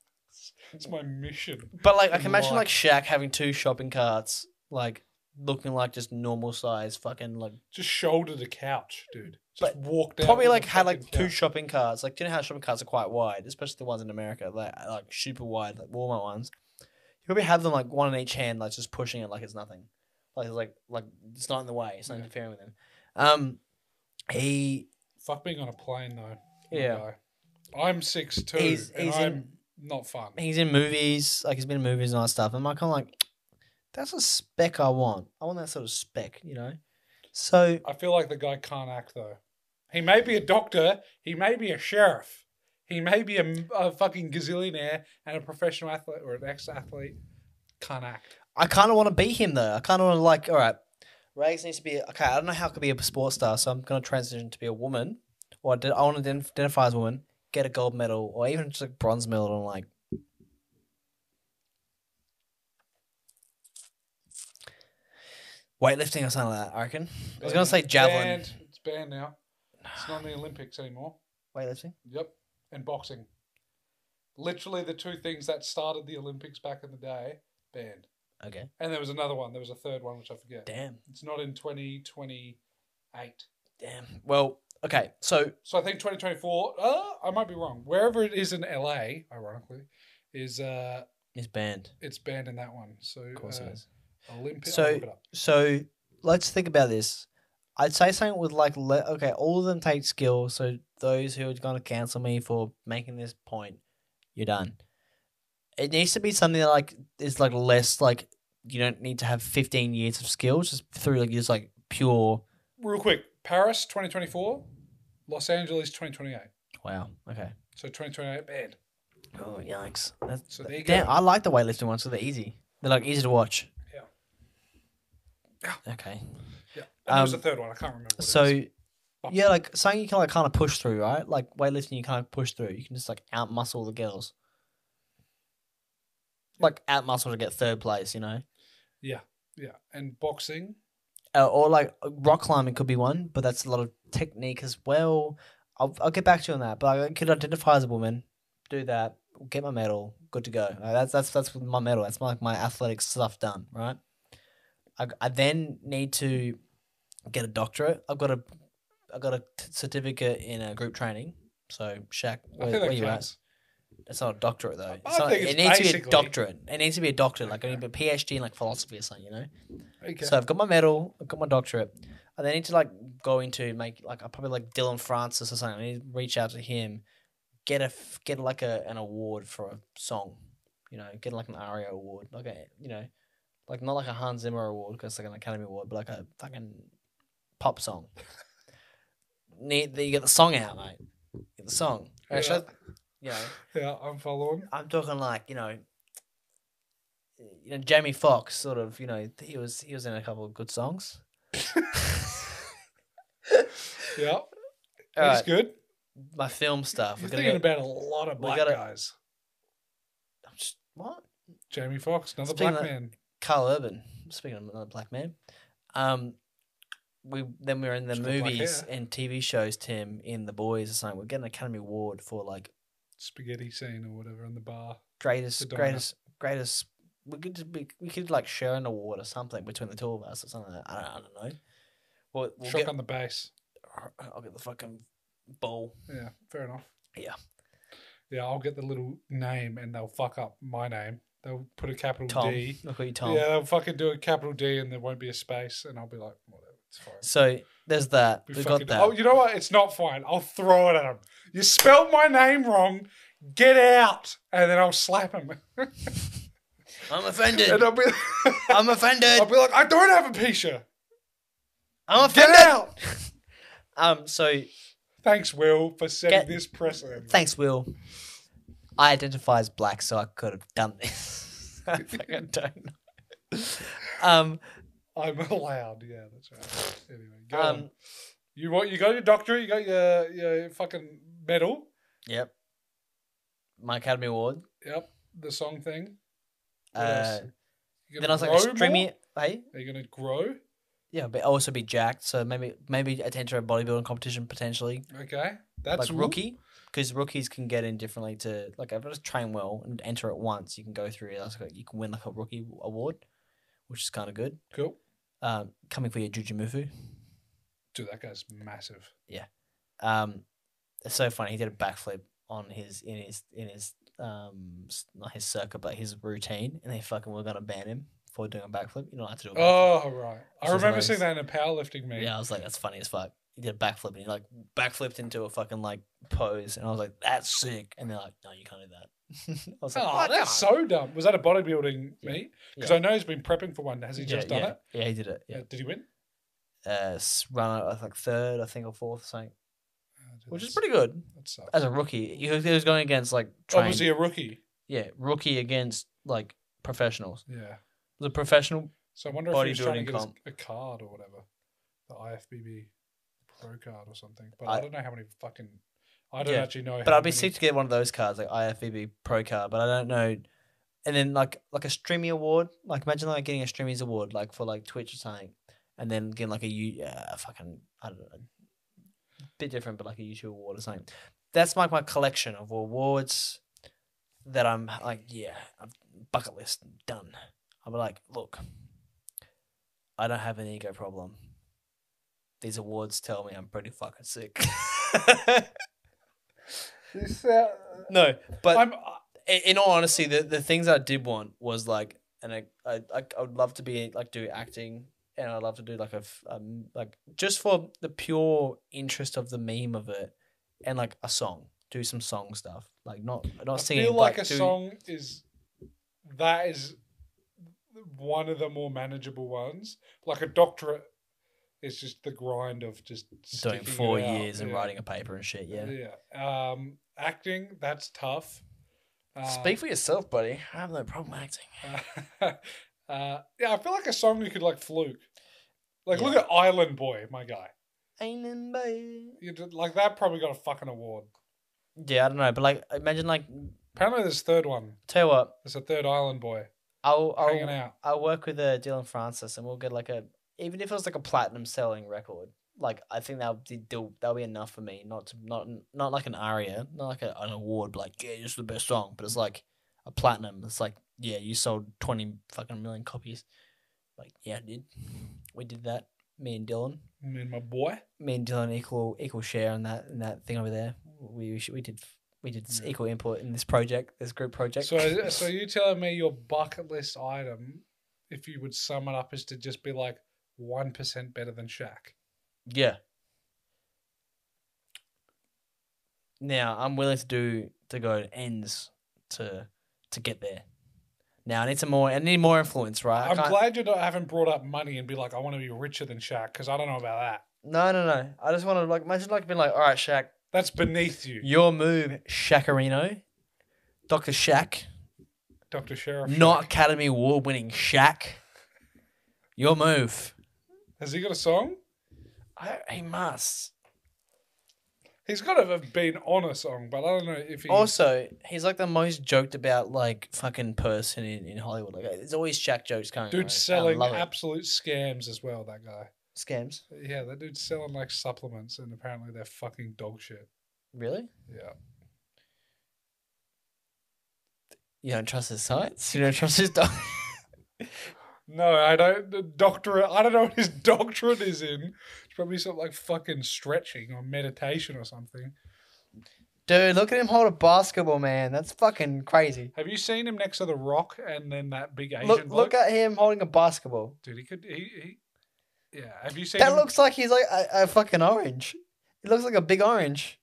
it's my mission.
But like, I can imagine
Lot.
like Shaq having two shopping carts, like looking like just normal size, fucking like
Just shouldered a couch, dude. Just
But
walked out.
probably
with
like
a
had like
fucking
two
couch.
shopping carts. Like, do you know how shopping carts are quite wide, especially the ones in America, like like super wide, like Walmart ones. You probably have them like one in each hand, like just pushing it like it's nothing, like it's like like it's not in the way, it's not
Yeah.
interfering with him. Um, he
Fuck being on a plane though. my
yeah.
guy. I'm six two,
He's-
and
he's in-
I'm not fun.
he's in movies, like he's been in movies and all that stuff. I'm like, I'm like, that's a spec I want. I want that sort of spec, you know. So
I feel like the guy can't act though. He may be a doctor. He may be a sheriff. He may be a, a fucking gazillionaire and a professional athlete or an ex-athlete. Can't act.
I kind of want to be him though. I kind of want to like, all right, Rags needs to be okay. I don't know how I could be a sports star, so I'm gonna transition to be a woman, or I, I want to identify as a woman, get a gold medal, or even just a bronze medal, and like, weightlifting or something like that. I reckon. I was gonna say javelin,
Banned. It's banned now. It's not in the Olympics anymore.
weightlifting.
Yep. And boxing. Literally the two things that started the Olympics back in the day, banned.
Okay.
And there was another one. There was a third one, which I forget.
Damn.
It's not in 2028.
Damn. Well, okay. So
So I think 2024, uh, I might be wrong. Wherever it is in LA, ironically, is uh,
it's banned.
it's banned in that one. So
Of course it
uh,
is.
Olympic.
So-
I'll look it up.
So let's think about this. I'd say something with like, le- okay, all of them take skill. So those who are going to cancel me for making this point, you're done. It needs to be something that like is like less like you don't need to have 15 years of skills just through like just like pure
Real quick Paris 2024, Los Angeles 2028.
wow. Okay.
So 2028 banned.
Oh yikes! That's,
So there you
damn,
go.
I like the weightlifting ones. So they're easy. They're like easy to watch.
Yeah.
Yeah. Okay.
Yeah. And there was a
Um,
third one. I can't remember. What it is.
So
Bump.
yeah, like something you can like kind of push through, right? Like weightlifting, you kind of push through. You can just like out muscle the girls. Like out muscle to get third place, you know,
yeah. And boxing.
uh, or like rock climbing could be one, but that's a lot of technique as well. I'll I'll get back to you on that, but I could identify as a woman, do that, get my medal, good to go. Like, that's that's that's my medal. That's my, like my athletic stuff done, right? I, I then need to get a doctorate. I've got a I got a t- certificate in uh, group training. So Shaq,
I
where,
think
where
that
you at?
counts.
It's not a doctorate though.
I
It's not-
think it's
it needs to be
basically-
a doctorate. It needs to be a doctorate, like I need a PhD in like philosophy or something, you know.
Okay.
So I've got my medal, I've got my doctorate. I then need to like go into make like I probably like Dylan Francis or something. I need to reach out to him, get a f- get like a an award for a song, you know, get like an ARIA award, like a you know, like not like a Hans Zimmer award because like an Academy Award, but like a fucking
(laughs)
pop song. need then you get the song out, mate. Get the song.
Yeah.
Right, yeah. You know,
yeah, I'm following.
I'm talking like you know, you know Jamie Foxx sort of you know he was he was in a couple of good songs.
Yeah.
All
That's
right,
good.
my film stuff. We're
You're
gonna
thinking
go,
about a lot of
we
black
gotta-
guys.
I'm just- what?
Jamie Foxx, another
Speaking
black
of-
man.
Carl Urban. Speaking of another black man, um, we then we were in the
He's got black
movies
hair.
and TV shows. Tim in the boys or something. We're getting an Academy Award for like
Spaghetti scene or whatever in the bar.
greatest
Madonna.
greatest greatest. We could just be, we could like share an award or something between the two of us or something. I don't, I don't know. We'll, we'll
Shock
get-
on the bass.
I'll get the fucking ball.
Yeah, fair enough.
Yeah.
Yeah, I'll get the little name and they'll fuck up my name. They'll put a capital
Tom.
D.
Look at you, Tom.
Yeah, they'll fucking do a capital D and there won't be a space and I'll be like, whatever, it's fine.
So there's that. We,
fucking-
got that.
Oh, you know what? It's not fine. I'll throw it at him. You spelled my name wrong. Get out. And then I'll slap him.
I'm offended.
And I'll be, (laughs)
I'm
I'll
offended.
be like, I don't have a
E
Pisha.
I'm
Get
offended.
out.
Um. So
Thanks, Will, for setting
Get-
this precedent.
thanks, Will. I identify as black, so I could have done this. (laughs) I fucking don't know. Um.
I'm allowed. Yeah, that's right. Anyway, go on.
Um.
You what? You got your doctorate. You got your your fucking medal.
Yep. My Academy Award.
Yep, the song thing. What
Uh,
else? You
then I was like
grow
streaming.
more?
Hey.
Are you gonna grow?
Yeah, but also be jacked. So maybe maybe enter a bodybuilding competition potentially.
Okay, that's
like rookie because rookies can get in differently to like if you just train well and enter it once you can go through it that's like, you can win like a rookie award which is kind of good
Cool.
um coming for your jujumufu
Dude, that guy's massive.
um it's so funny he did a backflip on his in his in his um s- not his circuit but his routine and they fucking were gonna ban him for doing a backflip you don't have to do a backflip.
Oh right, I
This is
remember
nice.
seeing that in a powerlifting meet.
yeah i was like that's funny as fuck he did a backflip and he like backflipped into a fucking like pose and i was like that's sick and they're like no you can't do that (laughs) i was like
Oh,
"What?
that's
Come on."
so dumb. Was that a bodybuilding
Yeah.
meet? Because
Yeah.
I know he's been prepping for one. Has he just done
yeah.
it?
Yeah, he did it. Yeah.
Uh, Did he win?
Uh, s- run out, I think third, I think, or fourth, something,
Oh, dude,
which
that's-
is pretty good
That sucks.
as a rookie. He was, he was going against like
oh,
trained,
was he a rookie?
yeah, rookie against like professionals.
Yeah.
It was a professional.
So I wonder if he's trying
bodybuilding
to get his-
comp.
a card or whatever, the IFBB Pro card or something. But I,
I-
don't know how many fucking. I don't
Yeah,
actually know.
But
how
I'd be
many-
sick to get one of those cards, like IFBB Pro card. But I don't know. And then like like a streamy award, like imagine like getting a streamers award, like for like Twitch or something, and then getting like a U, uh, fucking I don't know, bit different, but like a YouTube award or something. That's like my collection of awards that I'm like, yeah, I've- bucket list done. I'm like, look, I don't have an ego problem. These awards tell me I'm pretty fucking sick. (laughs)
This, uh,
no, but
I'm, I-
in, in all honesty, the, the things I did want was like, and I, I, I I would love to be like do acting, and I'd love to do like a f- um, like just for the pure interest of the meme of it, and like a song. do some song stuff. Like not not
I
singing.
feel like
but
a
do-
song is that is one of the more manageable ones. Like a doctorate is just the grind of just
doing
sticking it
four
out,
years and
yeah.
writing a paper and shit. Yeah.
Yeah. Um, acting that's tough. Uh,
Speak for yourself, buddy. I have no problem acting.
uh, (laughs) uh, yeah, I feel like a song you could like fluke. Like look
Yeah.
at Island Boy, my guy.
Ain't nobody-
You did, like that probably got a fucking award.
Yeah, I don't know, but like imagine like
Apparently, there's third one.
tell you what,
There's a third Island Boy
I'll
hanging
I'll,
out.
I'll work with uh, Dylan Francis and we'll get like a even if it was like a platinum selling record. Like I think that'll be that'll, that'll be enough for me. Not to, not not like an aria, not like a, an award. But like yeah, this is the best song, but it's like a platinum. It's like yeah, you sold twenty fucking million copies. Like yeah, I did. We did that. Me and Dylan.
Me and my boy.
me and Dylan equal equal share on that in that thing over there. We we, sh- we did we did s
Yeah.
equal input in this project, this group project.
So, so you telling me your bucket list item, if you would sum it up, is to just be like one percent better than Shaq?
yeah. Now I'm willing to do to go ends to to get there. Now I need some more. I need more influence, right? I
I'm
can't-
glad you don't haven't brought up money and be like, I want to be richer than Shaq because I don't know about that.
No, no, no. I just want to like imagine like being like, all right, Shaq,
That's beneath you,
your move, Shakarino, Doctor Shaq.
Doctor Sheriff.
not Academy Award winning Shaq. Your move.
Has he got a song?
I, he must.
He's got to have been on a song, but I don't know if he.
Also, he's like the most joked about like fucking person in, in Hollywood. Like there's always Shaq jokes coming.
Dude's
around.
selling
I love it.
absolute scams as well. That guy,
scams.
yeah, that dude's selling like supplements, and apparently they're fucking dog shit.
Really?
Yeah,
You don't trust his science? You don't trust his dog? (laughs)
no, I don't. The doctorate, I don't know what his (laughs) doctorate is in. It's probably something like fucking stretching or meditation or something.
Dude, look at him hold a basketball, man. That's fucking crazy.
Have you seen him next to the Rock and then that big Asian
Look,
bloke?
look at him holding a basketball.
Dude, he could. He, he yeah. Have you seen
That
him?
looks like he's like a, a fucking orange. It looks like a big orange.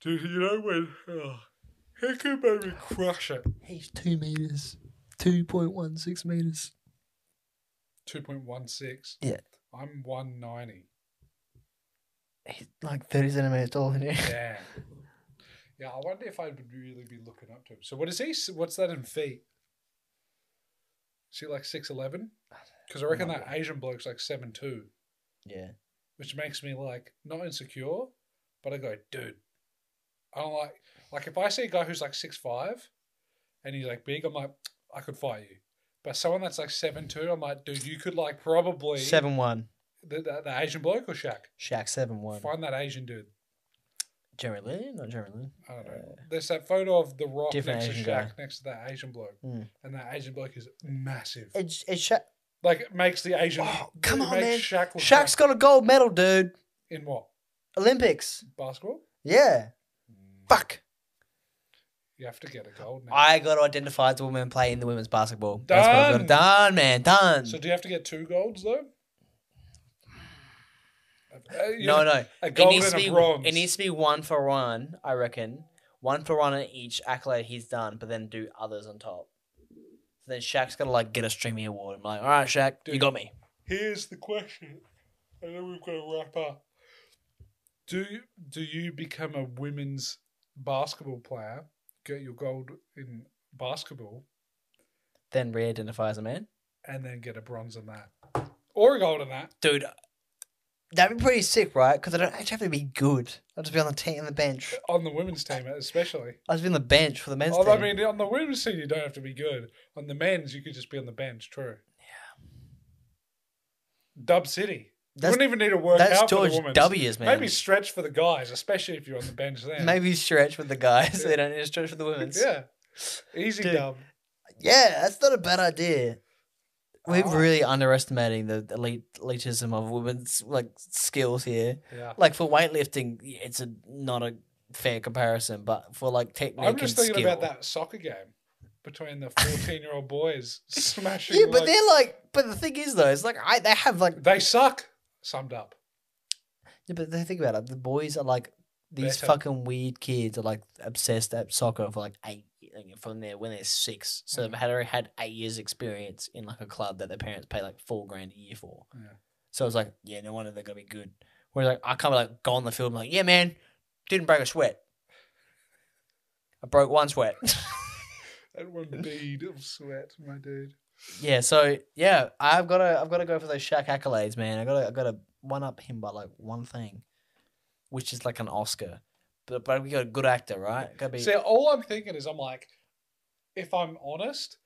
Dude, you know when? Oh, he could maybe crush it.
He's two meters, two point one six meters.
Two point one six.
Yeah.
I'm one ninety.
He's like thirty centimeters tall in here.
Damn. Yeah, I wonder if I would really be looking up to him. So what is he? What's that in feet? Is he like six eleven? Because I reckon
Might
that Asian bloke's like seven two,
Yeah.
which makes me like not insecure, but I go, dude, I don't like like if I see a guy who's like six five, and he's like big, I'm like, I could fight you. But someone that's like seven two, I'm like, dude, you could like probably
Seven one.
the, the, the Asian bloke or Shaq.
Shaq seven one.
Find that Asian dude.
Jeremy Lin, not Jeremy Lin.
I don't know. There's that photo of the Rock
Different
next
Asian
to Shaq
guy.
next to that Asian bloke,
Hmm.
and that Asian bloke is massive.
It's it's Shaq.
Like it makes the Asian.
Oh,
it
come on,
makes
man.
Shaq look
Shaq's got a gold medal, dude.
like- in what
Olympics.
basketball? Hmm.
Yeah. Fuck.
You have to get a gold now.
I got to identify as a woman and play in the women's basketball. That's what I've got to- done, man. Done.
so do you have to get two golds
(sighs)
though? Uh, you
no,
have
no.
a
It
gold
needs,
and
to
a
be,
bronze.
it needs to be one for one, I reckon. One for one in each accolade he's done, but then do others on top. So then Shaq's got to like get a streaming award. I'm like, all right, Shaq, you
Dude.
got me.
Here's the question, and then we've got to wrap up. Do you, do you become a women's basketball player? Get your gold in basketball,
Then re-identify as a man.
and then get a bronze in that or a gold in that.
dude. That'd be pretty sick, right? Because I don't actually have to be good. I'll just be on the team, on the bench.
On the women's team, especially.
I'll just be on the bench for the (laughs) men's
Although, Oh, I
team.
mean, on the women's team, you don't have to be good. On the men's, you could just be on the bench. True. Yeah. Dub City. you
that's
wouldn't even need to work
that's
out for
George
the women's.
W's, man.
Maybe stretch for the guys, especially if you're on the bench then.
(laughs) Maybe stretch with the guys. (laughs) they don't need to stretch with the women.
Yeah. Easy
Dude.
dub.
yeah, that's not a bad idea. We're
Ah.
really underestimating the elite elitism of women's like skills here.
Yeah.
Like for weightlifting, it's a not a fair comparison, but for like technique
I'm just
and
thinking
skill.
about that soccer game between the 14 year old boys (laughs) smashing.
Yeah, but
like-
they're like, but the thing is though, it's like I they have like
they suck. Summed up.
Yeah, but they think about it. The boys are like these
Better.
fucking weird kids are like obsessed at soccer for like eight like, from there when they're six. So
Mm.
they've had already had eight years experience in like a club that their parents pay like four grand a year for.
Yeah.
So it's like, yeah, no wonder they're gonna be good. Whereas like I kind of like go on the field and like, yeah, man, didn't break a sweat. I broke one sweat. (laughs)
That one bead of sweat, my dude.
yeah, so yeah, I've gotta I've gotta go for those Shaq accolades, man. I gotta I gotta one up him by like one thing, which is like an Oscar. But but we got a good actor, right? Gotta be
See, all I'm thinking is I'm like, if I'm honest,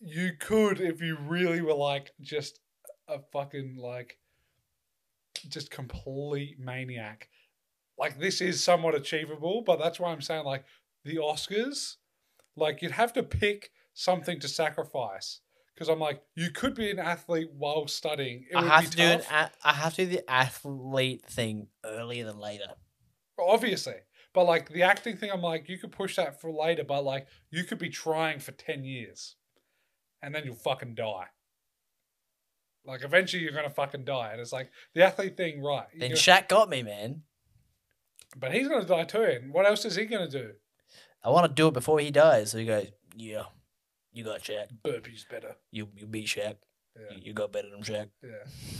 you could, if you really were like just a fucking like, just complete maniac. Like this is somewhat achievable, but that's why I'm saying like the Oscars, like you'd have to pick something to sacrifice. Because I'm like, you could be an athlete while studying. It
I
would
have
be
to do an
tough.
a- I have to do the athlete thing earlier than later.
obviously. But like the acting thing, I'm like, you could push that for later, but like you could be trying for 10 years and then you'll fucking die. Like eventually you're going to fucking die. And it's like the athlete thing, right. you're
Then
gonna-
Shaq got me, man.
but he's going to die too. And what else is he going to do?
I want to do it before he dies. So he goes, yeah, you got Shaq.
Burpees better.
You you beat Shaq.
Yeah.
You, you got better than Shaq. (laughs)
Yeah.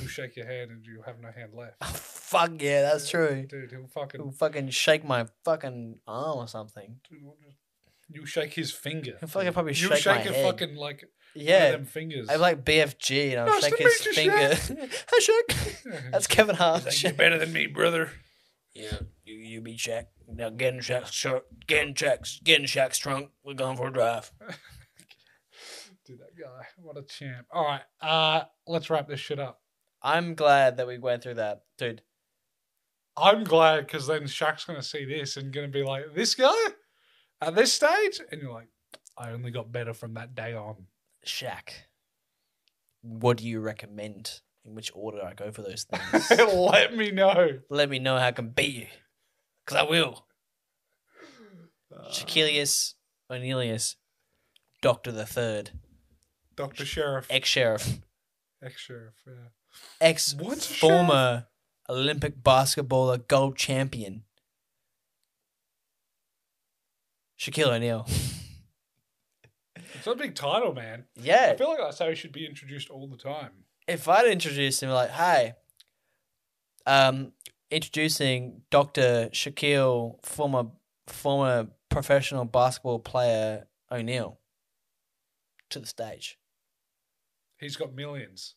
He'll shake your hand and you'll have no hand left.
Ah. Fuck yeah, that's true.
Dude, he'll fucking.
He'll fucking shake my fucking arm or something.
You'll shake his finger.
He'll fucking probably
You'll
shake,
shake,
my
your
head.
fucking like yeah.
yeah.
them fingers. (laughs)
I'm like BFG and I'll
Nice to
shake his
meet you,
finger.
Shaq.
(laughs) hey Shaq. That's Kevin Hart.
He's like,
(laughs)
you're better than me, brother.
Yeah, you, you beat Shaq. Now get in Shaq's shirt. Get in Shaq's, get in Shaq's trunk. We're going for a drive.
Dude, that guy. What a champ. All right. Uh, let's wrap this shit up.
I'm glad that we went through that, dude.
I'm glad because then Shaq's going to see this and going to be like, this guy at this stage? And you're like, I only got better from that day on. (laughs)
Shaq, what do you recommend? In which order I go for those (laughs) things?
Let me know.
Let me know how I can beat you, cause I will.
Uh,
Uh. Shaquilius O'Neilius, Doctor the Third,
Dr. Sheriff.
ex sheriff,
Ex Sheriff. Yeah.
ex
What's a
former Olympic basketballer gold champion, Shaquille O'Neal.
It's a big title, man. I
Yeah,
feel like that's how he should be introduced all the time.
if I'd introduced him like, "Hi, um, introducing Doctor Shaquille, former former professional basketball player O'Neal, to the stage,
He's got millions.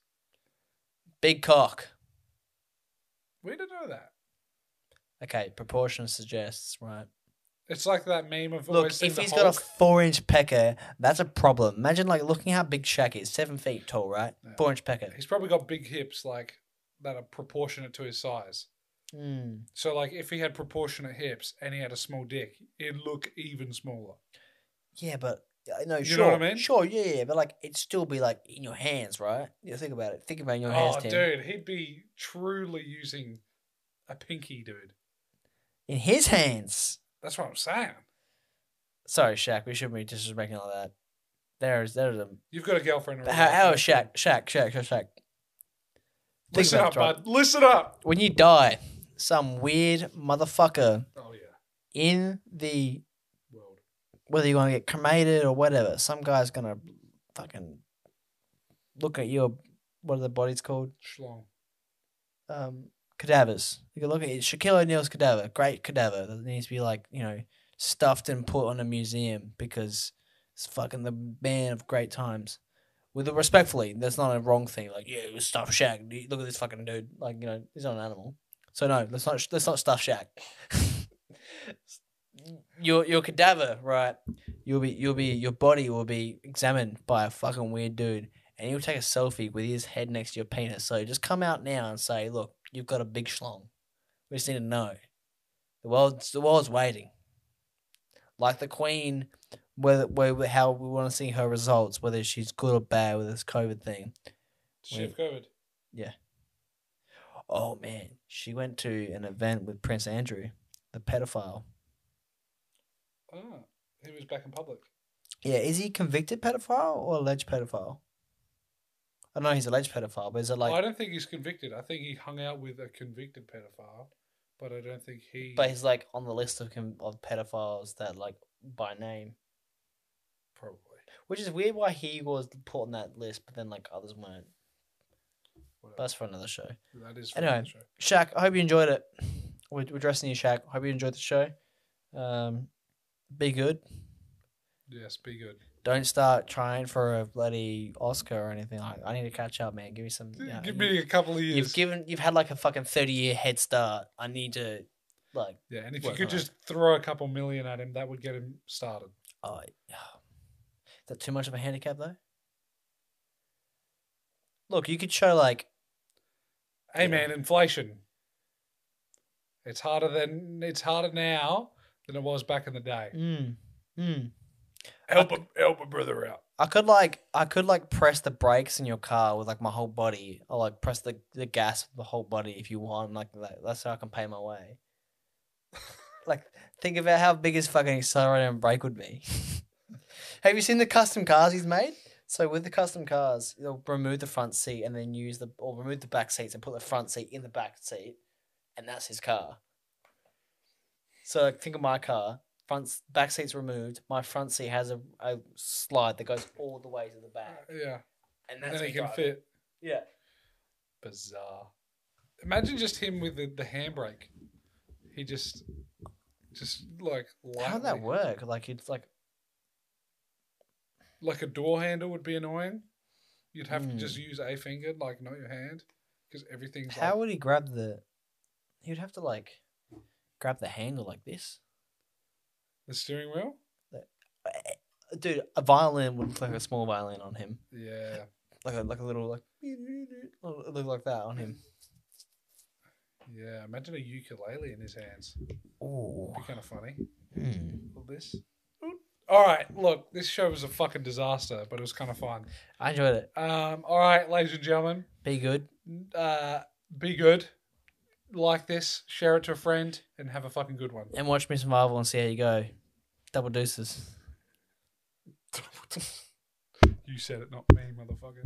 big cock."
We didn't know that.
Okay, proportion suggests right.
It's like that meme of
Look,
always
if
the
he's
Hulk.
got a four-inch pecker, that's a problem. Imagine like looking how big Shaq is, seven feet tall, right?
Yeah.
Four-inch pecker.
He's probably got big hips like that are proportionate to his size.
Mm.
So like if he had proportionate hips and he had a small dick, it'd look even smaller.
Yeah, but I know.
You
sure,
know what I mean?
Sure, yeah, yeah, but like it'd still be like in your hands, right? Yeah, think about it. Think about your hands,
Oh
Tim.
dude, he'd be truly using a pinky dude.
in his hands.
That's what I'm saying.
Sorry, Shaq, we shouldn't be disrespecting all that. There's there's a
You've got a girlfriend
but
already.
how, how is Shaq, Shaq, Shaq, Shaq, Shaq. Think
Listen
about
up,
it, right?
bud. Listen up.
When you die, some weird motherfucker
Oh yeah.
in the
World.
whether you want to get cremated or whatever, some guy's gonna fucking look at your what are the bodies called?
Schlong.
um, cadavers. You can look at it. Shaquille O'Neal's cadaver, great cadaver that needs to be like you know stuffed and put on a museum because it's fucking the man of great times. With respectfully, that's not a wrong thing. Like yeah, it was stuff Shaq. D- Look at this fucking dude. Like you know, he's not an animal. So no, let's not let's not stuff Shaq. (laughs) your your cadaver, right? You'll be you'll be your body will be examined by a fucking weird dude and he'll take a selfie with his head next to your penis. So just come out now and say, "Look, you've got a big schlong. We just need to know. The world's the world's waiting. Like the Queen, whether where how we want to see her results, whether she's good or bad with this COVID thing.
She have COVID.
Oh man, she went to an event with Prince Andrew, the pedophile.
Oh. He was back in public.
Yeah, is he convicted pedophile or alleged pedophile? I know he's alleged pedophile, but is it like
I don't think he's convicted. I think he hung out with a convicted pedophile but I don't think he.
But he's like on the list of com- of pedophiles that like by name,
probably.
which is weird. Why he was put on that list, but then like others weren't. But
Whatever.
that's for another show.
That is
anyway.
anyway.
Shaq, I hope you enjoyed it. We're, we're dressing you, Shaq. Hope you enjoyed the show. Um, be good.
Yes, be good.
Don't start trying for a bloody Oscar or anything. I, I need to catch up, man. Give me some. you know,
Give
you-
me a couple of years.
You've given. You've had like a fucking thirty year head start. I need to, like,
yeah, and if you
Work
could
on it.
just throw a couple million at him, that would get him started.
oh, is that too much of a handicap though? Look, you could show like
Hey
Yeah.
man, inflation. It's harder than it's harder now than it was back in the day.
Mm. Mm.
Help him, help a brother out.
I could like I could like press the brakes in your car with like my whole body, or like press the, the gas with the whole body if you want. Like that, that's how I can pay my way. like think about how big his fucking accelerator and brake would be. (laughs) Have you seen the custom cars he's made? So with the custom cars, they'll remove the front seat and then use the or remove the back seats and put the front seat in the back seat, and that's his car. So like, think of my car front s- back seat's removed. My front seat has a, a slide that goes all the way to the back,
Yeah,
Uh,
and
and
then
that's
he
me
can
driving.
fit.
Yeah,
Bizarre. Imagine just him with the, the handbrake. He just, just like lightly-
how'd that work? Like it's like
Like a door handle would be annoying. You'd have to
Hmm.
just use a finger, like not your hand, because everything's
how
like,
would he grab the? He would have to like grab the handle like this.
the steering wheel.
Dude, a violin would look like a small violin on him,
Yeah,
like a like a little like little- look like that on him.
yeah. Imagine a ukulele in his hands.
Ooh.
Be kind of funny.
Hmm.
All this. All right, look, this show was a fucking disaster, but it was kind of fun.
I enjoyed it.
Um, all right, ladies and gentlemen,
Be good.
uh, be good, like this, share it to a friend, and have a fucking good one.
And watch Miss Marvel and see how you go. Double deuces.
You said it, not me, motherfucker.